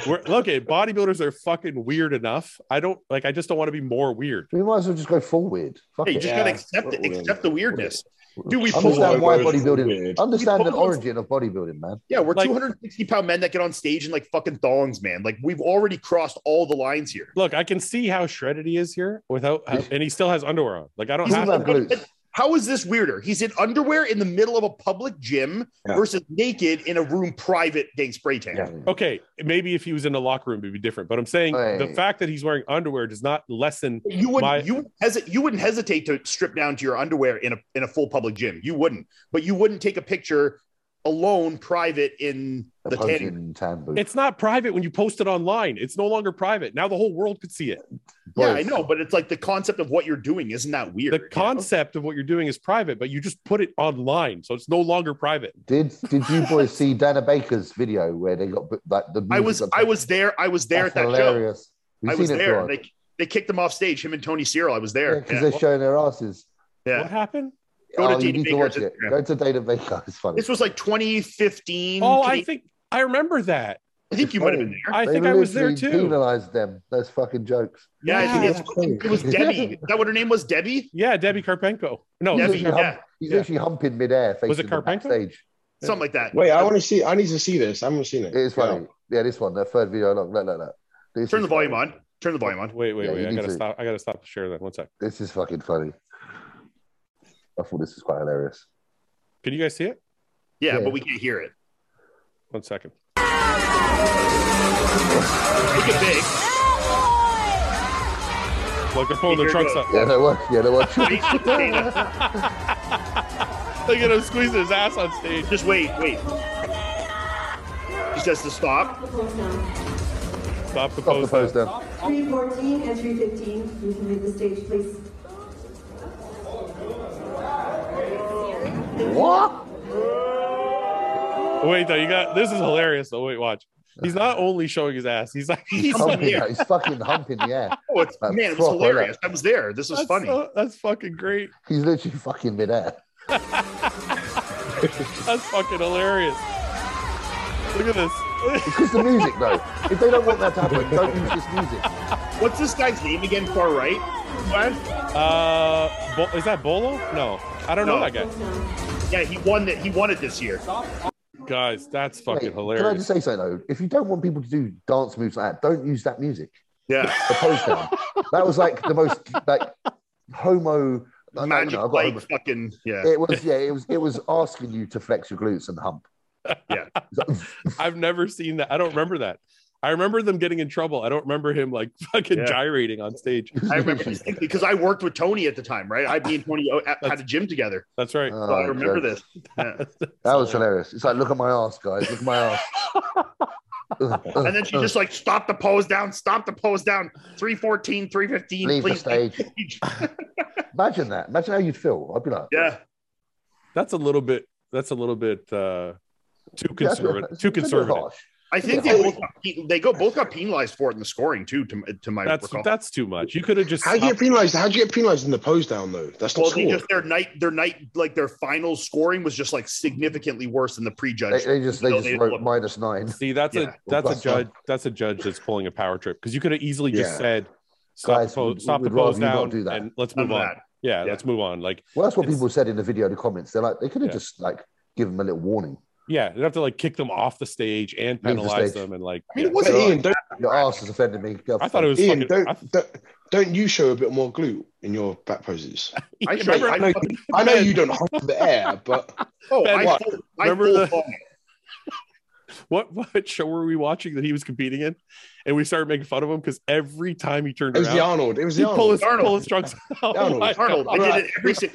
S1: we're, look at bodybuilders are fucking weird enough. I don't like. I just don't want to be more weird.
S2: we might as well just go forward. Fuck
S3: Hey, you
S2: it.
S3: just
S4: Yeah.
S3: gotta accept it,
S4: Totally.
S3: accept the weirdness. Dude, we
S2: I'm
S3: pull
S2: just that
S3: out.
S2: out. why
S4: Weird.
S2: bodybuilding- Understand
S3: We
S2: the
S3: both-
S2: origin of bodybuilding, man.
S3: Yeah, we're
S1: Like-
S3: 260 pound men that get on stage in like fucking thongs, man. Like we've already crossed all the lines here.
S1: Look, I can see how shredded he is here without, and he still has underwear on. Like I don't
S2: He's
S1: have.
S2: not
S1: To,
S2: glutes.
S3: How is this weirder? He's in underwear in the middle of a public gym
S4: Yeah.
S3: versus naked in a room private getting spray tan.
S2: Yeah.
S1: okay, maybe if he was in the locker room, it'd be different. But I'm saying the
S2: Right.
S1: fact that he's wearing underwear does not lessen.
S3: You wouldn't
S1: My-
S3: you wouldn't hesi- you wouldn't hesitate to strip down to your underwear in a in a full public gym. You wouldn't, but you wouldn't take a picture alone private in
S2: A
S3: the
S2: punch
S3: tanning.
S2: in tan booth.
S1: It's not private when you post it online. It's no longer private. Now the whole world could see it.
S3: Yeah,
S2: Boys.
S3: I know, but it's like the concept of what you're doing isn't that weird?
S1: The
S3: you know?
S1: concept of what you're doing is private, but you just put it online, so it's no longer private.
S2: Did did you boys see Dana Baker's video where they got like the?
S3: I
S2: music
S3: was
S2: got-
S3: I was there. I was there
S2: That's
S3: at that show.
S2: hilarious.
S3: I
S2: You've
S3: was
S2: seen it,
S3: there.
S2: Rod?
S3: They, they kicked him off stage, him and Tony Cyril. I was
S2: Yeah,
S3: there.
S2: 'cause
S3: Yeah.
S2: they're showing their asses.
S3: Yeah.
S1: What happened?
S3: Go to
S2: oh, you
S3: Dana
S2: need to
S3: Baker's
S2: watch it.
S3: Instagram.
S2: Go to Dana Baker. It's funny.
S3: This was like 2015.
S1: Oh, I
S3: Canadian-
S1: think I remember that.
S3: I think you might have been there.
S1: I
S2: They
S1: think I was there
S2: literally
S1: too.
S2: Penalized them. Those fucking jokes.
S3: Yeah, I think
S1: Yeah.
S3: it's, it was Debbie. Is that what her name was? Debbie?
S1: Yeah, Debbie Karpenko. No,
S2: He's,
S3: Debbie,
S2: literally,
S3: yeah.
S2: hump- he's
S1: yeah.
S2: literally humping midair. Facing
S1: Was it
S2: the
S1: Carpenko?
S2: backstage.
S3: Something like that.
S4: Wait, I want to see. I need to see this. I haven't seen it.
S2: It is funny. Yeah. this one, that third video. Look, look, look, look. This
S3: Turn
S2: is
S3: the volume
S2: funny.
S3: on. Turn the volume on.
S1: Wait, wait,
S2: Yeah,
S1: wait.
S2: you
S1: I
S2: need
S1: gotta
S2: to-
S1: stop. I gotta stop the share that. One sec.
S2: This is fucking funny. I thought this was quite hilarious.
S1: Can you guys see it?
S3: Yeah,
S2: Yeah.
S3: but we can't hear it.
S1: One second.
S3: Make it big.
S1: Look, they're pulling their
S3: Here it
S1: trunks
S3: goes.
S1: up.
S2: Yeah, that was. Yeah, that was.
S3: Wait, look, Dana.
S1: Look at him squeezing his ass on stage.
S3: Just wait, wait. He says to stop.
S1: Stop the
S2: Off the
S1: post.
S2: post down.
S7: 314 and 315, you can leave the stage, please.
S2: What?
S1: Wait, though, you got this is hilarious. Though, wait, watch. He's not only showing his ass. He's like
S3: He's
S2: He's,
S3: still
S2: humping,
S3: there.
S2: he's fucking humping the air.
S3: Oh, it's,
S2: That's
S3: man, it was
S2: proper,
S3: hilarious. I was there. This was
S1: that's,
S3: funny.
S1: so- that's fucking great.
S2: He's literally fucking midair.
S1: That's fucking hilarious. Look at this.
S2: It's just the music, though. If they don't want that to happen, don't use this music.
S3: What's this guy's name again? Far right? What?
S1: Uh, Bo- is that Bolo? No, I don't know
S3: No.
S1: that guy.
S3: Yeah, he won that. He won it this year.
S1: Guys, that's
S2: Wait,
S1: fucking
S2: Can I just
S1: hilarious.
S2: say something though? If you don't want people to do dance moves like that, don't use that music.
S3: Yeah,
S2: The pose down. that was like the most like homo. I don't
S3: magic
S2: know, I've got
S3: like
S2: homo-
S3: fucking yeah.
S2: It was yeah. It was it was asking you to flex your glutes and hump.
S1: I've never seen that. I don't remember that. I remember them getting in trouble. I don't remember him like fucking
S3: Yeah.
S1: gyrating on stage.
S3: I remember distinctly because I worked with Tony at the time, right? I, me and Tony uh, had a gym together.
S1: That's right.
S3: So I
S2: Oh,
S3: remember
S2: God.
S3: this. Yeah.
S2: That was hilarious. It's like look at my ass, guys. Look at my ass.
S3: And then she just like stop the pose down, stop the pose down. 314, 315,
S2: leave the
S3: please.
S2: stage. Imagine that. Imagine how you'd feel. I'd be like,
S3: Yeah.
S1: That's a little bit. That's a little bit uh, too
S2: yeah, that's-
S1: conservative.
S2: that's
S1: Too
S2: a bit
S1: conservative.
S2: harsh.
S3: I think
S2: Yeah.
S3: they both got, pe- they go both got penalized for it in the scoring too. To, to my
S1: That's
S3: recall,
S1: that's too much. You could have just.
S4: How do you get
S1: stopped-
S4: penalized? How do you get penalized in the pose down though? That's not
S3: well,
S4: scored.
S3: they just their night their night like their final scoring was just like significantly worse than the
S2: They,
S3: prejudge.
S2: they just they
S3: No,
S2: just
S3: they
S2: wrote
S3: look-
S2: minus nine.
S1: See, that's
S3: Yeah.
S1: a that's a
S2: Plus
S1: judge.
S2: one.
S1: That's a judge that's pulling a power trip because you could have easily just
S4: Yeah.
S1: said, "Stop
S2: Guys,
S1: the pose,
S2: we-
S1: stop the
S2: we'd rather
S1: pose
S2: you not
S1: down,
S2: do that.
S1: and let's
S3: None
S1: move
S3: of
S1: on."
S3: that.
S1: Yeah,
S3: Yeah.
S1: let's move on. Like,
S2: Well, that's what
S1: It's-
S2: people said in the video. The comments. They're like they could have
S1: Yeah.
S2: just like give them a little warning.
S1: yeah, you'd have to like kick them off the stage and
S2: Leave the
S1: penalize
S2: stage.
S1: them, and like,
S4: I mean,
S1: yeah.
S4: what,
S2: Yeah.
S4: Ian? Don't,
S2: Your ass has offended me. Go
S1: I thought it was
S4: Ian,
S1: fucking. I,
S4: don't, don't don't you show a bit more glute in your back poses?
S3: I,
S1: Yeah,
S3: show-
S1: remember-
S3: I,
S4: I know, I know you don't hump the air, but
S3: oh,
S1: Ben,
S3: I
S1: what?
S3: full, I
S1: Remember
S3: full
S1: the-
S3: phone.
S1: what what show were we watching that he was competing in? And we started making fun of him because every time he turned
S4: it was the
S1: around,
S4: Arnold. It was
S1: he
S4: the
S1: pull his
S4: Arnold.
S1: pull his trunks. out.
S4: Arnold.
S1: my
S3: Arnold. I
S1: God.
S3: did it every si-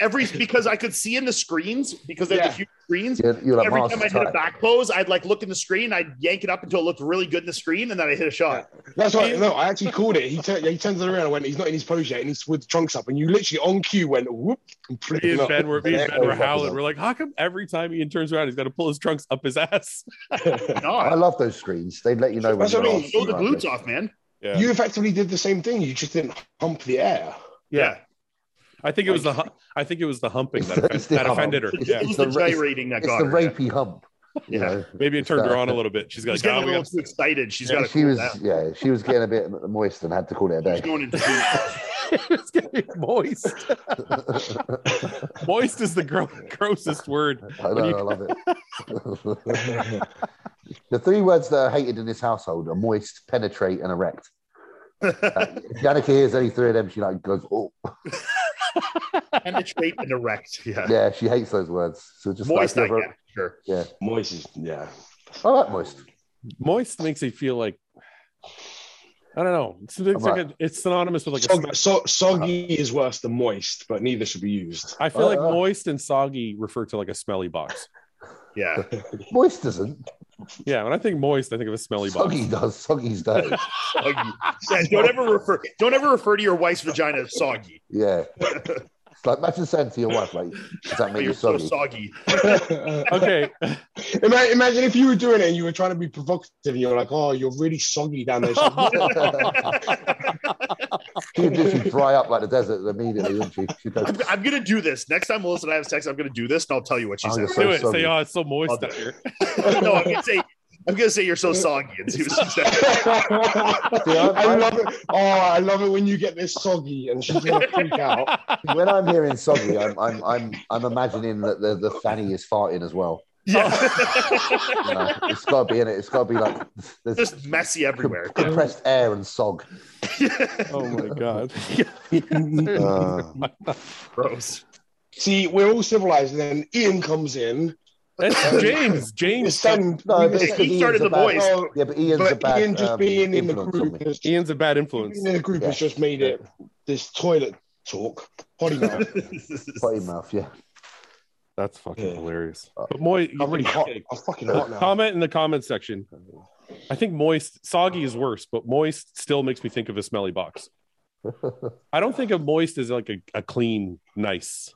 S3: every because I could see in the screens because they had
S4: Yeah.
S3: the huge screens.
S2: You're, you're like,
S3: Every
S2: my ass
S3: time I
S2: is
S3: did a
S2: tight.
S3: back pose, I'd like look in the screen, I'd yank it up until it looked really good in the screen, and then I hit a shot.
S4: That's right. No, I actually called it. He turned. He turns it around. and went. He's not in his pose yet, and he's with the trunks up. And you literally on cue went whoop. and flipped
S1: Me
S4: it
S1: and
S4: up.
S1: Ben were, me and ben
S2: Yeah.
S1: were howling. We're like, how come every time Ian turns around, he's got to pull his trunks up his ass?
S2: I
S3: God,
S2: love those screens. They let you know when
S4: That's what I
S2: your
S4: mean.
S2: ass is
S3: show the
S2: tight.
S3: glutes off, man.
S1: Yeah.
S4: You effectively did the same thing. You just didn't hump the air.
S3: Yeah,
S1: I think it was the hu- I think it was the humping that, offend,
S2: It's the
S1: that offended her.
S2: hump.
S1: Yeah.
S3: it was
S2: the
S3: the
S2: ra-
S3: gyrating that
S2: It's
S3: got
S2: the
S3: her.
S2: rapey hump. You
S3: Yeah.
S2: know,
S1: Maybe it
S2: It's
S1: turned
S2: that-
S1: her on a little bit. She's
S3: She's
S1: like,
S3: getting
S1: "Ah,
S3: a
S1: we
S3: little
S1: gotta-
S3: too excited. She's got to
S2: she
S3: cool
S2: was
S3: down.
S2: yeah, she was getting a bit moist and had to call it
S3: She's
S2: a day.
S3: going into heat.
S1: it's getting moist. moist is the gro- grossest word.
S2: I
S1: When
S2: know,
S1: you-
S2: I love it. the three words that are hated in this household are moist, penetrate, and erect. Uh, if Danica hears any three of them, she like goes, oh,
S3: penetrate and erect. Yeah,
S2: yeah, she hates those words. So just
S3: moist.
S2: like,
S3: I
S2: give her-
S3: get, sure.
S4: Moist is yeah.
S2: I like moist.
S1: Moist makes me feel like I don't know. It's, it's, like a, it's synonymous with like a
S4: Sog- so- soggy is worse than moist, but neither should be used.
S1: I feel like
S2: Uh, uh.
S1: moist and soggy refer to like a smelly box.
S3: Yeah,
S2: Moist doesn't.
S1: Yeah, when I think moist, I think of a smelly box.
S2: Soggy does. Soggy's does.
S3: Soggy. Yeah, don't ever refer. Don't ever refer to your wife's vagina as soggy.
S2: Yeah. It's like imagine saying to your wife, like, does that make you
S3: You're so
S2: soggy?
S3: soggy.
S1: Okay,
S4: Ima- Imagine if you were doing it and you were trying to be provocative and you're like, oh, you're really soggy down there. It's like, what?
S2: She'd literally dry up like the desert immediately, wouldn't she? She'd go,
S3: I'm, I'm gonna do this next time Melissa and I have sex. I'm gonna do this, and I'll tell you what she
S2: Oh,
S3: said.
S2: you're so
S1: do it.
S2: soggy.
S1: Say, oh, it's so moist
S3: I'll
S1: out here.
S3: no, I'm gonna say. I'm gonna say you're so soggy and see what she said.
S4: I love it. Oh, I love it when you get this soggy and she's gonna freak out.
S2: when I'm hearing soggy, I'm I'm I'm I'm imagining that the, the fanny is farting as well.
S3: Yeah,
S2: You know, it's gotta be in it. It's gotta be like there's
S3: just messy everywhere.
S2: compressed air and sog.
S1: Oh my god.
S2: Uh,
S3: Gross.
S4: See, we're all civilized, and then Ian comes in.
S1: That's James. James.
S4: It's then
S2: No, but it's 'cause
S3: He
S2: Ian's
S3: started
S2: a
S3: the
S2: bad-
S3: voice.
S4: oh,
S2: Yeah, but Ian's a
S4: but
S2: bad
S4: Ian just
S2: um,
S4: being in the
S2: influence on
S4: group,
S2: me.
S4: has, being
S1: Ian's a bad influence.
S4: in the group has
S2: Yeah.
S4: just made it this toilet talk. Potty mouth.
S2: Potty mouth, yeah.
S1: That's fucking
S4: Yeah.
S1: hilarious. But moist.
S4: I'm really hot. I'm fucking hot now.
S1: Comment in the comment section. I think moist, soggy is worse, but moist still makes me think of a smelly box. I don't think of moist as like a, a clean, nice,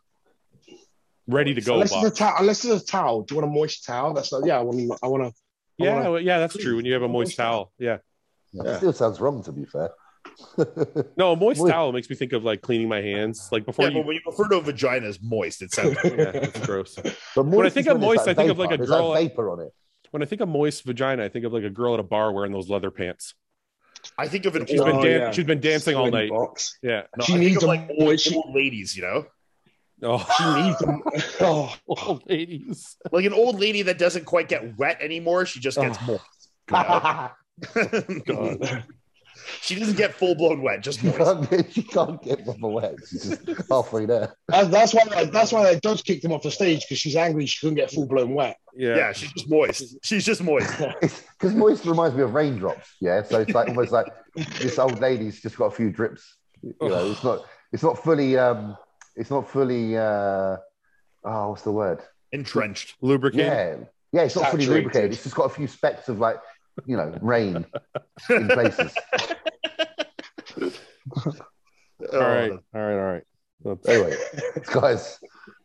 S1: ready to go
S4: unless, it's a
S1: box.
S4: towel, unless it's a towel, do you want a moist towel? That's not, yeah. I want. I want to.
S1: Yeah,
S4: wanna-
S1: well, yeah, that's true. When you have a moist
S4: Moist
S1: towel, yeah.
S2: yeah.
S4: Yeah.
S2: It still sounds wrong to be fair.
S1: No, a moist
S2: Moist.
S1: towel makes me think of like cleaning my hands, like before
S3: Yeah, but
S1: you.
S3: when you refer to a vagina as moist, it sounds
S1: Yeah, that's gross.
S2: But
S1: When I
S2: moist
S1: think
S2: is
S1: of moist,
S2: it's
S1: I think of like a
S2: vapor. There's
S1: girl-
S2: Like vapor on it.
S1: When I think of moist vagina, I think of like a girl at a bar wearing those leather pants.
S3: I think of an
S1: She's been
S4: Oh,
S1: dan-
S4: yeah.
S1: she's been dancing all
S4: Sweaty
S1: night.
S4: Box.
S1: Yeah,
S3: No,
S4: She
S3: I think
S4: needs
S3: of
S4: a
S3: like
S4: moist.
S3: old ladies, you know.
S1: Oh,
S4: She needs them. Oh,
S1: old ladies.
S3: Like an old lady that doesn't quite get wet anymore, she just gets
S1: Oh,
S3: more.
S4: God.
S3: she doesn't get full blown wet, just
S2: she,
S3: moist.
S2: can't get, she can't get proper wet. She's just halfway there.
S4: That- that's why. That's why that judge kicked him off the stage because she's angry. She couldn't get full blown wet.
S1: Yeah.
S3: Yeah, she's just moist. She's just moist.
S2: Because moist reminds me of raindrops. Yeah, so it's like almost like this old lady's just got a few drips. You know, it's not it's not fully um it's not fully uh oh what's the word?
S3: Entrenched.
S1: Lubricant.
S2: Yeah, yeah, it's not fully
S4: Saturated.
S2: lubricated. It's just got a few specks of like you know rain in places.
S1: All right.
S4: Oh.
S1: All right. All right. That's-
S2: Anyway, guys,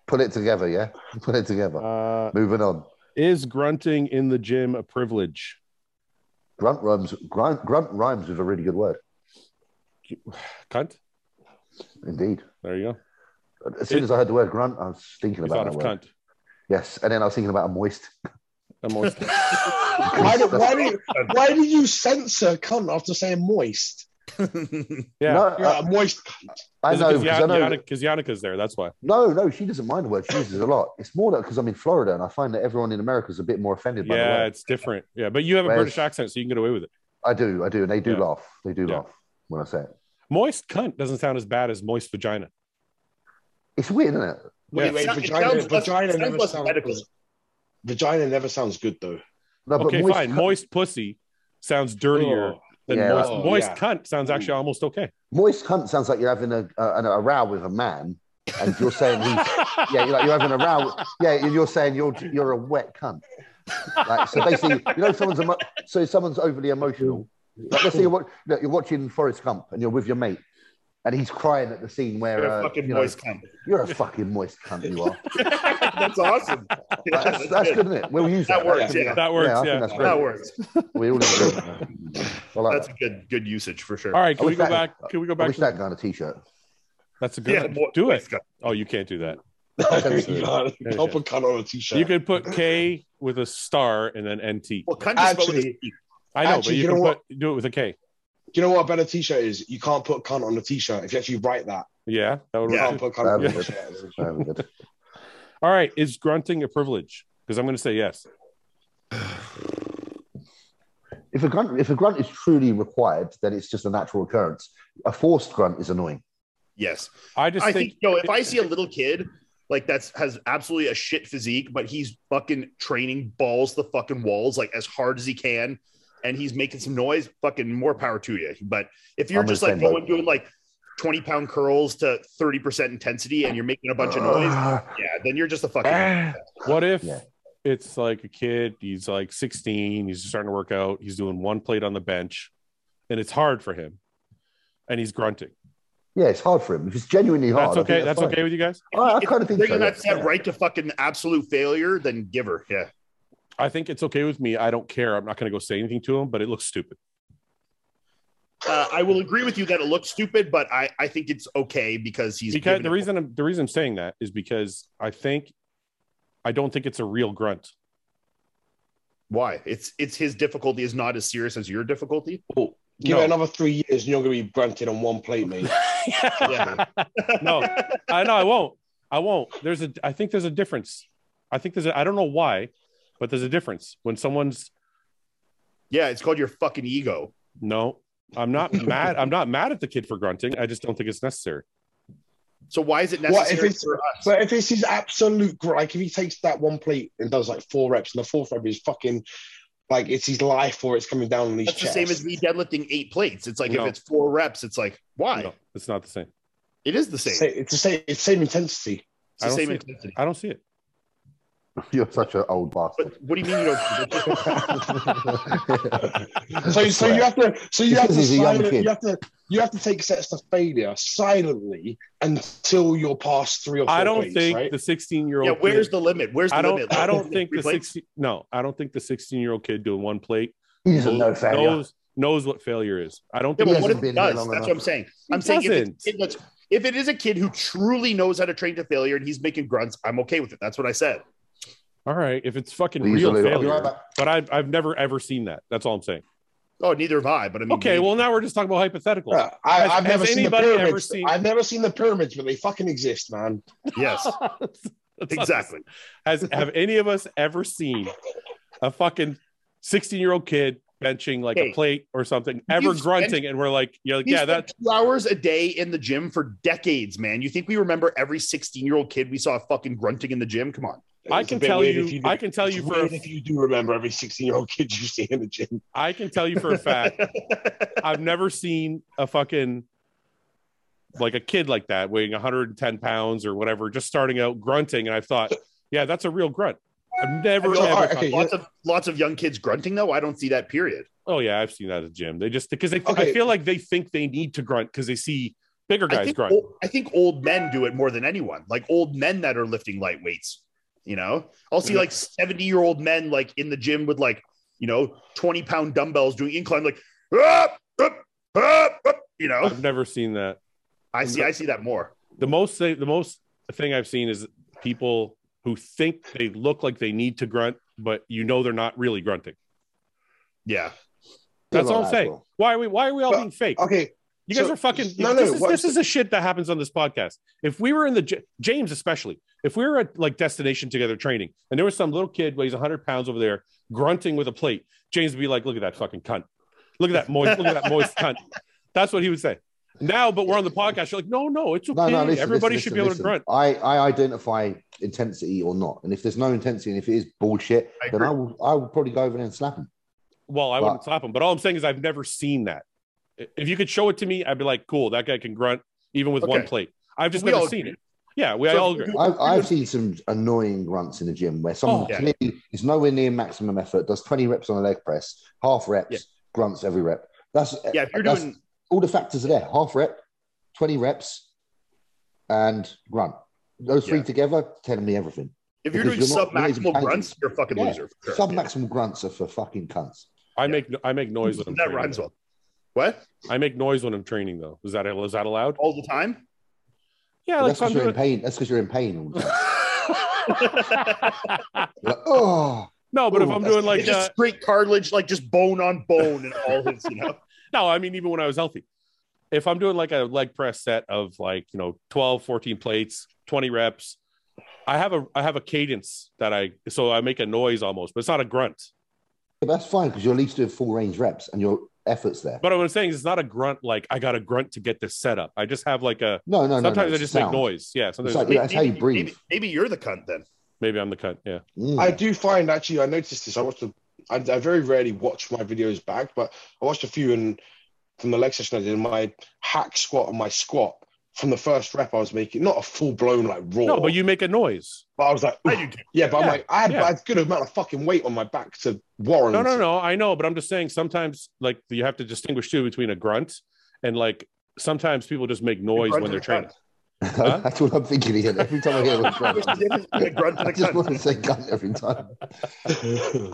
S2: pull it together. Yeah, pull it together.
S1: Uh,
S2: Moving on.
S1: is grunting in the gym a privilege?
S2: Grunt rhymes. Grunt, grunt rhymes with a really good word,
S1: Cunt.
S2: indeed.
S1: There you go.
S2: As soon as I heard the word grunt, I was thinking
S1: You
S2: about
S1: thought
S2: that
S1: of
S2: word.
S1: cunt.
S2: Yes, and then I was thinking about a moist.
S1: I'm always
S4: Why did, why, did, why did you censor cunt after saying moist?
S1: yeah.
S2: No,
S4: You're
S2: I-
S3: Uh,
S4: a moist.
S2: I
S1: Is it
S2: know
S1: 'cause
S2: because I
S1: Yan-
S2: know.
S1: Yannick- 'cause Yannicka's there. That's why.
S2: No, no, she doesn't mind the word. She uses it a lot. It's more because I'm in Florida and I find that everyone in America is a bit more offended by the
S1: Yeah,
S2: word.
S1: it's different. Yeah, but you have a
S2: Whereas-
S1: British accent, so you can get away with it.
S2: I do, I do, and they do
S1: Yeah.
S2: laugh. They do
S1: Yeah.
S2: laugh when I say it.
S1: Moist cunt doesn't sound as bad as moist vagina.
S2: It's weird, isn't it?
S1: Yeah.
S4: Wait, wait,
S3: Sounds- it
S4: vagina,
S3: sounds less-
S4: vagina
S3: sounds
S4: never
S3: less
S4: sounds
S3: medical.
S4: Vagina never sounds good though.
S2: No,
S1: okay,
S2: Uh, moist
S1: fine.
S2: cunt-
S1: moist pussy sounds dirtier
S4: Oh,
S1: than
S2: Yeah.
S1: moist.
S4: Oh,
S1: moist
S4: yeah.
S1: cunt sounds actually almost okay.
S2: Moist cunt sounds like you're having a, a, a row with a man, and you're saying he's yeah, you're, like, you're having a row. Yeah, you're saying you're you're a wet cunt. Like, so basically, you know, someone's emo- so someone's overly emotional. Like, let's say you're, wa- look, you're watching Forrest Gump and you're with your mate, and he's crying at the scene where
S3: You're
S2: uh,
S3: a fucking
S2: you know,
S3: moist cunt.
S2: You're a fucking moist cunt. You are.
S3: That's awesome. Yeah,
S2: Like, that's, that's
S3: good.
S2: good, isn't it? We'll use
S3: That
S2: that.
S3: works,
S2: could be-
S3: yeah.
S1: That works.
S2: I
S1: Yeah.
S2: think that's great.
S3: That works.
S2: We all agree. on that. I like
S3: That's a
S2: that.
S3: good good usage for sure.
S1: All right, can
S2: I
S1: we
S2: wish
S1: go
S2: that-
S1: back? Can we go
S2: I
S1: back?
S2: wish
S1: to-
S2: that guy on a t-shirt.
S1: That's a good.
S3: mo-
S1: do it.
S3: moist cunt.
S1: Oh, you can't do that.
S4: you can't you can't put cunt on a t-shirt.
S1: You could put K with a star and then NT.
S3: Well, cunt is spelled with a
S4: Actually-
S3: C.
S1: I know,
S4: actually,
S1: but you,
S4: you
S1: can
S4: know
S1: put, do it with a K.
S4: Do you know what a better t-shirt is? You can't put cunt on a t-shirt. If you actually write that,
S1: Yeah, that would
S4: you
S1: work.
S3: Yeah.
S4: can't put cunt on a
S2: Yeah.
S4: t-shirt.
S2: Very good.
S1: All right, is grunting a privilege? Because I'm going to say yes.
S2: If a grunt, if a grunt is truly required, then it's just a natural occurrence. A forced grunt is annoying.
S3: Yes.
S1: I just
S3: I
S1: think,
S3: think, yo, if I see a little kid like that's has absolutely a shit physique, but he's fucking training balls the fucking walls like as hard as he can, and he's making some noise, fucking more power to you. But if you're
S2: I'm
S3: just
S2: the
S3: like
S2: same boat.
S3: going doing like 20 pound curls to 30% intensity and you're making a bunch of noise,
S2: Ah,
S3: yeah, then you're just a fucking
S1: what if
S2: Yeah.
S1: it's like a kid, he's like 16, he's starting to work out, he's doing one plate on the bench, and it's hard for him, and he's grunting.
S2: Yeah, it's hard for him. If it's genuinely hard,
S1: That's
S2: I think
S1: okay. That's,
S2: fine.
S1: okay with you guys?
S2: I, I kind of think so.
S3: bringing that
S2: yeah.
S3: set right to fucking absolute failure, then give her. Yeah.
S1: I think it's okay with me. I don't care. I'm not going to go say anything to him, but it looks stupid.
S3: Uh, I will agree with you that it looks stupid, but I, I think it's okay because he's
S1: because
S3: giving
S1: the
S3: it-
S1: reason I'm, the reason I'm saying that is because I think I don't think it's a real grunt.
S3: why it's it's his difficulty is not as serious as your difficulty.
S4: Give
S1: No.
S4: it another three years, and you're going to be grunting on one plate, mate.
S3: Yeah.
S1: no, I know I won't. I won't. There's a. I think there's a difference. I think there's. A, I don't know why, but there's a difference when someone's.
S3: Yeah, it's called your fucking ego.
S1: No, I'm not mad. I'm not mad at the kid for grunting. I just don't think it's necessary.
S3: So why is it
S4: What if
S3: necessary
S4: it's-
S3: for us?
S4: But if this is absolute, gr- like if he takes that one plate and does like four reps, and the fourth rep is fucking like it's his life or it's coming down on his
S3: That's the
S4: chest.
S3: same as me deadlifting eight plates. It's like
S1: No.
S3: if it's four reps, it's like why?
S1: No, it's not the same.
S3: It is the same.
S4: It's the same- It's the same. It's the same intensity.
S3: It's the
S1: I don't
S3: same
S1: see it.
S3: intensity.
S1: I don't see it.
S2: You're such an old bastard.
S3: But what do you mean you don't?
S4: So, so you have to, so you
S2: Because
S4: have to,
S2: he's a young
S4: silent,
S2: kid.
S4: you have to, you have to take sets to failure silently until you're past three or four.
S1: I don't
S4: plates,
S1: think
S4: right?
S1: the 16 year
S3: yeah,
S1: old.
S3: where's the limit? Where's the
S1: I
S3: limit?
S1: don't. I don't
S3: Three
S1: think the
S3: plates?
S1: 16. No, I don't think the 16 year old kid doing one plate
S2: he doesn't know
S1: knows-
S2: failure.
S1: knows knows what failure is. I don't
S3: Yeah,
S1: think.
S2: He
S3: but
S1: it's-
S3: what
S2: hasn't
S3: if
S2: been
S3: it
S2: here
S3: does? That's
S2: long enough.
S3: what I'm saying. I'm
S1: He
S3: saying if
S1: doesn't.
S3: it's, a kid that's, if it is a kid who truly knows how to train to failure and he's making grunts, I'm okay with it. That's what I said.
S1: all right, if it's fucking
S2: These
S1: real
S2: are the- I'll be
S1: failure,
S2: right back.
S1: but I've I've never ever seen that. That's all I'm saying.
S3: Oh, neither have I. But I mean,
S1: Okay, well now we're just talking about hypothetical.
S4: Yeah, I,
S1: Has-
S4: I've
S1: has
S4: never seen the
S1: anybody ever
S4: pyramids.
S1: seen-
S4: I've never seen the pyramids, but they fucking exist, man.
S3: yes, exactly.
S1: Has have any of us ever seen a fucking sixteen-year-old kid benching like
S3: Hey,
S1: a plate or something, ever
S3: you've
S1: grunting, and we're like, you're like,
S3: We
S1: yeah,
S3: spent
S1: that
S3: two hours a day in the gym for decades, man. You think we remember every 16 year old kid we saw fucking grunting in the gym? Come on.
S1: I
S4: It's a
S1: can
S4: bit
S1: tell
S4: weird
S1: you-
S4: if
S1: I can tell
S4: it's
S1: you for a
S4: weird
S1: f-
S4: if you do remember every sixteen-year-old kid you see in the gym.
S1: I can tell you for a fact, I've never seen a fucking like a kid like that weighing 110 pounds or whatever, just starting out grunting, and I thought, yeah, that's a real grunt. I've never,
S3: So,
S1: ever
S4: all right,
S1: thought-
S4: okay.
S3: lots of lots of young kids grunting though. I don't see that period.
S1: Oh yeah, I've seen that at the gym. They just because they I
S4: Okay.
S1: feel like they think they need to grunt because they see bigger
S3: I
S1: guys
S3: think,
S1: grunt.
S3: old, I think old men do it more than anyone. Like old men that are lifting light weights. You know, I'll see like 70 year old men like in the gym with like you know 20 pound dumbbells doing incline like up up up up. You know,
S1: I've never seen that.
S3: I see I see that more.
S1: The most thing, the most thing I've seen is people who think they look like they need to grunt, but you know they're not really grunting.
S3: Yeah,
S1: That's
S2: Still
S1: all I'm
S2: not that
S1: saying.
S2: well.
S1: Why are we? Why are we all
S4: Well,
S1: being fake?
S4: Okay,
S1: You guys
S4: so-
S1: are fucking.
S4: no, no,
S1: this, is,
S4: what-
S1: this is the shit that happens on this podcast. If we were in the J- James, especially if we were at like destination together training, and there was some little kid weighs 100 pounds over there grunting with a plate, James would be like, "Look at that fucking cunt! Look at that moist! look at that moist cunt!" That's what he would say. Now, but we're on the podcast. You're like, "No, no, it's okay.
S2: No, no, listen,
S1: Everybody
S2: listen,
S1: should be able
S2: listen,
S1: to grunt."
S2: listen. I, I identify intensity or not. And if there's no intensity and if it is bullshit,
S3: I
S2: then I will I will probably go over there and slap him.
S1: Well, I
S2: Well-
S1: wouldn't slap him, but all I'm saying is I've never seen that. If you could show it to me, I'd be like, "Cool, that guy can grunt even with one
S3: Okay.
S1: plate." I've just
S3: We
S1: never
S3: all
S1: seen
S3: agree.
S1: it. Yeah, we
S3: So
S1: all
S3: if
S1: agree.
S3: you-
S2: I've, I've seen some annoying grunts in the gym where someone
S1: Oh, yeah.
S2: clearly is nowhere near maximum effort, does 20 reps on a leg press, half reps,
S3: Yeah.
S2: grunts every rep. That's
S3: yeah. If you're
S2: that's-
S3: doing
S2: all the factors are there. Half rep, 20 reps, and grunt. Those three
S3: Yeah.
S2: together tell me everything.
S3: if you're doing
S2: because you're
S3: sub
S2: not- you're not even
S3: maximal
S2: paying.
S3: grunts, you're a fucking
S2: Yeah,
S3: loser. for sure.
S2: Submaximal grunts are for fucking cunts.
S1: I make I make noise when I'm
S3: that
S1: training.
S3: rhymes well. What
S1: I make noise when I'm training, though. Is that is that allowed?
S3: all the time?
S1: Yeah,
S2: But
S1: like
S2: that's
S1: if I'm
S2: because you're in
S1: doing.
S2: pain. That's because you're in pain all the time. You're like, oh,
S1: no, but if I'm doing like
S3: It's just
S1: uh,
S3: straight cartilage, like just bone on bone, and all his, you know.
S1: no, I mean even when I was healthy, if I'm doing like a leg press set of like you know 12, 14 plates, twenty reps, I have a I have a cadence that I so I make a noise almost, but it's not a grunt.
S2: Yeah, that's fine because you're at least doing full range reps and your efforts there.
S1: But what I'm saying is it's not a grunt like I got a grunt to get this set up. I just have like a
S2: no, no, no.
S1: sometimes
S2: no,
S1: I
S2: it's
S1: just
S2: sound.
S1: make noise. Yeah,
S2: It's
S1: sometimes
S2: like, yeah, that's how you
S3: Maybe-
S2: breathe.
S3: Maybe, maybe you're the cunt then.
S1: maybe I'm the cunt. Yeah,
S2: Mm.
S4: I do find actually, I noticed this. I watched, a, I, I very rarely watch my videos back, but I watched a few and from the leg session I did my hack squat and my squat from the first rep I was making, not a full blown like raw,
S1: no, but you make a noise.
S4: but I was like,
S3: I
S4: "Ooh."
S3: do too.
S4: yeah, but
S1: Yeah,
S4: I'm like, I had,
S1: yeah.
S4: I had a good amount of fucking weight on my back to warrant.
S1: No, no, no. I know, but I'm just saying sometimes like you have to distinguish too between a grunt and like sometimes people just make noise
S3: grunt
S1: when
S3: and
S1: they're
S3: a
S1: training. Huh?
S2: that's what I'm thinking here. Every time I hear the
S3: What's the
S2: grunt,
S3: difference between a grunt and
S2: I
S3: a
S2: just want
S3: cunt?
S2: to say cunt every time.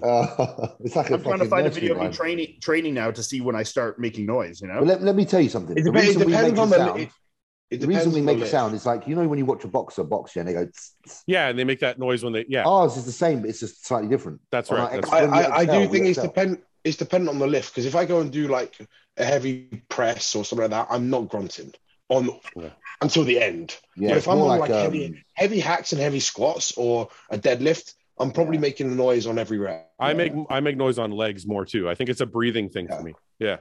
S2: Uh, it's like a
S3: I'm trying to
S2: fucking
S3: find a
S2: nursery
S3: video of me
S2: rhyme.
S3: training training now to see when I start making noise. You
S2: But
S3: know,
S2: let, let me tell you something.
S4: It,
S2: the
S4: dep- it
S2: reason we make
S4: depends
S2: a
S4: on the.
S2: sound, the reason we make a sound
S4: It, it depends on the lift.
S2: is like you know when you watch a boxer box yeah, and they go. tss, tss.
S1: Yeah, and they make that noise when they yeah.
S2: Ours is the same, but it's just slightly different.
S1: that's
S2: on
S1: right.
S2: our
S1: That's right.
S2: ex- when
S4: Oh, I,
S2: we
S4: I, I
S2: excel,
S4: do
S2: we
S4: think it's
S2: excel.
S4: depend it's dependent on the lift because if I go and do like a heavy press or something like that, I'm not grunting on
S1: Yeah.
S4: until the end.
S2: Yeah,
S4: But
S2: it's
S4: if I'm
S2: more
S4: on
S2: like, um,
S4: like, heavy, heavy hacks and heavy squats or a deadlift, I'm probably making a noise on every rep.
S1: I make I make noise on legs more too. I think it's a breathing thing for
S4: Yeah.
S1: me. Yeah,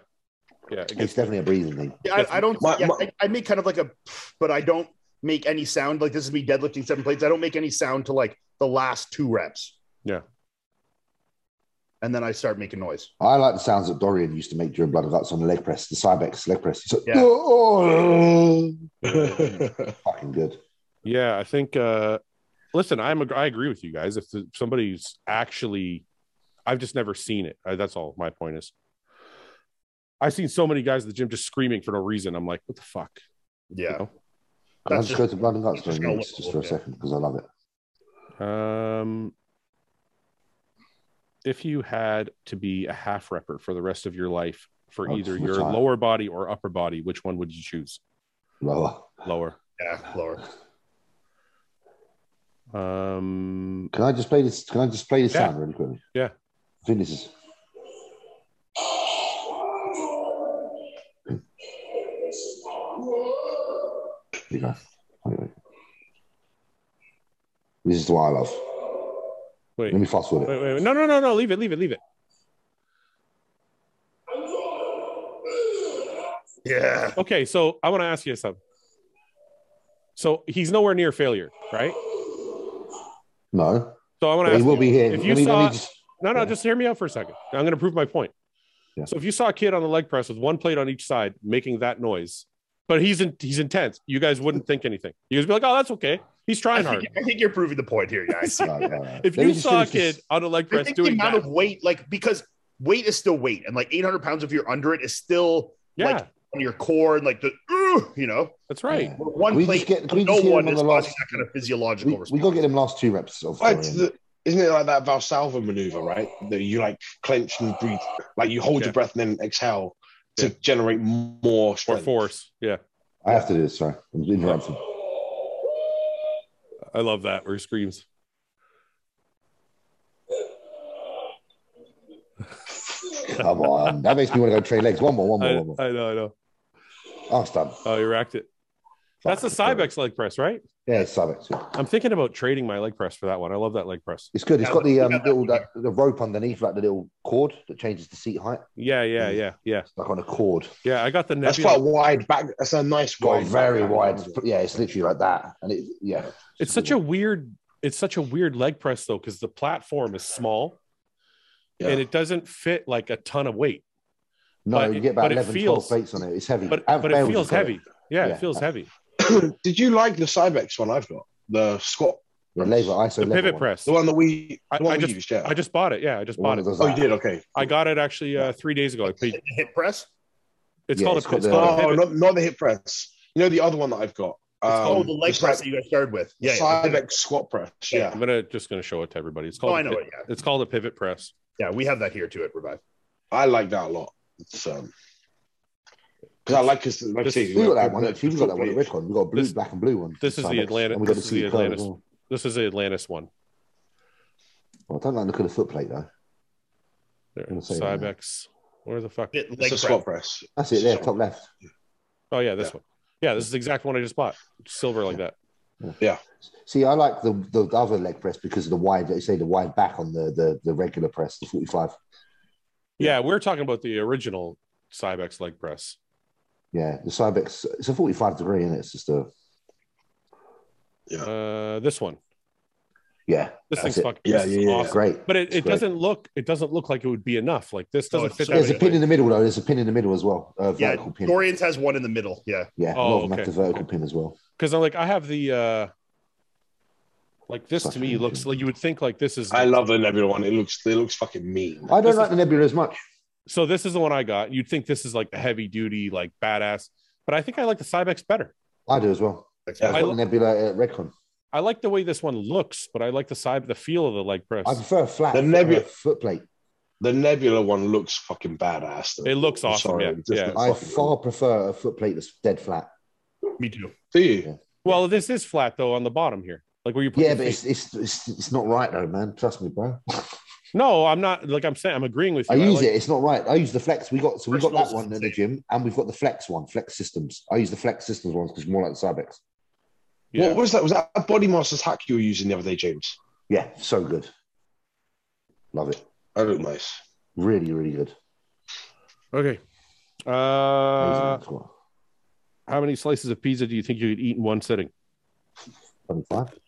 S1: yeah. it
S2: it's
S1: gets-
S2: definitely a breathing thing.
S3: Yeah, I, I don't.
S4: My-
S3: yeah,
S4: my-
S3: I, I make kind of like a, but I don't make any sound. Like this is me deadlifting seven plates. I don't make any sound to like the last two reps.
S1: Yeah.
S3: and then I start making noise.
S2: I like the sounds that Dorian used to make during Blood and Guts on the leg press, the Cybex leg press. It's like,
S3: Yeah.
S2: "Oh,
S4: yeah,
S2: oh," fucking good.
S1: yeah, I think. uh Listen, I'm a, I agree with you guys. If the, somebody's actually, I've just never seen it. Uh, that's all my point is. I've seen so many guys at the gym just screaming for no reason. I'm like, what the fuck?
S3: Yeah,
S1: You
S2: Can I
S3: That's
S2: just go to Blood and Guts
S3: just
S2: during
S3: gonna
S2: this
S3: look
S2: just for a
S3: at it.
S2: second because I love it.
S1: Um, if you had to be a half repper for the rest of your life for
S2: Oh,
S1: either
S2: which
S1: your
S2: I-
S1: lower body or upper body, which one would you choose?
S2: Lower.
S1: Lower.
S3: yeah, lower.
S1: Um,
S2: Can I just play this? Can I just play this
S1: Yeah.
S2: sound really quickly?
S1: Yeah.
S2: I think this is. There you go. Anyway. This is what I love.
S1: Wait,
S2: Let me fast with it.
S1: wait, wait, wait. No, no, no, no. Leave it, leave it, leave it.
S3: Yeah.
S1: Okay, so I want to ask you something. So he's nowhere near failure, right?
S2: No,
S1: So I want to
S2: but he
S1: ask
S2: will
S1: you.
S2: be here.
S1: if you
S2: Let me- let me
S1: saw-
S2: just-
S1: No, no,
S2: Yeah.
S1: just hear me out for a second. I'm going to prove my point.
S2: Yeah.
S1: So if you saw a kid on the leg press with one plate on each side making that noise, but he's in, he's intense, you guys wouldn't think anything. You guys be like, "Oh, that's okay. He's
S3: I
S1: trying hard."
S3: think, I think you're proving the point here, guys.
S2: No, no, no.
S1: If
S2: Let me
S1: you
S2: just
S1: saw a
S2: finish this.
S1: kid on a leg
S3: I
S1: press
S3: think the
S1: doing
S3: amount
S1: that,
S3: of weight, like because weight is still weight, and like 800 pounds if you're under it is still
S1: yeah,
S3: like on your core and like the "Ugh," you know
S1: that's right.
S2: Yeah.
S3: one
S2: Can we
S3: plate.
S2: just get- can we
S3: no
S2: just get
S3: one
S2: him on
S3: is
S2: the
S3: causing
S2: last-
S3: that kind of physiological
S2: We, we
S3: response.
S2: got to get him last two reps of
S4: Right,
S2: Florian.
S4: the- isn't it like that Valsalva maneuver, right? That you like clench and breathe, like you hold
S1: Yeah.
S4: your breath and then exhale to
S1: Yeah.
S4: generate more
S1: Or
S4: strength.
S1: force. Yeah,
S2: I have to do this. Sorry, I'm interrupted.
S1: I love that where he screams.
S2: Come on, that makes me want to go train legs. One more, one
S1: I,
S2: more, one more.
S1: I know, I know.
S2: Oh, it's done.
S1: Oh, you racked it. That's the
S2: Fuck.
S1: Cybex leg press, right?
S2: Yeah, it's Cybex. yeah.
S1: I'm thinking about trading my leg press for that one. I love that leg press.
S2: It's good. It's
S3: Yeah,
S2: got the
S3: we
S2: um,
S3: got that
S2: little that, the rope underneath, like the little cord that changes the seat height,
S1: Yeah, yeah, yeah, yeah,
S2: It's like on a cord.
S1: yeah. I got the
S4: That's
S1: nebula.
S4: quite a wide back. That's a nice
S2: Got a
S4: wide,
S2: very
S4: back.
S2: wide. Yeah, it's literally like that, and it yeah.
S1: It's such a weird. It's such a weird leg press though, because the platform is small,
S4: Yeah.
S1: and it doesn't fit like a ton of weight.
S2: no.
S1: but
S2: you
S1: it-
S2: get
S1: but
S2: about
S1: it
S2: 11,
S1: feels-
S2: 12 plates on it. It's heavy,
S1: But
S2: And
S1: but it
S2: bales
S1: feels
S2: as well.
S1: heavy. Yeah,
S2: Yeah.
S1: it feels heavy.
S4: Did you like the Cybex one I've got? The squat,
S2: The lever, ISO
S1: The
S2: lever
S1: pivot
S2: one.
S1: press.
S4: the one that we,
S1: I-
S4: the one
S1: I
S4: we
S1: just-
S4: used, yeah.
S1: I just bought it. Yeah, I just
S2: The one
S1: bought it.
S2: that does
S4: oh, you
S2: that.
S4: did? Okay.
S1: I got it actually uh, three days ago. I paid,
S3: hip press.
S1: it's
S2: Yeah,
S1: called
S2: it's
S1: a.
S2: got
S1: It's
S2: the-
S1: called a
S4: Oh,
S1: pivot.
S4: not, not the hip press. You know the other one that I've got. Um,
S3: oh, the leg
S4: it's like
S3: press that you guys started with. Yeah, yeah.
S4: Cybex squat press.
S3: Yeah.
S4: Yeah.
S1: I'm gonna just gonna show it to everybody. It's
S3: Oh,
S1: called.
S3: I
S1: a
S3: know
S1: pivot-
S3: it. Yeah,
S1: It's called a pivot press.
S3: yeah, we have that here too at Revive.
S4: I like that a lot. It's um, because I like because like I
S1: This-
S4: say,
S2: We got that one.
S4: the-
S2: Actually, we
S4: the
S2: got that one at
S4: football-
S2: Redcon. We got a blue,
S1: This-
S2: black, and blue one.
S1: this is the
S2: Cybex.
S1: Atlantis-
S2: And we got
S1: this is
S2: the
S1: the
S2: seat curve as
S1: Atlantis.
S2: well.
S1: This is the Atlantis one.
S2: Well, I don't like the look of the footplate though.
S1: There,
S2: I'm gonna say it now.
S1: Cybex. Where the fuck?
S3: Leg
S4: It's a
S3: press.
S4: squat press.
S2: That's it there, top left.
S1: Oh yeah, this
S4: Yeah.
S1: one. Yeah, this is the exact one I just bought. Silver like that.
S2: See, I like the, the other leg press because of the wide, they say the wide back on the, the, the regular press, the 45.
S1: Yeah, we are talking about the original Cybex leg press.
S2: Yeah, the Cybex, it's a 45 degree and it's just a,
S1: Uh, this one.
S2: yeah,
S1: This
S2: That's
S1: thing's
S2: it.
S1: fucking
S4: Yeah,
S1: this is
S4: yeah, yeah.
S1: awesome.
S2: great.
S1: But it,
S2: It's
S1: it
S2: great.
S1: doesn't look it doesn't look like it would be enough. Like this
S3: No,
S1: doesn't
S3: it's
S1: fit
S3: so
S1: that.
S2: There's a
S1: many
S2: pin in
S1: plates.
S2: the middle though. There's a pin in the middle as well, a
S3: Yeah,
S2: vertical pin.
S3: Dorian's has one in the middle. Yeah,
S2: Yeah, a
S1: Oh,
S2: lot of them have
S1: okay,
S2: the vertical
S1: okay.
S2: pin as well.
S1: Because I'm like I have the uh like this to me looks like you would think like this is
S4: I love the Nebula one. It looks it looks fucking mean.
S2: I don't
S1: This
S2: like
S1: is-
S2: the Nebula as much.
S1: so this is the one I got. You'd think this is like the heavy duty like badass, but I think I like the Cybex better.
S2: I do as well.
S4: Yeah.
S2: I've
S1: I
S2: got
S1: lo-
S2: the Nebula at Redcon.
S1: I like the way this one looks, but I like the side, the feel of the leg press.
S2: I prefer flat
S4: The Nebula-
S2: footplate.
S4: The Nebula one looks fucking badass. though.
S1: It looks
S4: I'm
S1: awesome,
S4: sorry,
S1: yeah,
S4: it just
S1: yeah.
S4: looks
S2: I
S4: fucking-
S2: far prefer a footplate that's dead flat.
S3: me too.
S4: Do you?
S1: well, this is flat though on the bottom here, like where you put.
S2: Yeah,
S1: your
S2: but
S1: feet.
S2: it's, it's it's it's not right though, man. Trust me, bro.
S1: no, I'm not. Like I'm saying, I'm agreeing with you.
S2: I use
S1: like-
S2: it. It's not right. I use the flex. We got so we got
S3: Personal
S2: that one in the
S3: assistant.
S2: gym, and we've got the flex one, flex systems. I use the flex systems ones because more like the Cybex.
S1: Yeah.
S4: What was that? Was that a Body Masters hack you were using the other day, James?
S2: Yeah, so good. Love it.
S4: That looked nice.
S2: Really, really good.
S1: Okay. Uh, how many slices of pizza do you think you could eat in one sitting?
S2: 25,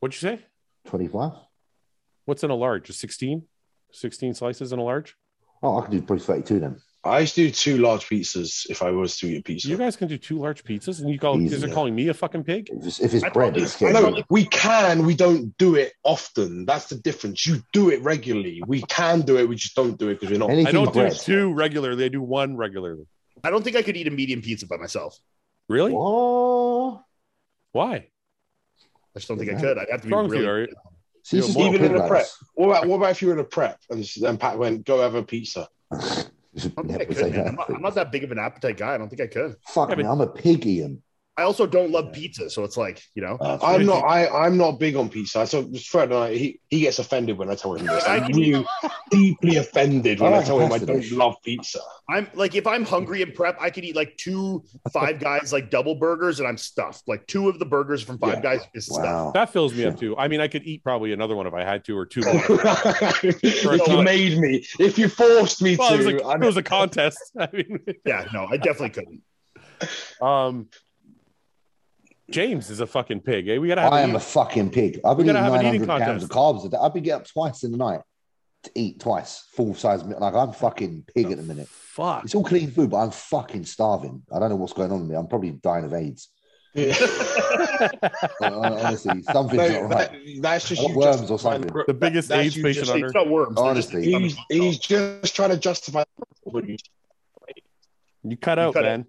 S1: What'd you say?
S2: 25.
S1: What's in a large? A 16? 16 slices in a large?
S2: Oh, I could do probably 32 then.
S4: I used to do two large pizzas if I was to eat a pizza.
S1: You guys can do two large pizzas, and you call
S2: Easy,
S1: is it
S4: yeah.
S1: calling me a fucking pig?
S2: If it's, if it's
S3: I
S2: bread,
S3: probably-
S2: it's
S4: I
S2: scary.
S4: know we can, we don't do it often. That's the difference. You do it regularly. We can do it, we just don't do it because we're not.
S1: I
S2: Anything
S1: don't do
S2: bread.
S1: two regularly. I do one regularly.
S3: I don't think I could eat a medium pizza by myself.
S1: Really?
S2: What?
S1: Why?
S3: I just don't think I could. I'd have to be
S1: What's wrong with
S3: really.
S1: you? Are you-
S2: See,
S1: Yeah,
S2: it's just
S1: more
S2: not
S4: even in
S2: good
S4: a
S2: like
S4: prep.
S2: this.
S4: What about, what about if you were in a prep and, s- and Pat went, go have a pizza?
S2: You should
S3: I don't
S2: never
S3: think I
S2: say
S3: could, man.
S2: that.
S3: I'm, not, I'm not that big of an appetite guy. I don't think I could.
S2: Fuck
S1: Yeah, but-
S2: me, I'm a pig, Ian.
S3: I also don't love pizza, so it's like you know.
S1: Uh,
S4: I'm not. I, I'm not big on pizza. So Fred and I, he, he gets offended when I tell him this. I'm really deeply offended when I,
S2: I like
S4: tell him I
S2: pasta dish.
S4: don't love pizza.
S3: I'm like if I'm hungry and prep, I could eat like two Five Guys like double burgers, and I'm stuffed. Like two of the burgers from Five
S4: Yeah.
S3: Guys is stuffed.
S2: Wow.
S1: That fills me up too. I mean, I could eat probably another one if I had to, or two. more.
S4: if you made me, if you forced me
S1: well, it
S4: to,
S1: was, like,
S4: I'm-
S1: it was a contest. I mean,
S3: Yeah, no, I definitely couldn't.
S1: um, James is a fucking pig. Eh? We gotta have.
S2: I
S1: a
S2: am a
S1: meeting.
S2: fucking pig. I've been
S1: We
S2: eating
S1: gotta have an eating
S2: 900 grams of
S1: contest.
S2: carbs a day. I've been getting up twice in the night to eat twice, full size. meal. Like I'm fucking pig at the minute.
S1: Fuck.
S2: It's all clean food, but I'm fucking starving. I don't know what's going on with me. I'm probably dying of AIDS. Hon- Honestly, something's
S4: No,
S2: not right.
S4: that- that's just
S2: Or
S4: you
S2: worms
S4: just-
S2: or something.
S1: The biggest
S4: that's
S1: AIDS
S4: you
S1: patient
S4: just-
S1: on earth.
S3: It's not worms. they're just-
S2: Honestly,
S4: He's, he's just trying to justify.
S1: You cut
S3: You
S1: out,
S3: cut
S1: man.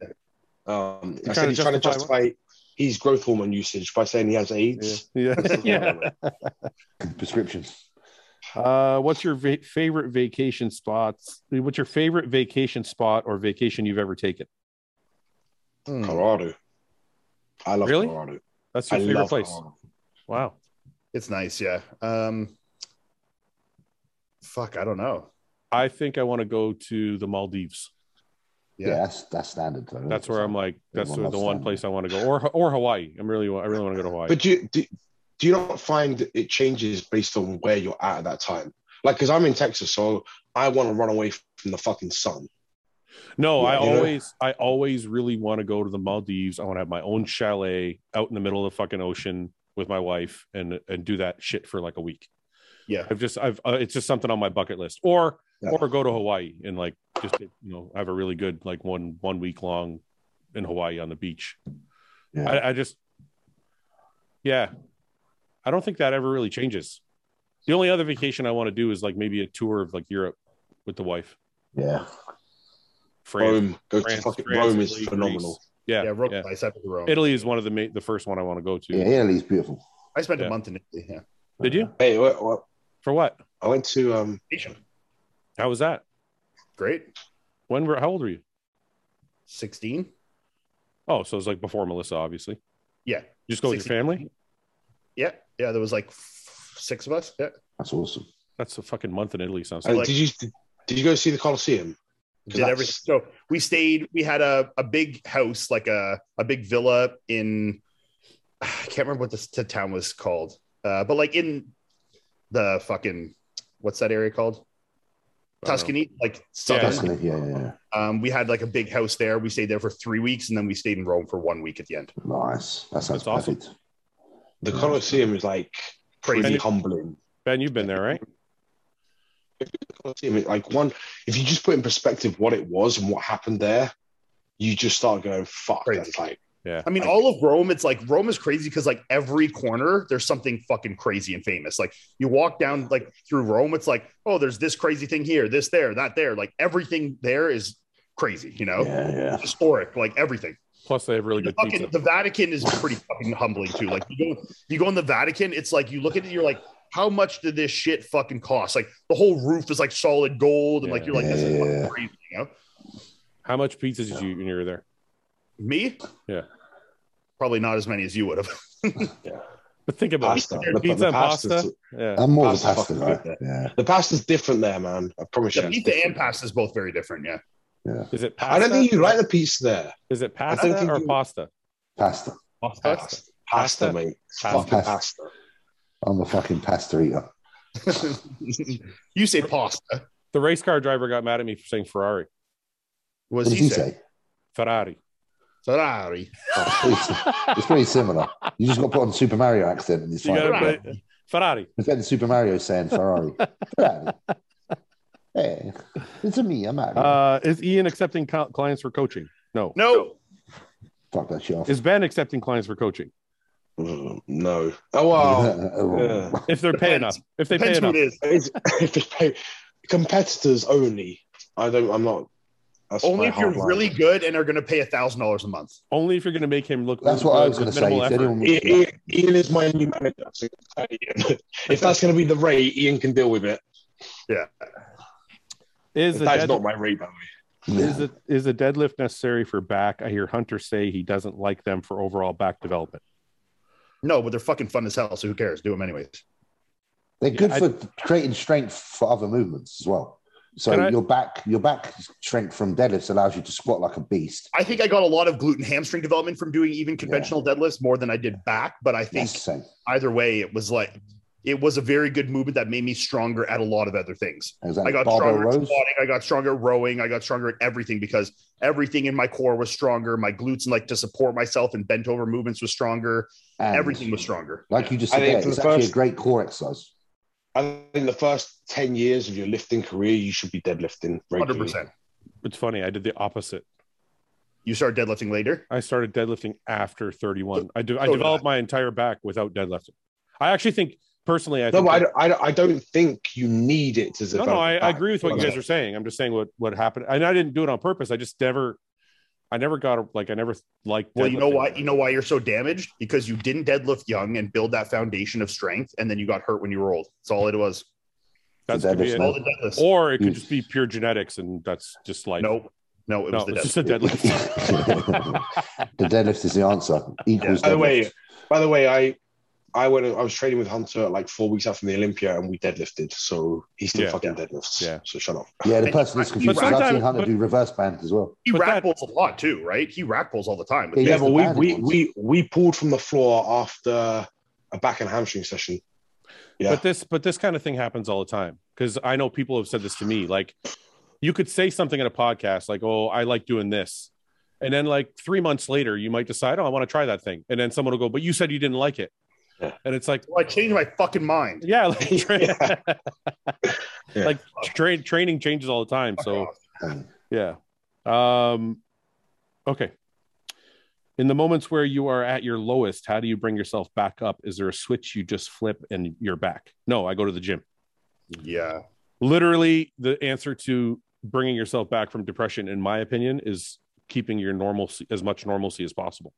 S4: Um, I
S1: You're
S4: said
S1: trying to
S4: he's trying to
S1: justify
S4: justify his growth hormone usage by saying he has AIDS.
S1: Yeah. yeah.
S2: prescriptions.
S1: Uh, what's your va- favorite vacation spots? What's your favorite vacation spot or vacation you've ever taken?
S4: Hmm. Colorado. I love
S1: Hmm. Really?
S4: Colorado.
S1: That's
S4: I
S1: your favorite
S4: love
S1: place.
S4: Colorado.
S1: Wow.
S3: It's nice, yeah. Um, fuck, I don't know.
S1: I think I want to go to the Maldives.
S2: Yeah,
S3: Yeah.
S2: that's that's standard. though.
S1: That's where I'm like, that's
S2: Everyone
S1: the
S2: loves
S1: one
S2: that.
S1: place I want to go, or or Hawaii. I'm really, I really want to go to Hawaii.
S4: But do you, do, do you not find that it changes based on where you're at at that time? Like, because I'm in Texas, so I want to run away from the fucking sun.
S1: No, I
S4: Yeah, you know?
S1: always, I always really want to go to the Maldives. I want to have my own chalet out in the middle of the fucking ocean with my wife and and do that shit for like a week.
S3: Yeah.
S1: I've just, I've, uh, it's just something on my bucket list. Or
S4: Yeah.
S1: or go to Hawaii and like just you know have a really good like one one week long in Hawaii on the beach.
S2: Yeah.
S1: I, I just, yeah, I don't think that ever really changes. The only other vacation I want to do is like maybe a tour of like Europe with the wife.
S2: Yeah.
S1: France,
S4: Rome, go
S1: France,
S4: to fucking
S1: France,
S4: Rome is
S1: Italy,
S4: phenomenal.
S1: Greece. Yeah,
S3: Yeah,
S1: yeah,
S3: real nice. I, Rome.
S1: Italy is one of the ma- the first one I want to go to.
S2: Yeah, Italy's beautiful.
S3: I spent
S1: Yeah.
S3: a month in Italy. Yeah.
S1: Did you?
S4: Hey, what, what,
S1: For what?
S4: I went to um,
S1: How was that?
S3: Great.
S1: When were? How old were you?
S3: 16?
S1: Oh, so it was like before Melissa, obviously.
S3: Yeah.
S1: You just go with your
S3: 16.
S1: family.
S3: Yeah. Yeah. There was like f- six of us. Yeah.
S2: That's awesome.
S1: That's a fucking month in Italy. Sounds
S4: uh,
S1: like.
S3: like-
S4: did you did you go see the Colosseum?
S3: Did everything. So we stayed, we had a, a big house, like a, a big villa in, I can't remember what this t- town was called, uh, but like in the fucking, what's that area called?
S1: I don't know.
S3: Tuscany, like southern.
S2: Tuscany. Yeah, yeah, yeah.
S3: Um, we had like a big house there. We stayed there for three weeks, and then we stayed in Rome for one week at the end.
S2: Nice. That sounds
S1: That's awesome.
S2: perfect.
S4: The Colosseum is like pretty
S1: Crazy.
S4: humbling.
S1: Ben, you've been there, right?
S4: Colosseum, it- like one, if you just put in perspective what it was and what happened there, you just start going, "Fuck!"
S3: Crazy.
S4: That's like
S3: I mean, all of Rome. It's like Rome is crazy because like every corner, there's something fucking crazy and famous. Like you walk down like through Rome, it's like oh, there's this crazy thing here, this there, that there. Like everything there is crazy. You know,
S2: Yeah, yeah.
S3: historic. Like everything.
S1: Plus, they have really
S3: The,
S1: good
S3: fucking,
S1: pizza.
S3: the Vatican is pretty fucking humbling too. Like you go, you go in the Vatican, it's like you look at it, you're like, how much did this shit fucking cost? Like the whole roof is like solid gold, and like you're like, this is
S2: Yeah.
S3: fucking crazy. You know.
S1: How much pizza did you eat when you were there?
S3: Me?
S1: Yeah.
S3: Probably not as many as you would have.
S1: But think about it.
S4: pasta.
S1: Pizza and
S4: pasta's-
S1: pasta. Yeah.
S2: I'm more of
S4: That's
S2: a pasta
S4: fucking
S2: guy.
S4: good.
S2: Yeah.
S4: The pasta's different there, man. I promise you.
S3: The
S4: it's
S3: pizza
S4: different.
S3: and pasta is both very different. Yeah.
S1: Is it pasta?
S4: I don't think you like the pizza there.
S1: Is it
S4: don't
S1: pasta
S4: think
S1: or
S4: you-
S1: pasta?
S2: Pasta.
S1: Pasta.
S4: Pasta, pasta mate. It's Fucking
S2: Pasta.
S4: pasta.
S2: I'm a fucking pasta eater.
S3: you say pasta.
S1: The race car driver got mad at me for saying Ferrari.
S3: Was
S2: What did
S3: he
S2: you
S3: say?
S2: say?
S1: Ferrari.
S3: Ferrari.
S2: Oh, it's, pretty, si- it's pretty similar. You just got put on Super Mario accent and it's
S1: You
S2: fine.
S1: gotta
S3: Ferrari.
S1: play- Ferrari.
S2: It's like the Super Mario saying Ferrari. Ferrari. Hey, it's a me. I'm out.
S1: Uh, is Ian accepting co- clients for coaching? No.
S3: No.
S2: Fuck that shit off.
S1: Is Ben accepting clients for coaching?
S4: Mm, No. Oh well. yeah.
S1: If they're paying up.
S3: Depends.
S1: If they pay
S3: Depends who
S1: enough.
S3: it is.
S4: It's- if it's pay- competitors only. I don't. I'm not. That's my
S3: Only if you're
S4: hard line.
S3: really good and are going to pay a thousand dollars a month.
S1: Only if you're going to make him look.
S2: That's what I was going to say. If anyone,
S4: I- I- Ian is my new manager. so Ian. if that's going to be the rate, Ian can deal with it.
S1: Is the
S4: That's
S1: dead-
S4: not my rate, by the way.
S1: Is a, is a deadlift necessary for back? I hear Hunter say he doesn't like them for overall back development.
S3: No, but they're fucking fun as hell. So who cares? Do them anyways.
S2: They're good
S1: Yeah, I-
S2: for creating strength for other movements as well. So
S1: Can I-
S2: your back, your back strength from deadlifts allows you to squat like a beast.
S3: I think I got a lot of gluten hamstring development from doing even conventional deadlifts more than I did back. But I think
S2: That's the same.
S3: either way, it was like it was a very good movement that made me stronger at a lot of other things.
S2: Exactly.
S3: I got
S2: Barbell
S3: stronger at
S2: rows.
S3: squatting. I got stronger at rowing. I got stronger at everything because everything in my core was stronger. My glutes and like to support myself and bent over movements was stronger.
S2: and
S3: everything was stronger.
S2: Like you just
S4: I
S2: said,
S4: think
S2: there,
S4: for
S2: it's
S4: the
S2: actually a
S4: first-
S2: great core exercise.
S4: I think the first 10 years of your lifting career, you should be deadlifting
S3: Hundred
S4: regularly.
S3: percent.
S1: It's funny. I did the opposite.
S3: You start deadlifting later.
S1: I started deadlifting after 31. I, de- I
S3: so did
S1: developed my entire back without deadlifting. I actually think personally, I
S4: No,
S1: think
S4: but I don't, I, don't, I don't think you need it to
S1: no,
S4: develop.
S1: no, I,
S4: a
S1: I
S4: back.
S1: agree with what you guys are saying. I'm just saying what what happened, and I didn't do it on purpose. I just never, I never got a, like I never liked.
S3: Well, you know
S1: deadlifting.
S3: why? You know why you're so damaged because you didn't deadlift young and build that foundation of strength, and then you got hurt when you were old. That's all it was.
S1: That's
S2: The
S1: could be
S2: deadlift,
S1: it.
S3: All the deadlifts.
S1: or it could
S2: Mm.
S1: just be pure genetics, and that's just like
S3: no, no, it
S1: no,
S3: was the
S1: it's
S3: deadlift.
S1: just a deadlift.
S2: the deadlift is the answer. Equals
S4: By the
S2: deadlift.
S4: way, by the way, I I went. I was training with Hunter like four weeks out from the Olympia, and we deadlifted. So he still
S1: Yeah.
S4: fucking deadlifts.
S1: Yeah.
S4: So shut up.
S2: yeah, the
S3: and-
S2: person is confused. 'cause I've
S1: sometimes-
S2: seen Hunter
S1: but-
S2: do reverse bands as well.
S3: he
S1: But that-
S3: rack pulls a lot too, right? He rack pulls all the time.
S2: Yeah,
S4: Yeah,
S2: the
S4: but we
S2: bad
S4: we,
S2: ones.
S4: we we pulled from the floor after a back and hamstring session. Yeah.
S1: But this, but this kind of thing happens all the time because I know people have said this to me. Like, you could say something in a podcast, like, "Oh, I like doing this," and then like three months later, you might decide, "Oh, I want to try that thing," and then someone will go, "But you said you didn't like it,"
S4: Yeah.
S1: and it's like,
S3: Well, I changed my fucking mind.
S1: yeah, like,
S4: Yeah. Yeah.
S1: like tra- training changes all the time.
S3: Fuck
S1: So.
S3: off.
S1: Yeah. Um, okay. In the moments where you are at your lowest, how do you bring yourself back up? Is there a switch you just flip and you're back? No, I go to the gym.
S3: yeah,
S1: Literally, the answer to bringing yourself back from depression, in my opinion, is keeping your normalcy as much normalcy as possible.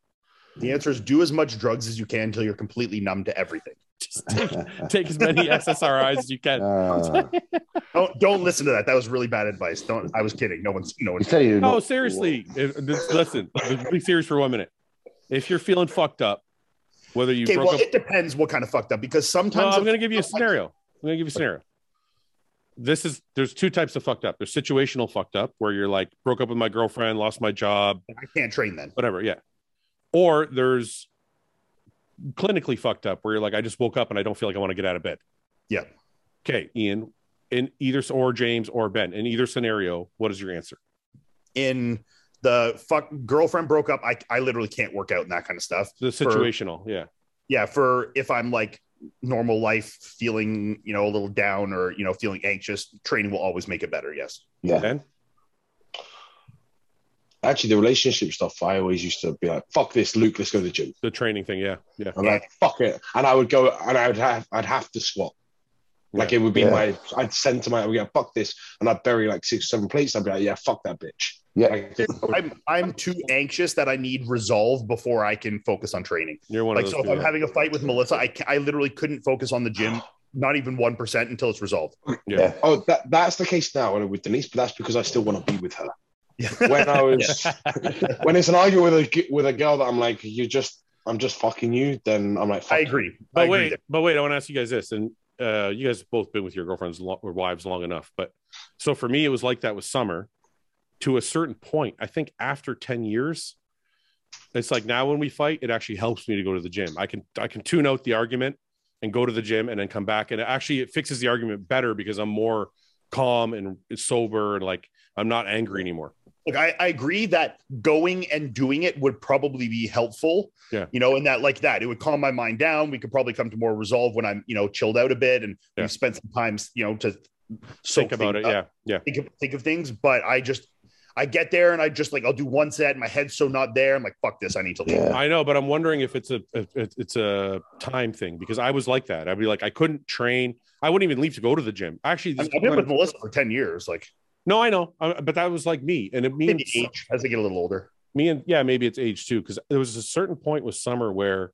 S3: the answer is do as much drugs as you can until you're completely numb to everything.
S1: Just take, take as many SSRIs as you can.
S2: Uh,
S3: Don't Oh, don't listen to that. That was really bad advice. Don't. I was kidding. No one's no
S2: he's
S3: one's.
S2: telling you
S1: No,
S2: not-
S1: seriously. If, this, listen, be serious for one minute. If you're feeling fucked up, whether you
S3: Okay,
S1: broke
S3: well,
S1: up
S3: it depends what kind of fucked up because
S1: No,
S3: sometimes
S1: I'm going to give you a scenario. I'm going to give you a scenario. This is there's two types of fucked up. There's situational fucked up where you're like broke up with my girlfriend, lost my job,
S3: I can't train then.
S1: whatever. Yeah. Or there's clinically fucked up where you're like I just woke up and I don't feel like I want to get out of bed.
S3: Yeah.
S1: Okay, Ian. In either or James or Ben. In either scenario, what is your answer?
S3: In the fuck girlfriend broke up. I I literally can't work out and that kind of stuff.
S1: The
S3: For-
S1: situational. yeah.
S3: yeah for if i'm like normal life feeling you know a little down or you know feeling anxious training will always make it better yes
S2: Yeah,
S1: Ben.
S4: Actually, the relationship stuff, I always used to be like, "Fuck this, Luke. Let's go to the gym."
S1: The training thing. Yeah. Yeah.
S2: I'm
S4: Yeah,
S2: like,
S4: fuck it. And I would go and I would have I'd have to squat. Like it would be
S2: Yeah.
S4: my I'd send to my I would go, fuck this. And I'd bury like six or seven plates. I'd be like, yeah, fuck that bitch.
S2: yeah.
S4: Like, it-
S3: i'm i'm too anxious that i need resolve before i can focus on training
S1: You're one
S3: like
S1: of
S3: so
S1: those.
S3: if
S1: people.
S3: i'm having a fight with melissa i ca- i literally couldn't focus on the gym not even 1% until it's resolved
S2: yeah.
S4: oh, that that's the case now with Denise, but that's because I still want to be with her. When I was when it's an argument with a g- with a girl that I'm like, you just I'm just fucking you, then I'm like, fuck
S3: i agree I
S1: But
S3: agree
S1: wait, but wait, I want to ask you guys this, and uh, you guys have both been with your girlfriends lo- or wives long enough. But so for me, it was like that with summer. To a certain point, I think after ten years, it's like now when we fight, it actually helps me to go to the gym. I can I can tune out the argument and go to the gym and then come back, and it actually it fixes the argument better because I'm more calm and sober and like I'm not angry anymore.
S3: Look, I, I agree that going and doing it would probably be helpful.
S1: Yeah.
S3: You know, and that like that, it would calm my mind down. We could probably come to more resolve when I'm, you know, chilled out a bit and
S1: Yeah.
S3: we spent some time, you know, to soak
S1: Think about
S3: things
S1: it,
S3: up,
S1: yeah, yeah.
S3: Think of, think of things. But I just, I get there and I just like, I'll do one set and my head's so not there. I'm like, fuck this. I need to leave.
S2: Yeah.
S1: I know, but I'm wondering if it's a if it's it's a time thing because I was like that. I'd be like, I couldn't train. I wouldn't even leave to go to the gym. Actually,
S3: I
S1: this
S3: mean, I've been with Melissa for 10 years. Like,
S1: no, I know, I, but that was like me, and it, me and
S3: maybe age as I get a little older.
S1: me and yeah, maybe it's age too because there was a certain point with summer where,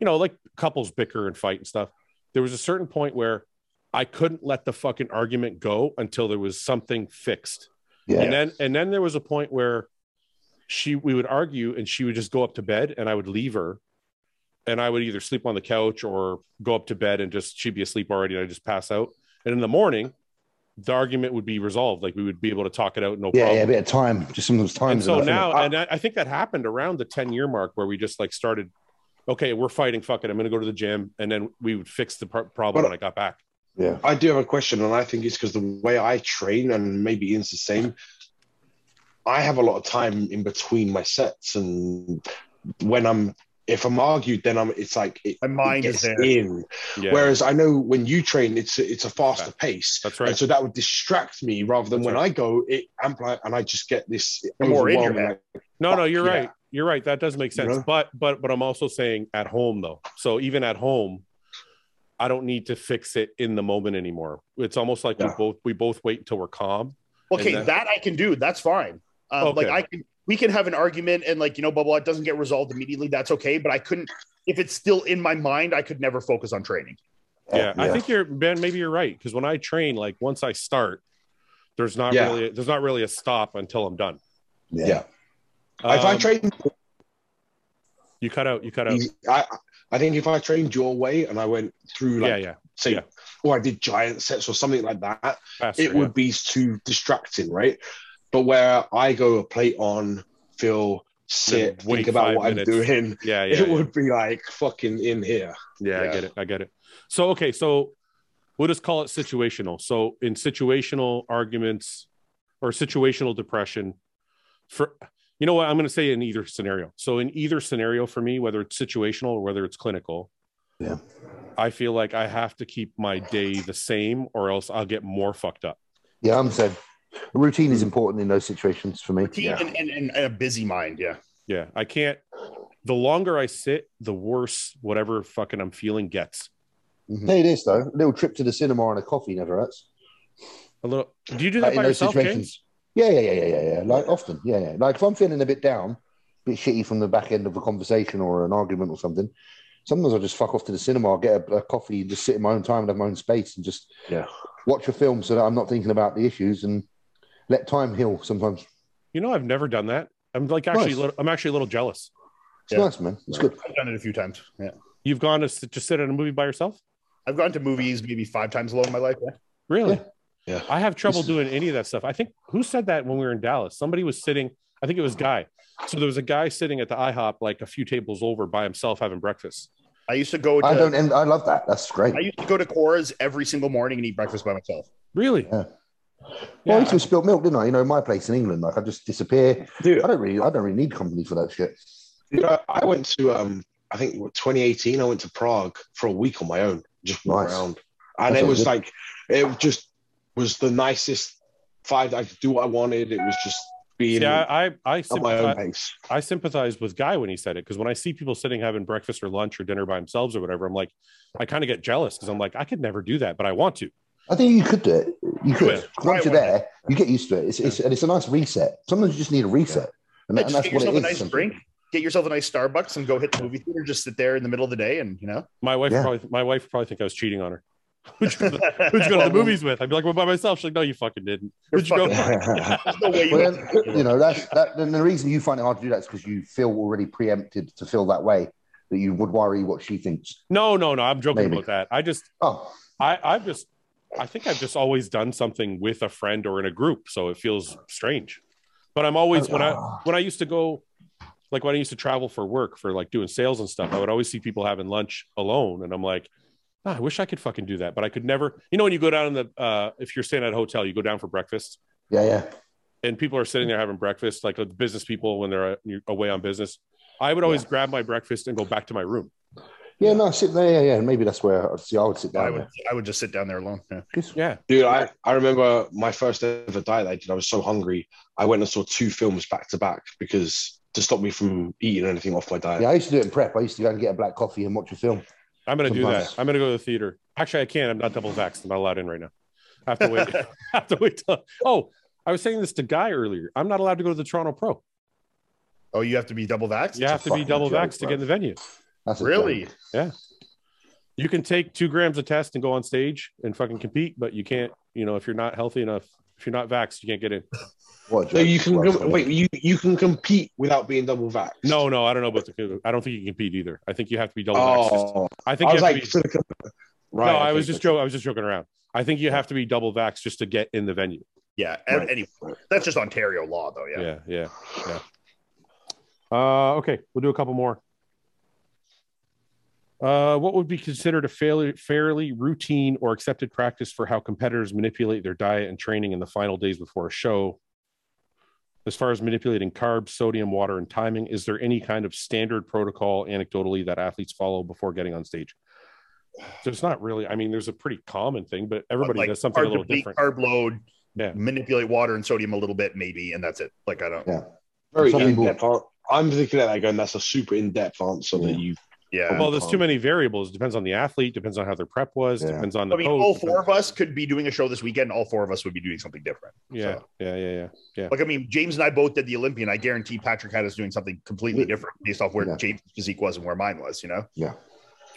S1: you know, like couples bicker and fight and stuff. There was a certain point where I couldn't let the fucking argument go until there was something fixed.
S2: Yeah.
S1: And then and then there was a point where she we would argue and she would just go up to bed and I would leave her and I would either sleep on the couch or go up to bed and just she'd be asleep already and I just pass out. And in the morning, the argument would be resolved. Like we would be able to talk it out, no
S2: Yeah,
S1: problem.
S2: yeah, a bit of time. Just some of those
S1: and
S2: times.
S1: so
S2: enough, isn't
S1: now
S2: it? I-
S1: and I, I think that happened around the 10 year mark where we just like started okay we're fighting fuck it i'm gonna go to the gym and then we would fix the pro- problem
S4: But-
S1: when i got back
S2: yeah,
S4: I do have a question, and I think it's because the way I train, and maybe Ian's the same, I have a lot of time in between my sets, and when I'm if I'm argued, then I'm it's like it,
S3: My mind
S4: it
S3: is
S4: gets
S3: there.
S4: in.
S1: yeah
S4: Whereas I know when you train, it's it's a faster
S1: Right.
S4: pace,
S1: that's
S4: and
S1: right
S4: so that would distract me rather than
S1: That's
S4: when
S1: right.
S4: I go, it amplify, and I just get this
S3: You're more in your
S4: overwhelming,
S3: head.
S4: like,
S1: no no you're
S4: yeah.
S1: right you're right that does make
S4: You
S1: sense
S4: know?
S1: but but but i'm also saying at home though so even at home i don't need to fix it in the moment anymore it's almost like we
S4: Yeah.
S1: both we both wait until we're calm
S3: Okay,
S1: And
S3: that I can do. That's fine. Um,
S1: Okay.
S3: Like I can, we can have an argument, and like you know, blah blah. It doesn't get resolved immediately. That's okay. But I couldn't, if it's still in my mind, I could never focus on training.
S4: Oh,
S1: yeah, i
S2: yeah.
S1: think you're ben maybe you're right because when i train like once i start there's not
S4: Yeah.
S1: really there's not really a stop until i'm done
S2: yeah.
S4: yeah. if I
S1: Um,
S4: train,
S1: You cut out. You cut out.
S4: I I think if I trained your way and I went through like
S1: yeah, yeah.
S4: say,
S1: Yeah.
S4: or I did giant sets or something like that,
S1: Faster,
S4: it would be too distracting, right? But where I go a plate on, feel, sit,
S1: wait
S4: think about
S1: five
S4: what
S1: minutes.
S4: I'm doing,
S1: Yeah, yeah.
S4: it
S1: yeah.
S4: would be like fucking in here.
S1: yeah, I
S3: Yeah.
S1: get it. I get it. So okay, so we'll just call it situational. So in situational arguments or situational depression, for you know what I'm going to say in either scenario. So in either scenario for me, whether it's situational or whether it's clinical,
S2: Yeah.
S1: I feel like I have to keep my day the same, or else I'll get more fucked up.
S2: Yeah, I'm saying routine is important in those situations for me.
S3: Routine and, and, and, and a busy mind. Yeah.
S1: Yeah, I can't. The longer I sit, the worse whatever fucking I'm feeling gets.
S2: Tell you this though, a little trip to the cinema and a coffee never hurts.
S1: A little. Do you do
S2: Like,
S1: that by yourself, James?
S2: Yeah, yeah, yeah, yeah, yeah, yeah. Like often, yeah, yeah. Like if I'm feeling a bit down, a bit shitty from the back end of a conversation or an argument or something, sometimes I just fuck off to the cinema, I'll get a, a coffee and just sit in my own time and have my own space and just
S4: Yeah.
S2: watch a film so that I'm not thinking about the issues and let time heal. Sometimes
S1: You know, I've never done that. I'm like actually,
S2: Nice.
S1: a little, I'm actually a little jealous.
S2: it's
S3: Yeah.
S2: nice, man. It's good.
S3: I've done it a few times. Yeah.
S1: You've gone to s- to sit at a movie by yourself?
S3: I've gone to movies maybe five times alone in my life. Yeah.
S1: Really?
S4: Yeah.
S1: I have trouble doing any of that stuff. I think who said that when we were in Dallas? Somebody was sitting. I think it was Guy. So there was a guy sitting at the IHOP, like a few tables over, by himself having breakfast.
S3: I used to go to
S2: I
S3: I,
S2: don't, and I love that. That's great.
S3: used to go to Cora's every single morning and eat breakfast by myself.
S1: Really?
S2: Yeah.
S1: Yeah,
S2: well, I used to spilt milk, didn't I? You know, my place in England, like I just disappear.
S4: Dude,
S2: I don't really, I don't really need company for that shit.
S4: dude, I, I went to um, I think what, 2018, I went to Prague for a week on my own, just walk
S2: Nice.
S4: around, and
S2: That
S4: it was
S2: sounds
S4: like it just was the nicest five. I could do what I wanted. It was just being
S1: yeah I, I,
S4: at my own
S1: sympathize,
S4: pace.
S1: I sympathize with Guy when he said it because when I see people sitting having breakfast or lunch or dinner by themselves or whatever, I'm like, I kind of get jealous because I'm like, I could never do that, but I want to.
S2: I think you could do it. You could.
S1: it.
S2: Once you're
S3: Right, right.
S2: there, you get used to it. It's, it's, and it's a nice reset. Sometimes you just need a reset. And,
S3: Yeah,
S2: and
S3: just
S2: that's
S3: get
S2: what
S3: yourself
S2: it
S3: a
S2: is.
S3: nice
S2: sometimes.
S3: drink, get yourself a nice Starbucks, and go hit the movie theater. Just sit there in the middle of the day, and you know.
S1: My wife
S2: Yeah.
S1: probably my wife probably think I was cheating on her. Who'd you, who'd
S3: Who'd
S1: you go to the movies with? I'd be like, well, by myself. She's like, no, you fucking didn't. Who'd you go?
S3: There's no way you
S2: Well,
S3: went
S2: then,
S3: to the
S2: you
S3: movies.
S2: know, that's that. Then the reason you find it hard to do that is because you feel already preempted to feel that way that you would worry what she thinks.
S1: No, no, no. I'm joking
S2: Maybe.
S1: about that. I just,
S2: Oh,
S1: I, I've just, I think I've just always done something with a friend or in a group, so it feels strange. But I'm always when
S2: Oh.
S1: I when I used to go, like when I used to travel for work for like doing sales and stuff, I would always see people having lunch alone, and I'm like, "Ah, I wish I could fucking do that, but I could never. You know, when you go down in the, uh, if you're staying at a hotel, you go down for breakfast,
S2: yeah, yeah.
S1: and people are sitting there having breakfast, like the business people when they're uh, you're away on business. I would always grab my breakfast and go back to my room.
S2: Yeah, no, sit there. Yeah, yeah. Maybe that's where I'd see. I would sit down.
S3: I would, I would just sit down there alone. Yeah.
S1: Yeah,
S4: Dude, I, I remember my first ever diet that I did. I was so hungry. I went and saw two films back to back because to stop me from eating anything off my
S2: there.
S4: diet.
S2: yeah, I used to do it in prep. I used to go and get a black coffee and watch a film.
S1: I'm gonna do that.
S2: Sometimes.
S1: I'm gonna go to the theater. Actually, I can't. I'm not double vaxxed. I'm not allowed in right now. I have to wait. I have to wait till. Oh, I was saying this to Guy earlier. I'm not allowed to go to the Toronto Pro.
S3: Oh, you have to be double vaxxed?
S1: You have to be
S2: fucking
S1: double
S2: joke,
S1: vaxxed to
S2: bro.
S1: get in the venue.
S2: That's a
S3: Really?
S2: joke.
S1: You can take two grams of test and go on stage and fucking compete, but you can't. You know, if you're not healthy enough, If you're not vaxxed, you can't get in.
S2: What,
S4: So
S2: Joe?
S4: you can
S2: Well,
S4: com- wait. You you can compete without being double vaxxed.
S1: No, no, I don't know about the. I don't think you can compete either. I think you have to be double vaxxed.
S4: Oh,
S1: I think
S4: I
S1: you have
S4: was like,
S1: to be,
S4: for the com- right.
S1: no. I was
S4: okay.
S1: just joking. I was just joking around. I think you have to be double vaxxed just to get in the venue.
S3: Yeah.
S4: Right.
S3: Anyway, that's just Ontario law, though. Yeah.
S1: Yeah, yeah, yeah. Uh, okay, we'll do a couple more. Uh, what would be considered a fairly, fairly routine or accepted practice for how competitors manipulate their diet and training in the final days before a show? As far as manipulating carbs, sodium, water, and timing, is there any kind of standard protocol anecdotally that athletes follow before getting on stage? There's not really. I mean, there's a pretty common thing, but everybody
S3: Like,
S1: does something a
S3: carb
S1: little
S3: deplete,
S1: different.
S3: Carb load,
S1: Yeah.
S3: manipulate water and sodium a little bit, maybe, and that's it. Like I don't.
S2: Yeah.
S4: very
S2: Some people-
S4: in depth. I'm thinking at that going. That's a super in depth answer that you.
S3: Yeah.
S1: Well, there's too many variables. Depends on the athlete. Depends on how their prep was.
S2: Yeah.
S1: Depends on the
S3: I mean,
S1: coach.
S3: all four of us could be doing a show this weekend. All four of us would be doing something different.
S1: Yeah,
S3: So,
S1: yeah, yeah, yeah.
S3: like I mean, James and I both did the Olympian. I guarantee Patrick had us doing something completely different based off where
S2: Yeah.
S3: James' physique was and where mine was. You know.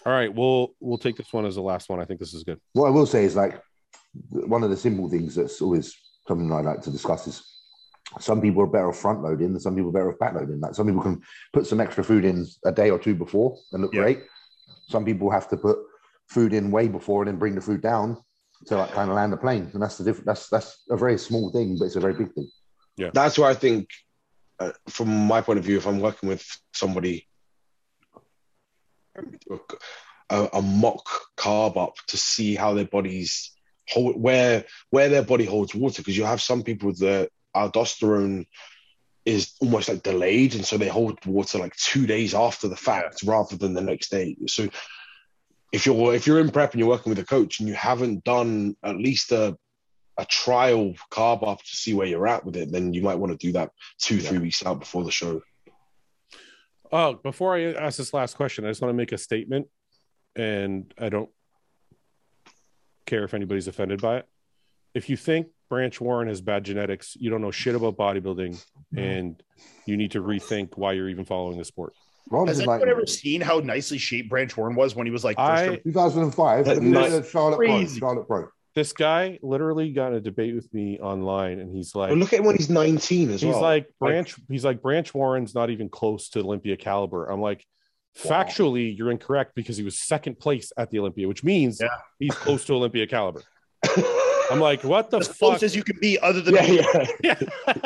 S1: All right, we'll we'll take this one as the last one. I think this is good.
S2: What I will say is like one of the simple things that's always something I like to discuss is some people are better off front loading and some people are better off back loading. Like some people can put some extra food in a day or two before and look
S3: Yeah.
S2: great. Some people have to put food in way before and then bring the food down to like kind of land the plane. And that's the different that's that's a very small thing, but it's a very big thing.
S4: That's where I think, uh, from my point of view, if I'm working with somebody, a, a mock carb up to see how their bodies hold where where their body holds water, because you have some people that aldosterone is almost like delayed, and so they hold water like two days after the fact rather than the next day. So. If you're if you're in prep and you're working with a coach and you haven't done at least a a trial carb up to see where you're at with it, then you might want to do that two, three weeks out before the show.
S1: Oh, before I ask this last question, I just want to make a statement, and I don't care if anybody's offended by it. If you think Branch Warren has bad genetics, you don't know shit about bodybuilding, and you need to rethink why you're even following the sport.
S2: Ron
S3: Has
S2: is
S3: anyone
S2: like
S3: ever seen how nicely shaped Branch Horn was when he was like? first
S1: I-
S3: or-
S2: 2005,
S4: That
S2: the middle
S4: night-
S2: of Charlotte Pro,
S3: Crazy.
S2: Charlotte Pro.
S1: This guy literally got in a debate with me online, and he's like,
S4: But look at him when he's 19 as
S1: he's
S4: well.
S1: like branch he's like branch warren's not even close to olympia caliber i'm like factually you're incorrect because he was second place at the olympia which means
S3: Yeah.
S1: he's close to olympia caliber i'm like what the
S3: as
S1: fuck
S3: close as you can be, other than
S4: yeah, yeah.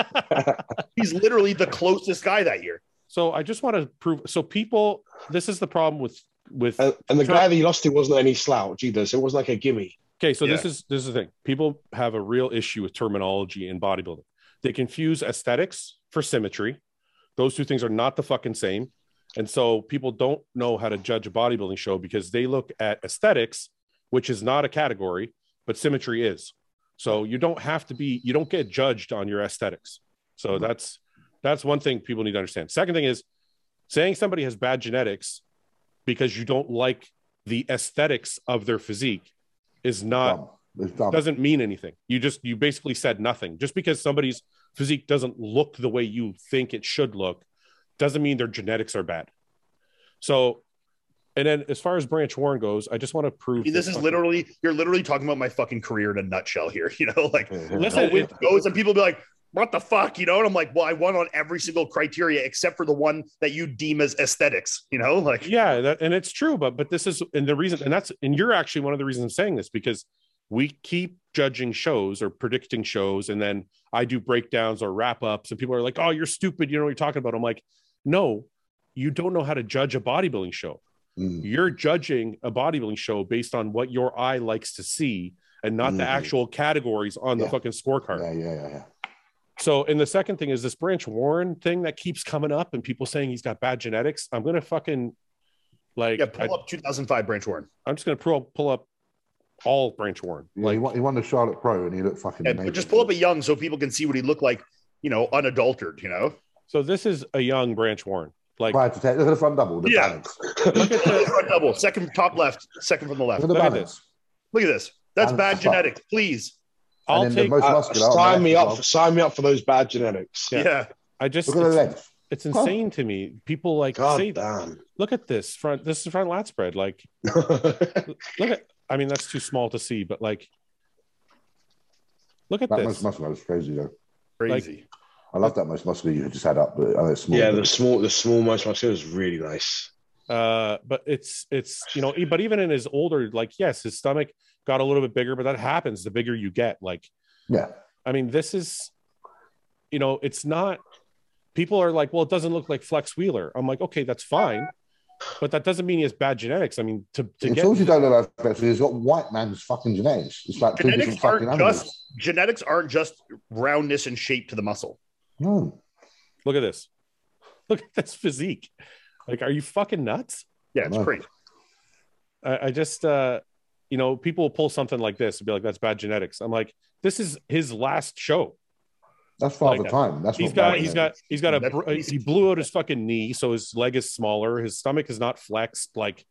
S3: he's literally the closest guy that year.
S1: so i just want to prove so people this is the problem with with
S3: Uh,
S4: And, and the
S1: Sure.
S4: guy that he lost to wasn't any slouch either, so it wasn't like a gimme.
S1: Okay, so this is this is the thing. People have a real issue with terminology in bodybuilding. They confuse aesthetics for symmetry. Those two things are not the fucking same. And so people don't know how to judge a bodybuilding show because they look at aesthetics, which is not a category, but symmetry is. So you don't have to be you don't get judged on your aesthetics. So that's that's one thing people need to understand. Second thing is saying somebody has bad genetics because you don't like the aesthetics of their physique is
S3: Uh,
S1: not
S2: Dumb. It's dumb.
S1: doesn't mean anything. You just you basically said nothing. Just because somebody's physique doesn't look the way you think it should look, doesn't mean their genetics are bad. So, and then as far as Branch Warren goes, I just want to
S3: I
S1: prove
S3: mean, this is
S1: fucking-
S3: literally you're literally talking about my fucking career in a nutshell here. You know, like
S1: Listen,
S3: how it goes, and people be like, "What the fuck?" You know, and I'm like, "Well, I won on every single criteria except for the one that you deem as aesthetics." You know, like
S1: yeah, that, and it's true. But but this is and the reason, and that's and you're actually one of the reasons I'm saying this because we keep judging shows or predicting shows, and then I do breakdowns or wrap ups, and people are like, "Oh, you're stupid. You know what you're talking about." I'm like, "No, you don't know how to judge a bodybuilding show."
S2: Mm.
S1: you're judging a bodybuilding show based on what your eye likes to see and not the
S4: Mhm.
S1: actual categories on the
S2: Mm-hmm. Yeah.
S1: fucking scorecard.
S2: Yeah, yeah, yeah, yeah.
S1: So, and the second thing is this Branch Warren thing that keeps coming up and people saying he's got bad genetics. I'm going to fucking like,
S3: yeah.
S1: I,
S3: Pull up 2005 Branch Warren
S1: am just going to pull, pull up all Branch Warren.
S2: Yeah, he, won, he won the Charlotte Pro and he looked fucking
S3: and
S2: amazing.
S3: just pull up a young so people can see what he looked like. You know, unadulterated. You know,
S1: So, this is a young Branch Warren. Like,
S2: prior to that, look at the front double. The
S3: Yeah.
S2: balance.
S3: Front double, second top left, second from the left.
S2: Look at the
S1: Look at
S2: balance.
S3: Look at this. That's
S2: Balance fuck.
S3: bad genetics. Please,
S2: And
S1: I'll
S2: then
S1: take,
S2: the most
S4: Uh,
S2: muscular. on the
S4: sign
S2: left
S4: me
S2: as
S4: up.
S2: well.
S4: For, sign me up for those bad genetics.
S1: Yeah.
S3: yeah.
S1: I just,
S2: Look at the
S1: it's,
S2: legs.
S1: it's insane to me. People like
S4: God
S1: say,
S4: damn.
S1: look at this front, this is front lat spread. Like, look at, I mean, that's too small to see, but like, Look at
S2: That
S1: this.
S2: most muscular is crazy though.
S3: Crazy.
S2: I love that most muscular you just had up, but I know it's small.
S4: Yeah,
S2: but
S4: the small, the small most muscular is really nice.
S1: uh but it's it's you know e- but even in his older like yes his stomach got a little bit bigger but that happens the bigger you get like
S2: yeah,
S1: i mean this is you know it's not people are like well it doesn't look like flex wheeler i'm like okay that's fine but that doesn't mean he has bad genetics i mean to, to
S2: it's
S1: get
S2: also don't look like actually he's got white man's fucking genetics. It's like two different
S3: genetics
S2: fucking
S3: aren't
S2: animals.
S3: just genetics aren't just roundness and shape to the muscle.
S2: No.
S1: look at this look at this physique like are you fucking nuts
S3: Yeah, it's
S2: No.
S3: crazy.
S1: I, I just uh you know people will pull something like this and be like that's bad genetics i'm like this is his last show
S2: That's father
S1: Like,
S2: time. That's
S1: he's
S2: not
S1: got
S2: white
S1: he's
S2: man.
S1: got he's got a
S3: That's
S1: br-
S3: easy.
S1: he blew out his fucking knee so his leg is smaller his stomach is not flexed like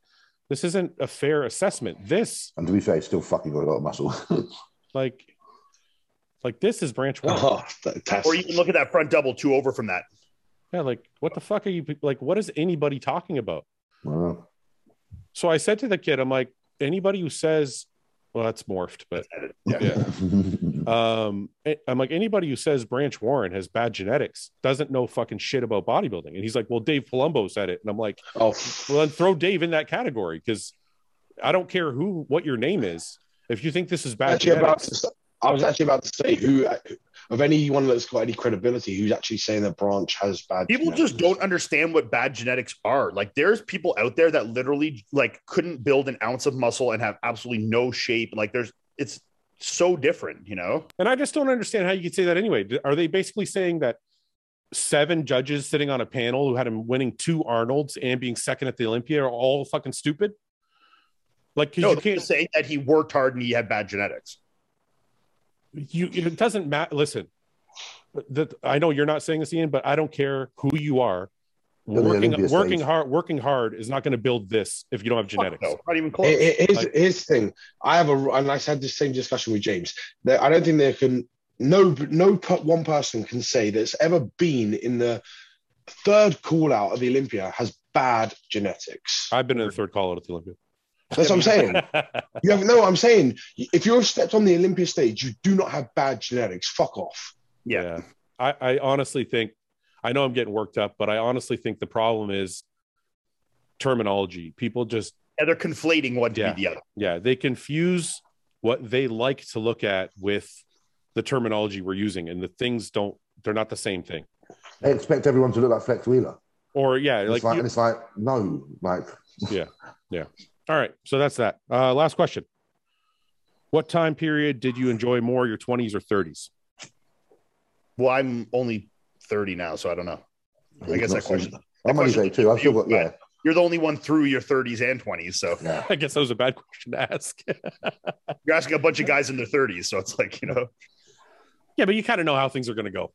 S1: this isn't a fair assessment this
S2: And to be fair, he's still fucking got a lot of muscle.
S1: like like this is branch one
S4: Oh, that- that's,
S3: Or you can look at that front double two over from that.
S1: yeah like what the fuck are you pe- like what is anybody talking about
S2: Well,
S1: so i said to the kid i'm like anybody who says well that's morphed but yeah um I- i'm like anybody who says branch warren has bad genetics doesn't know fucking shit about bodybuilding and he's like well dave palumbo said it and i'm like
S4: oh,
S1: Well, then throw Dave in that category because I don't care who what your name is. If you think this is bad,
S4: actually about
S1: genetics-
S4: to, say- I was actually about to say who of anyone that's got any credibility who's actually saying that Branch has bad.
S3: People
S4: genetics.
S3: just don't understand what bad genetics are. Like there's people out there that literally like couldn't build an ounce of muscle and have absolutely no shape. Like there's it's so different, you know?
S1: and I just don't understand how you could say that anyway. D- Are they basically saying that seven judges sitting on a panel who had him winning two Arnolds and being second at the Olympia are all fucking stupid? Like, 'cause
S3: No,
S1: you can't.
S3: saying that he worked hard and he had bad genetics.
S1: you it doesn't matter listen that i know you're not saying this ian but i don't care who you are
S2: Yeah, the
S1: working
S2: Olympia
S1: working
S2: stage.
S1: hard working hard is not going to build this if you don't have genetics
S3: Fuck no, not even close.
S4: Here- Here's,
S1: Like-
S4: here's the thing. I have a, and I had this same discussion with James. That I don't think there can no no per, one person can say that's ever been in the third call out of the Olympia has bad genetics.
S1: i've been in the third call out at the olympia
S4: That's what I'm saying. You have no. I'm saying if you've stepped on the Olympia stage, you do not have bad genetics. Fuck off.
S3: Yeah.
S1: I, I honestly think I know I'm getting worked up, but I honestly think the problem is terminology. People just
S3: yeah, they're conflating one to
S1: Yeah.
S3: be the other.
S1: yeah, they confuse what they like to look at with the terminology we're using and the things don't they're not the same thing.
S2: they expect everyone to look like Flex Wheeler.
S1: Or yeah,
S2: It's
S1: like,
S2: like,
S1: you-
S2: and it's like no, like
S1: all right, so that's that. Uh last question. What time period did you enjoy more, your 20s or 30s?
S3: Well, I'm only 30 now, so I don't know. I guess that question.
S2: I'm only
S3: question-
S2: say two. I've still got yeah,
S3: You're the only one through your 30s and 20s, so
S2: yeah.
S1: I guess that was a bad question to ask.
S3: you're asking a bunch of guys in their 30s, so it's like you know.
S1: yeah, but you kind of know how things are gonna go.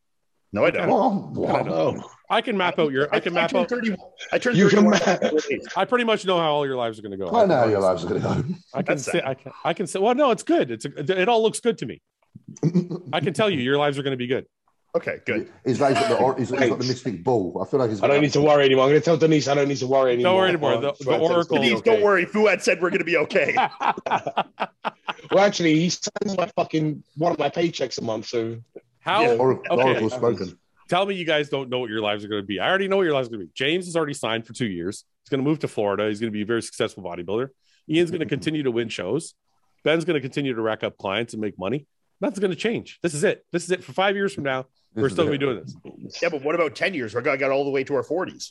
S3: No, I don't.
S2: Well, well,
S4: No,
S1: I can map out your I can map
S3: turned
S1: out
S3: 31. I turned
S4: You can
S3: 31.
S1: I pretty much know how all your lives are going to go.
S2: I know how your lives are going to
S1: I can
S3: That's
S1: say
S3: sad.
S1: I can, I can say well no it's good it's a, it all looks good to me.
S2: go.
S1: I can tell you your lives are going to be good.
S3: Okay, good.
S2: He's like he's got the, or- he's, he's got the mystic ball. I feel like he's.
S4: I don't need to worry anymore. I'm going to tell Denise I don't need to worry anymore.
S1: Don't worry anymore. The- the oracle-
S4: Denise,
S3: Please don't worry. Fuad said we're going to be okay.
S4: Well, actually, he sends my fucking one of my paychecks a month, so
S1: How
S3: Yeah.
S2: Or,
S1: Okay.
S2: Oracle spoken.
S1: tell me you guys don't know what your lives are going to be. I already know what your lives are going to be. James is already signed for 2 years. He's going to move to Florida. He's going to be a very successful bodybuilder. Ian's going to continue to win shows. Ben's going to continue to rack up clients and make money. Nothing's going to change. This is it. This is it for 5 years from now.
S2: This
S1: we're
S2: is
S1: still
S2: it.
S1: going to be doing this.
S3: yeah, but what about 10 years? We got got all the way to our 40s.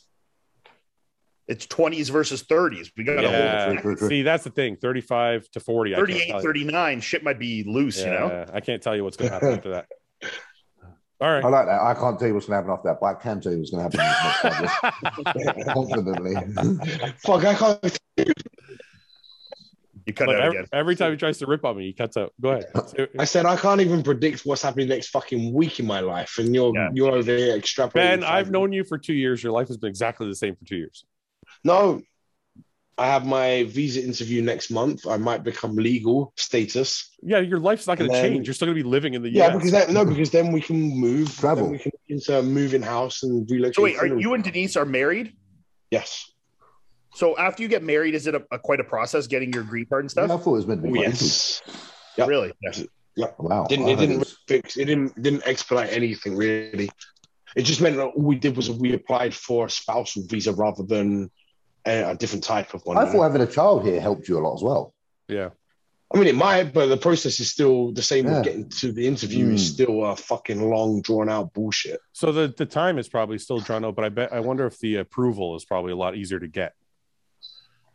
S3: It's 20s versus 30s. We got a
S1: Yeah.
S2: True, true, true.
S1: See, that's the thing. 35 to 40 I
S3: whole
S1: can't tell
S3: 38,
S1: you.
S3: 39. Shit might be loose, you know.
S1: Yeah, I can't tell you what's going to happen after that. All right.
S2: I like that. I can't tell you what's going to happen after that, but I can tell you what's going to happen in the next five years. confidently.
S4: fuck. I can't.
S3: You cut
S1: But
S3: out
S1: every,
S3: again.
S1: every time he tries to rip on me, he cuts out. Go ahead.
S4: I said I can't even predict what's happening next fucking week in my life, and you're
S3: Yeah.
S4: you're over here extrapolating.
S1: Ben, I've
S4: five-
S1: known you for two years. Your life has been exactly the same for two years.
S4: no. I have my visa interview next month. I might become legal status.
S1: Yeah, your life's not going to
S4: And then-
S1: change. You're still going to be living in the
S4: Yeah,
S1: US.
S4: because that, no, because then we can move.
S2: Travel.
S4: then we can into a moving house and relocate.
S3: So wait, are
S4: to-
S3: you and Denise are married?
S4: Yes.
S3: So after you get married, is it a, a- quite a process getting your green card and
S2: Yeah, I
S3: stuff?
S2: thought it was meant to be
S4: Oh,
S2: quite easy.
S4: yes. yeah.
S3: Really? Yeah.
S4: Yeah.
S2: Wow.
S4: Didn't
S2: I
S4: it?
S2: heard
S4: Didn't
S2: was-
S4: fix it. Didn't didn't expedite anything really. It just meant that all we did was we applied for a spousal visa rather than a, a different type of one.
S2: I thought having a child here helped you a lot as well.
S1: Yeah.
S4: I mean, it might, but the process is still the same.
S2: Yeah.
S4: With getting to the interview is
S2: Mm.
S4: still a fucking long, drawn out bullshit.
S1: So the the time is probably still drawn out, but I bet I wonder if the approval is probably a lot easier to get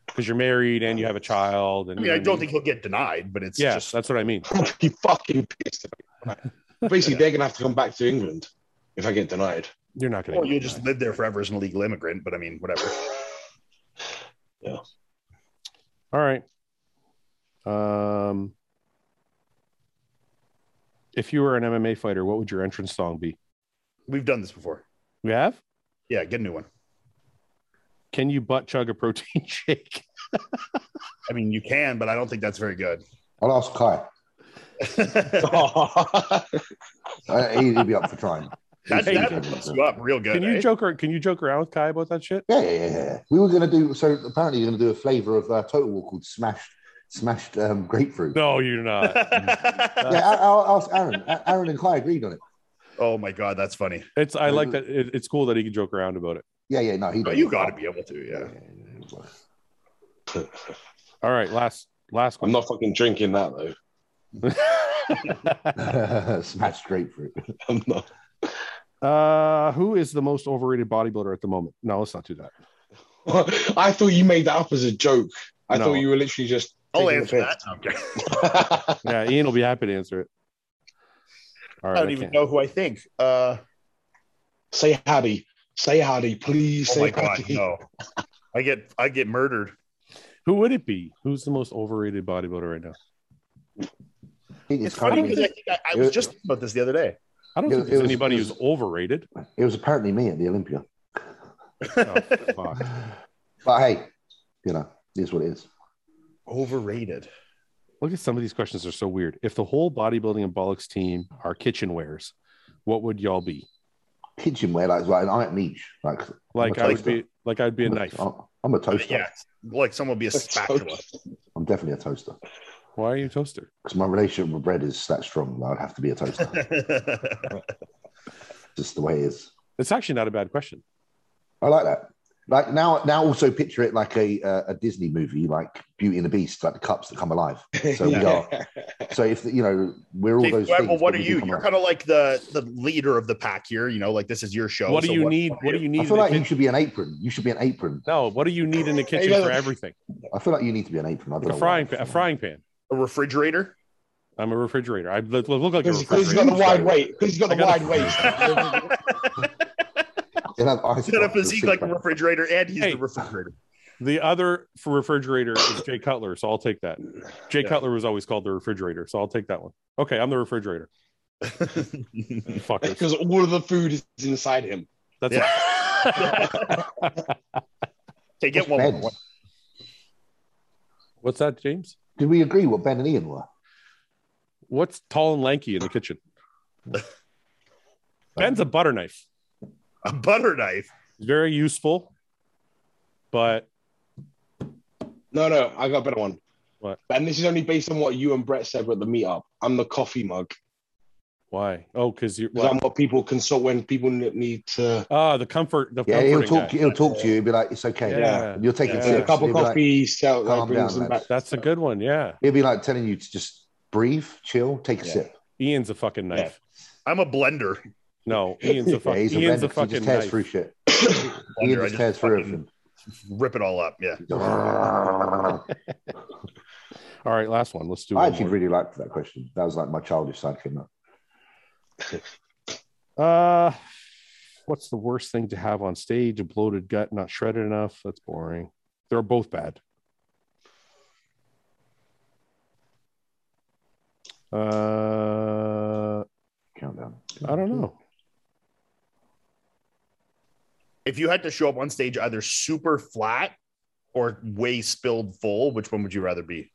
S1: because you're married and you have a child.
S3: I
S1: And
S3: mean, I don't think he'll get denied, but it's
S1: yeah,
S3: just
S1: that's what I mean.
S4: I'm gonna be fucking pissed. about it. Basically, they're gonna have to come back to England if I get denied.
S1: You're not going
S3: Or
S1: to.
S3: you'll just live there forever as an illegal immigrant, but I mean, whatever.
S1: All right. Um, if you were an MMA fighter, what would your entrance song be?
S3: We've done this before.
S1: We have.
S3: Yeah, get a new one.
S1: Can you butt chug a protein shake?
S3: I mean, you can, but I don't think that's very good.
S2: I'll ask Kai.
S3: that
S2: Uh, he- he'd be up for trying.
S3: that
S2: He'd be
S3: would
S2: up
S3: mess
S2: for
S3: you up real good.
S1: Can
S3: eh?
S1: you joke? Or, can you joke around with Kai about that shit?
S2: Yeah, yeah, yeah, yeah, yeah. We were going to do so. Apparently, you're going to do a flavor of uh, Total War called Smashed Smashed um, Grapefruit.
S1: No, you're not.
S2: Yeah, I, I'll ask Aaron. A- Aaron and Kai agreed on it.
S3: oh my god, that's funny.
S1: It's I like that. It, it's cool that he can joke around about it.
S2: Yeah, yeah, no, he.
S3: Oh,
S2: did.
S3: you got to be able to. Yeah.
S1: All right, last last one.
S4: I'm not fucking drinking that though.
S2: Smashed grapefruit.
S4: I'm not.
S1: Uh, who is the most overrated bodybuilder at the moment? No, let's not do that.
S4: I thought you made that up as a joke. I
S1: No.
S4: thought you were literally just.
S3: I'll
S4: taking
S3: answer
S4: the
S3: that. Okay.
S4: piss.
S1: Yeah, Ian will be happy to answer it. All
S3: I
S1: right,
S3: don't even
S1: can't-
S3: know who I think. Uh,
S4: say howdy. Say howdy, please.
S3: oh
S4: say
S3: my god,
S4: howdy.
S3: no. I get I get murdered.
S1: Who would it be? Who's the most overrated bodybuilder right now?
S2: It, is
S3: It's funny
S2: currently-
S3: because I, think I, I was just thinking about this the other day.
S1: I don't
S2: It-
S1: think
S2: it
S1: there's
S2: was-
S1: anybody
S2: it was-
S1: who's overrated.
S2: it was apparently me at the Olympia.
S1: Oh, fuck.
S2: But hey, you know, it is what it is.
S3: Overrated.
S1: Look at some of these questions are so weird. If the whole bodybuilding and bollocks team are kitchenwares, what would y'all be?
S2: Kitchenware, like, like I'm at niche. Like,
S1: Like
S2: Like
S1: I would
S2: toaster.
S1: be like I'd be a
S2: I'm
S1: knife.
S2: I'm, I'm a toaster.
S3: Yeah, it's like someone would be a spatula.
S2: I'm definitely a toaster
S1: Why are you a toaster?
S2: because my relationship with bread is that strong. I'd have to be a toaster. just the way it is.
S1: It's actually not a bad question.
S2: I like that. Like now, now also picture it like a uh, a Disney movie, like Beauty and the Beast, like the cups that come alive. So we are. So if you know, we're all
S3: Dave,
S2: those.
S3: well,
S2: things,
S3: what
S2: but
S3: are
S2: we do
S3: you?
S2: come
S3: You're
S2: alive.
S3: kind of like the the leader of the pack here. You know, like this is your show.
S1: what do
S3: so
S1: you need? What do you need?
S2: I feel
S1: in the
S2: like you
S1: kitchen?
S2: should be an apron. You should be an apron.
S1: No, what do you need in the kitchen
S4: doesn't-
S1: for everything?
S2: I feel like you need to be an apron. I don't
S1: A
S2: know
S1: frying
S2: why.
S1: pan, a frying pan.
S3: A refrigerator.
S1: I'm a refrigerator. I look, look like a
S4: Because he's got
S1: refrigerator.
S4: the wide weight. Because he's got
S1: I
S4: the
S1: got
S4: wide
S1: a-
S4: waist.
S2: You'll have ice
S3: Set up
S2: boxes,
S3: physique
S2: six
S3: like a
S2: pack.
S3: refrigerator, and he's
S1: Hey.
S3: the refrigerator.
S1: The other for refrigerator is Jay Cutler, so I'll take that. Jay
S3: Yeah.
S1: Cutler was always called the refrigerator, so I'll take that one. Okay, I'm the refrigerator. Fuckers.
S4: Because all of the food is inside him.
S1: That's
S3: Yeah.
S1: it.
S3: Okay, get
S2: What's
S3: one.
S2: Ben's?
S3: more.
S1: What's that, James?
S2: Did we agree what Ben and Ian were?
S1: What's tall and lanky in the kitchen? Ben's a butter knife.
S3: A butter knife.
S1: Very useful, but
S4: No, no, I got a better one.
S1: What?
S4: And this is only based on what you and Brett said at the meetup. I'm the coffee mug
S1: why? Oh, because you're
S4: because I'm what people consult when people ne- need to.
S1: ah the comfort. The
S2: Yeah, he'll
S1: comforting
S2: talk.
S1: guy.
S2: He'll talk to you. He'll be like, "It's okay."
S1: Yeah.
S2: And You'll take
S1: Yeah.
S2: a
S4: Take
S2: sip.
S4: a
S2: and
S4: cup of
S2: he'll be like-
S4: coffee, sell,
S2: "Calm
S4: like, brings
S2: down,
S4: them
S2: lads."
S4: back.
S1: That's a good one. Yeah,
S2: He'll be like telling you to just breathe, chill, take a
S4: Yeah.
S2: sip.
S1: Ian's a fucking knife.
S3: I'm a blender.
S1: No, Ian's a,
S2: Yeah,
S1: fuck,
S2: he's a
S1: Ian's a
S2: blender. He
S1: fucking
S2: just tears
S1: knife.
S2: through shit. He
S3: blender. I
S2: just tears through everything.
S3: rip it all up. Yeah.
S2: I
S1: All right, last one. Let's do. one
S2: actually
S1: more.
S2: really liked that question. That was like my childish side came up.
S1: Uh, what's the worst thing to have on stage? A bloated gut, not shredded enough. That's boring. They're both bad. Uh,
S2: Countdown.
S1: I don't know.
S3: If you had to show up on stage either super flat or way spilled full, which one would you rather be?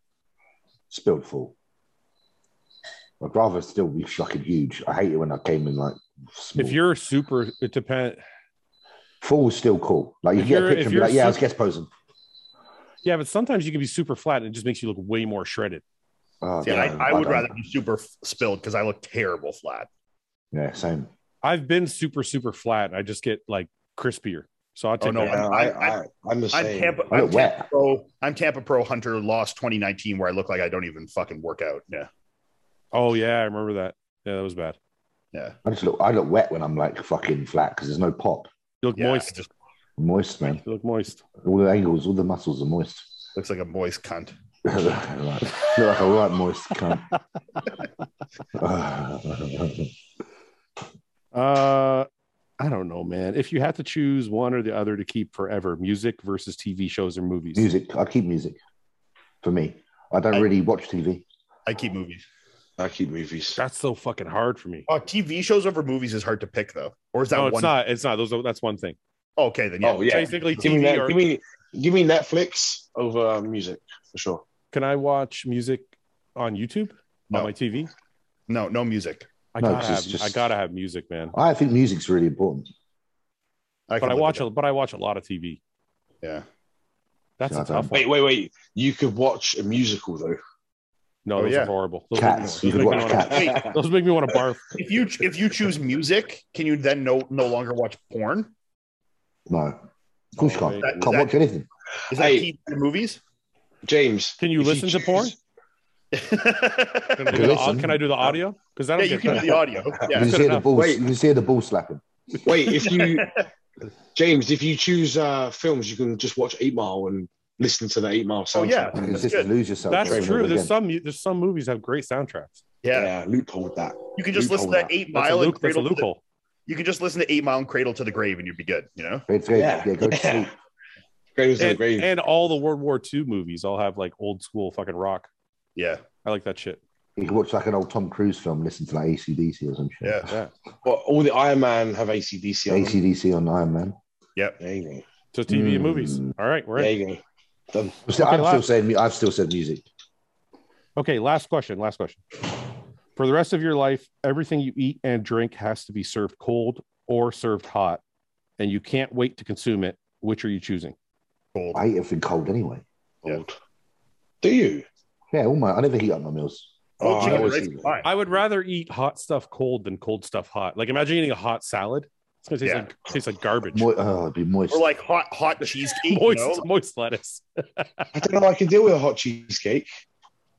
S2: Spilled full. I'd rather still be fucking huge. I hate it when I came in like small.
S1: If you're super, it depends.
S2: full, is still cool. Like you
S1: If
S2: get a
S1: you're-
S2: picture
S1: if
S2: and be
S1: you're
S2: like, "Yeah, I was
S1: su-
S2: guest posing."
S1: Yeah, but sometimes you can be super flat and it just makes you look way more shredded.
S2: Oh,
S3: Yeah,
S2: God,
S3: I, I would
S2: don't-
S3: rather be super f- spilled because I look terrible flat.
S2: Yeah, same.
S1: I've been super, super flat. I just get like crispier. So I'll take
S3: no,
S1: that.
S4: Yeah, I, I, I, am the
S3: I'm
S4: same.
S3: Tampa,
S2: I
S3: I'm
S2: look
S3: Tampa
S2: wet.
S3: Pro. I'm Tampa Pro Hunter lost 2019 where I look like I don't even fucking work out. Yeah,
S1: Oh yeah, I remember that. Yeah, that was bad.
S3: yeah.
S2: I just look. I look wet when I'm like fucking flat because there's no pop.
S1: You look
S3: Yeah,
S1: moist.
S3: it just
S2: Moist, man.
S1: You look moist.
S2: All the angles, all the muscles are moist.
S3: looks like a moist cunt.
S2: right. Look like a right moist cunt. I
S1: Uh, I don't know, man. If you had to choose one or the other to keep forever, music versus TV shows or movies.
S2: music. I keep music for me. I don't
S3: I-
S2: really watch TV.
S3: I keep movies.
S4: I keep movies.
S1: That's so fucking hard for me.
S3: Oh, TV shows over movies is hard to pick though. Or is that
S1: no,
S3: one?
S1: it's not. It's not. Those. Are, that's one thing.
S3: Oh, okay, then yeah.
S4: Oh yeah,
S1: Basically,
S4: give me
S1: TV.
S4: that.
S1: or,
S4: Give me, give me Netflix over uh, music for sure.
S1: can I watch music on YouTube
S3: No.
S1: on my TV?
S3: No, no music.
S1: I
S2: No,
S1: gotta
S2: 'cause it's
S1: have.
S2: just-
S1: I gotta have music, man.
S2: I think music's really important.
S3: I can
S1: But I
S3: live
S1: watch.
S3: with
S1: A, but I watch a lot of TV.
S3: it. Yeah.
S1: That's
S2: Yeah, I
S1: a tough one.
S2: don't-
S4: Wait, wait, wait. You could watch a musical though.
S1: No,
S3: Oh,
S1: those
S3: yeah.
S1: are horrible. Those
S2: Cats. You
S1: Make
S2: could
S1: me,
S2: watch
S1: wanna,
S2: cats.
S3: Wait,
S1: those make me want to barf.
S3: if you if you choose music, can you then no no longer watch porn?
S2: No. Of course you can't.
S3: That-
S2: Can't
S3: that-
S2: watch anything.
S3: Is that
S4: Hey.
S3: key to movies?
S4: James,
S1: Can you
S4: if
S1: listen to
S4: choose-
S1: porn? Can I do, the,
S2: listen.
S1: can I do the audio? Because I
S3: yeah,
S1: don't
S3: you
S1: get
S3: can do the audio.
S2: you
S3: Yeah.
S1: good
S2: can hear the
S1: enough.
S2: balls.
S4: Wait.
S2: You can hear the ball slapping.
S4: Wait, if you, James, if you choose uh, films, you can just watch Eight Mile and listen to the Eight Mile soundtrack.
S3: Oh yeah.
S2: You can
S3: That's
S2: just
S3: good.
S2: lose yourself.
S1: That's
S2: over and
S1: true.
S2: over
S1: There's
S2: again.
S1: some mu- there's some movies have great soundtracks.
S3: yeah.
S4: yeah, loophole that.
S3: You can just listen
S4: Loophole
S3: to
S4: that.
S3: Eight
S1: That's a,
S3: Mile and
S1: loop- that's a
S3: Cradle to the-
S1: loophole.
S3: you can just listen to Eight Mile and Cradle to the Grave and you'd be good, you know?
S2: It's great. Yeah,
S4: Yeah.
S2: go to sleep.
S4: Graves in the
S1: And,
S4: grave.
S1: and all the World War II movies all have like old school fucking rock.
S3: Yeah.
S1: I like that shit.
S2: You can watch like an old Tom Cruise film, listen to like ACDC or some shit.
S3: Yeah.
S1: Yeah.
S4: But all the Iron Man have ACDC. On them.
S2: ACDC on Iron Man.
S4: There you go.
S1: So TV and movies.
S2: Mm.
S1: All right, we're
S4: There
S1: in.
S4: you go. Done.
S2: I'm still,
S1: Okay,
S2: I'm still
S1: last-
S2: saying mu- I've still said music.
S1: Okay, last question. Last question. For the rest of your life, everything you eat and drink has to be served cold or served hot, and you can't wait to consume it. Which are you choosing?
S3: Cold.
S2: I eat everything cold anyway.
S3: Yeah.
S4: Old. Do you?
S2: Yeah, all my I never heat up my meals.
S3: Cold
S4: Oh, I
S3: chicken
S4: always
S3: rice
S4: do
S3: is
S4: that.
S3: fine.
S1: I would rather eat hot stuff cold than cold stuff hot. Like imagine eating a hot salad. It's gonna taste
S3: Yeah.
S1: like taste like garbage.
S2: Mo- oh, it'd be moist.
S3: Or like hot hot cheesecake.
S1: moist,
S3: You know?
S1: moist lettuce.
S4: I don't know. how I can deal with a hot cheesecake.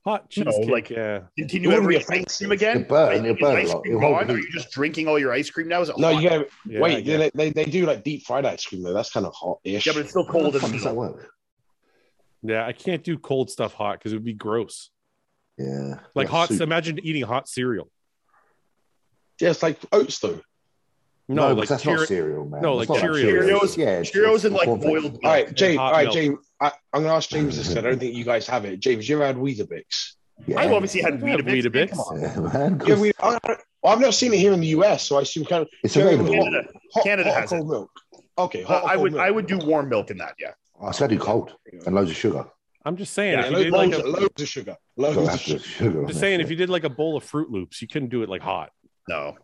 S1: Hot
S3: No,
S1: cheesecake.
S3: like-
S1: yeah.
S4: It
S3: Continue
S4: wouldn't
S3: every
S4: be
S3: ice cream
S4: offensive.
S3: again.
S2: It'll burn, it'll
S3: Is
S2: burn
S3: ice
S2: a lot.
S3: cream
S2: It won't
S3: gone?
S2: be-
S3: Are you just drinking all your ice cream now? Is it
S4: No,
S3: hot?
S4: you gotta
S1: Yeah, I
S4: wait.
S1: guess.
S4: They, they, they do like deep fried ice cream though. That's kind of hot ish.
S3: Yeah, but it's still
S2: How
S3: cold
S2: the
S3: in the
S2: fuck does that
S3: middle.
S2: work?
S1: Yeah, I can't do cold stuff hot because it would be gross.
S2: Yeah.
S1: Like hot.
S2: soup.
S1: Imagine eating hot cereal.
S4: yeah, it's like oats though.
S1: No, like
S2: because that's
S1: Cheer-
S2: not cereal, man.
S1: no,
S2: That's
S1: like
S2: not
S1: Cheerios.
S3: Cheerios-
S2: Yeah, it's-
S3: Cheerios
S2: it's
S3: and like
S2: cornflakes.
S3: boiled.
S4: All right, James.
S1: hot
S4: All right,
S1: milk.
S4: James. I, I'm gonna ask James this. 'cause I don't think you guys have it. James, you ever had Weetabix?
S2: Yeah.
S3: I've obviously had
S1: I have
S3: Weetabix.
S1: Weetabix.
S3: Come on.
S2: Yeah, man,
S4: Yeah, we, I, I- well, I've not seen it here in the US, so I assume kind of
S2: it's
S4: Jerry
S2: available.
S4: Hot-
S3: Canada.
S4: hot,
S3: Canada
S4: hot or
S3: has
S4: cold milk. Okay, hot or
S3: I
S4: cold
S3: would
S4: milk.
S3: I would do warm milk in that. Yeah.
S2: I said do Oh, cold and loads of sugar.
S1: I'm just saying.
S3: Yeah,
S1: if
S4: Yeah,
S1: you
S4: loads,
S1: did like
S4: loads-
S1: a,
S4: loads of sugar.
S3: Oh,
S4: Loads
S2: Got
S4: of
S2: lots
S4: sugar.
S2: of sugar. on
S1: I'm just
S2: it.
S1: saying, if you did like a bowl of Fruit Loops, you couldn't do it like hot.
S3: No.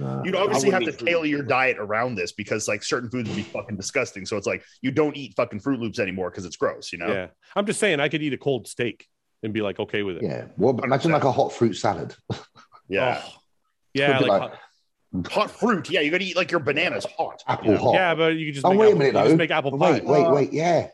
S2: Nah.
S3: You'd obviously
S4: I
S3: have
S4: wouldn't
S3: to
S4: eat Fruit
S3: tailor your diet around this because like certain foods would be fucking disgusting. So it's like you don't eat fucking Fruit Loops anymore because it's gross, you know?
S1: Yeah, I'm just saying I could eat a cold steak and be like okay with it.
S2: Yeah. Well, imagine like a hot fruit salad.
S3: Yeah.
S1: Oh. yeah,
S2: Could be
S1: like,
S2: like-
S1: hot-
S3: Hot fruit. Yeah, you gotta eat like your bananas hot.
S2: Apple hot.
S1: yeah, but you could just
S2: Oh,
S1: make
S2: wait a
S1: apple,
S2: minute,
S1: you just
S2: though.
S1: make apple pie.
S2: Wait, wait, wait. Yeah.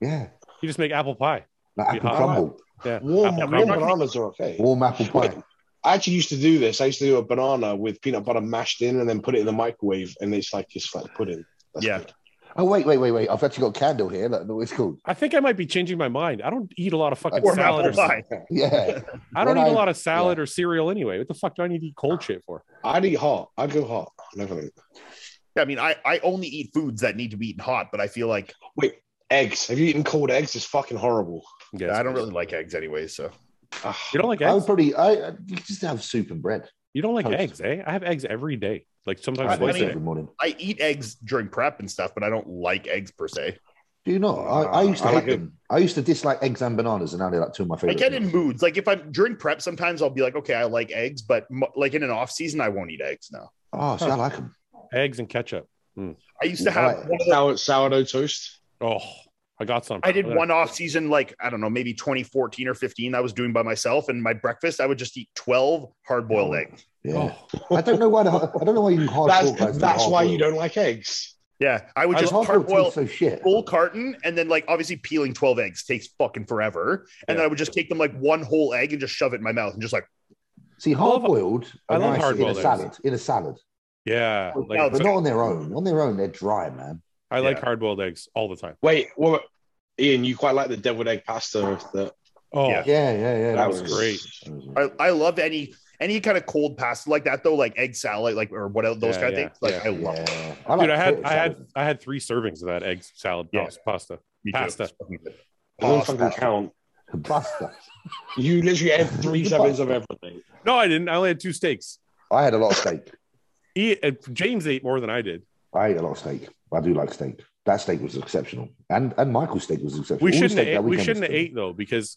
S2: Yeah.
S1: You just make apple pie.
S2: Like
S1: Yeah.
S2: apple crumble.
S1: Yeah,
S4: Warm,
S1: apple
S4: warm
S1: crumble.
S4: bananas are okay.
S2: Warm apple pie.
S4: I actually used to do this. I used to do a banana with peanut butter mashed in and then put it in the microwave, and it's like it's like pudding. That's
S3: Yeah.
S4: good.
S2: Oh, wait, wait, wait, wait. I've actually got a candle here. Look, look what it's called.
S1: I think I might be changing my mind. I don't eat a lot of fucking
S3: Warm
S1: salad.
S3: apple
S1: Or,
S3: pie.
S2: Yeah.
S1: I don't
S2: When
S1: eat a
S2: I-
S1: lot of salad or cereal anyway. What the fuck do I need to eat cold shit for?
S4: I'd eat hot. I'd go hot. Never eat.
S3: I mean, I, I only eat foods that need to be eaten hot, but I feel like
S4: eggs. Have you eaten cold eggs? It's fucking horrible.
S1: Yeah,
S3: I don't really like eggs anyway. So
S4: Ugh.
S1: You don't like
S2: I would
S1: eggs?
S2: probably, I, I you just have soup and bread.
S1: You don't like
S2: Toast.
S1: eggs, eh? I have eggs every day. Like sometimes
S2: I
S3: Right,
S1: twice a
S2: have
S3: mean-
S1: day.
S2: every morning.
S3: I eat eggs during prep and stuff, but I don't like eggs per se.
S2: Do you not? I,
S1: Ah,
S2: I used to
S4: I
S2: hate
S4: like it.
S2: them. I used to dislike eggs and bananas, and now they're like two of my
S3: I
S2: favorite.
S3: get in
S2: things.
S3: moods. Like if I'm during prep, sometimes I'll be like, okay, I like eggs, but mo- like in an off season, I won't eat eggs now.
S2: Oh, see, I like them.
S1: Eggs and ketchup.
S3: I used to
S2: Right.
S3: have one of the
S4: Sour, sourdough toast.
S1: Oh, I got something.
S3: I did
S1: I'm gonna-
S3: one off season, like I don't know, maybe 2014 or 15. I was doing by myself, and my breakfast, I would just eat 12 hard boiled eggs.
S2: Yeah.
S1: Oh,
S2: I don't know why. The, I don't know why you hard boil guys
S4: That's,
S2: do
S4: that's
S2: hard
S4: why
S2: boil.
S4: you don't like eggs.
S3: Yeah, I would
S1: I
S3: just
S2: Hard boiled
S3: hard boil
S2: tastes so shit.
S3: full carton, and then like obviously peeling 12 eggs takes fucking forever. And then I would just take them like one whole egg and just shove it in my mouth and just like
S2: See, hard boiled.
S1: I love
S2: in
S1: hard-boiled eggs.
S2: a salad. In a salad,
S1: yeah. Like,
S3: Yeah,
S2: but not on their own. On their own, they're dry, man.
S1: I like
S3: yeah.
S1: hard boiled eggs all the time.
S4: Wait, well, Ian, you quite like the deviled egg pasta. That,
S1: Oh,
S3: Yeah.
S2: Yeah, yeah, yeah.
S4: that
S2: That
S4: was
S1: was great.
S2: was-
S3: I, I love any any kind of cold pasta like that though, like egg salad, like or whatever those
S1: Yeah,
S3: kind of
S1: yeah,
S3: things. Like
S1: yeah.
S3: I love it.
S2: Yeah.
S1: dude, I
S2: like
S1: had
S2: potato
S1: I had
S2: salad.
S1: I had three servings of that egg salad
S3: Yeah.
S1: pas- pasta.
S3: Me too.
S1: Pasta.
S3: It's fucking good.
S4: I don't
S3: Pasta.
S4: fucking count.
S2: Buster.
S4: You literally had three sevens of everything.
S1: No, I didn't. I only had two steaks.
S2: I had a lot of steak.
S1: He, uh, James ate more than I did.
S2: I ate a lot of steak. I do like steak. That steak was exceptional, and and Michael's steak was exceptional.
S1: We
S2: All the
S1: shouldn't
S2: steak
S1: have
S2: that
S1: ate, we
S2: weekend was
S1: shouldn't have
S2: good.
S1: ate though because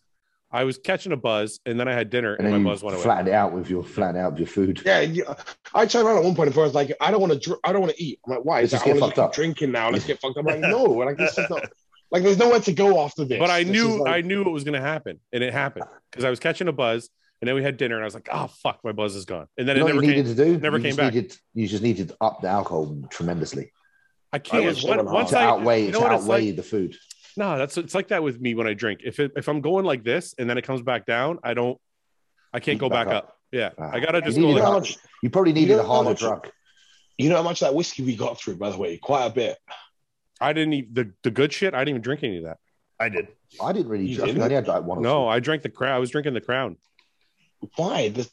S1: I was catching a buzz and then I had dinner
S2: And
S1: and,
S2: then
S1: my buzz went
S2: you
S1: away.
S2: flattened out with your flattened out with your food.
S4: Yeah, you- I turned around at one point and I was like, I don't want to. Dr- I don't want to eat. I'm like, why?
S2: Let's
S4: He's like,
S2: just
S4: I
S2: get
S4: want to
S2: fucked
S4: keep
S2: up.
S4: drinking now. Let's get fucked up. I'm like, no. Like this is not. Like, there's nowhere to go after this.
S1: But I
S4: This
S1: knew
S4: is like-
S1: I knew it was going to happen, and it happened because I was catching a buzz, and then we had dinner, and I was like, "Oh fuck, my buzz is gone." And then
S2: You know
S1: it
S2: what
S1: never
S2: you
S1: came.
S2: needed to do?
S1: never
S2: you
S1: came
S2: just
S1: back.
S2: Needed, you just needed to up the alcohol tremendously
S1: I can't.
S4: was
S1: Once-
S4: going on.
S1: once
S2: to
S1: I
S2: outweigh
S1: you know
S2: to
S1: what it's
S2: outweigh
S1: like?
S2: the food.
S1: No, that's it's like that with me when I drink. If it, if I'm going like this and then it comes back down, I don't. I can't
S2: Keep
S1: go back,
S2: back
S1: up.
S2: up.
S1: Yeah,
S2: Ah.
S1: I gotta just
S2: You
S1: go.
S4: You
S2: need
S1: Like,
S4: know, how
S2: that.
S4: much,
S2: You probably needed
S4: You know
S2: a
S4: how
S2: harder
S4: much-
S2: drug.
S4: you know how much that whiskey we got through, by the way, quite a bit.
S1: I didn't eat the, the good shit. I didn't even drink any of that.
S3: I did.
S2: I didn't really.
S4: You
S2: I think
S4: didn't?
S2: I only had like one. or
S1: No,
S2: two.
S1: I drank the crown. I was drinking the crown
S4: Why? This,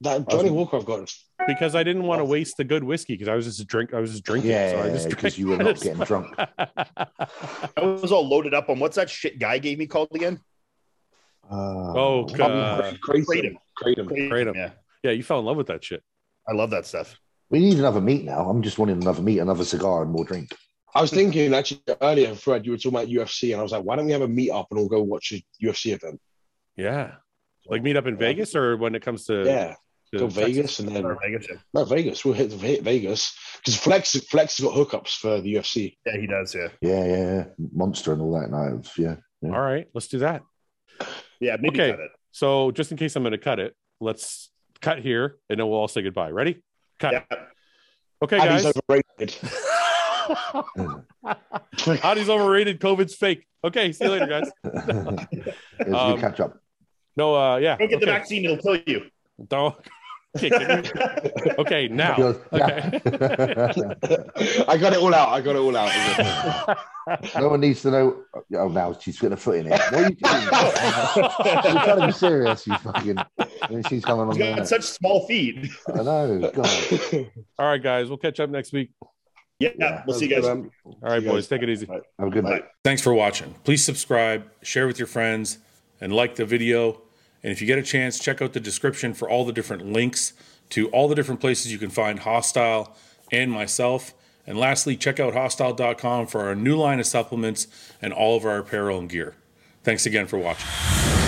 S4: that Johnny Walker I've got.
S1: because I didn't want to waste the good whiskey because I was just drink. I was just drinking. so I
S2: yeah,
S1: just
S2: because
S1: drank-
S2: you were not getting drunk.
S3: I was all loaded up on what's that shit guy gave me called again?
S1: oh
S2: Uh,
S1: god.
S4: Kratom. Kratom.
S1: Kratom.
S3: Yeah.
S1: Yeah, you fell in love with that shit.
S3: I love that stuff.
S2: We need another meat now. I'm just wanting another meat, another cigar, and more drink.
S4: I was thinking actually earlier, Fred, you were talking about UFC, and I was like, why don't we have a meet up and we'll go watch a UFC event?
S1: Yeah. Like meet up in Vegas or when it comes to,
S4: Yeah,
S1: to
S4: go
S1: Texas?
S4: Vegas and then
S3: Or Vegas, yeah.
S4: no Vegas. We'll hit, hit Vegas because Flex Flex has got hookups for the UFC.
S3: Yeah, he does. Yeah.
S2: Yeah, yeah, yeah. Monster and all that. And I, yeah.
S1: All right, let's do that.
S3: Yeah, maybe
S1: Okay.
S3: cut it.
S1: So just in case I'm going to cut it, let's cut here and then we'll all say goodbye. Ready? Cut.
S3: Yeah.
S1: Okay,
S4: Abby's
S1: guys.
S4: overrated.
S1: Adi's overrated. COVID's fake. Okay, see you later, guys.
S2: It's a
S1: Um,
S2: good catch up.
S1: No, uh, yeah.
S3: Don't get the
S1: okay.
S3: vaccine, it'll kill you.
S1: Don't. Okay, get me- okay, now. Okay.
S4: I got it all out. I got it all out.
S2: no one needs to know. Oh, now she's putting a foot in it. What are you doing? you got to be serious, you fucking. And she's coming on
S3: He's got
S2: there.
S3: such small feet.
S2: I know. God.
S1: all right, guys. We'll catch up next week.
S3: Yeah, we'll see you guys.
S4: Um,
S1: All right,
S4: See you
S1: boys.
S4: guys.
S1: Take it easy.
S2: Have a good night.
S1: Thanks for watching. Please subscribe, share with your friends, and like the video. And if you get a chance, check out the description for all the different links to all the different places you can find Hostile and myself. And lastly, check out hostile.com for our new line of supplements and all of our apparel and gear. Thanks again for watching.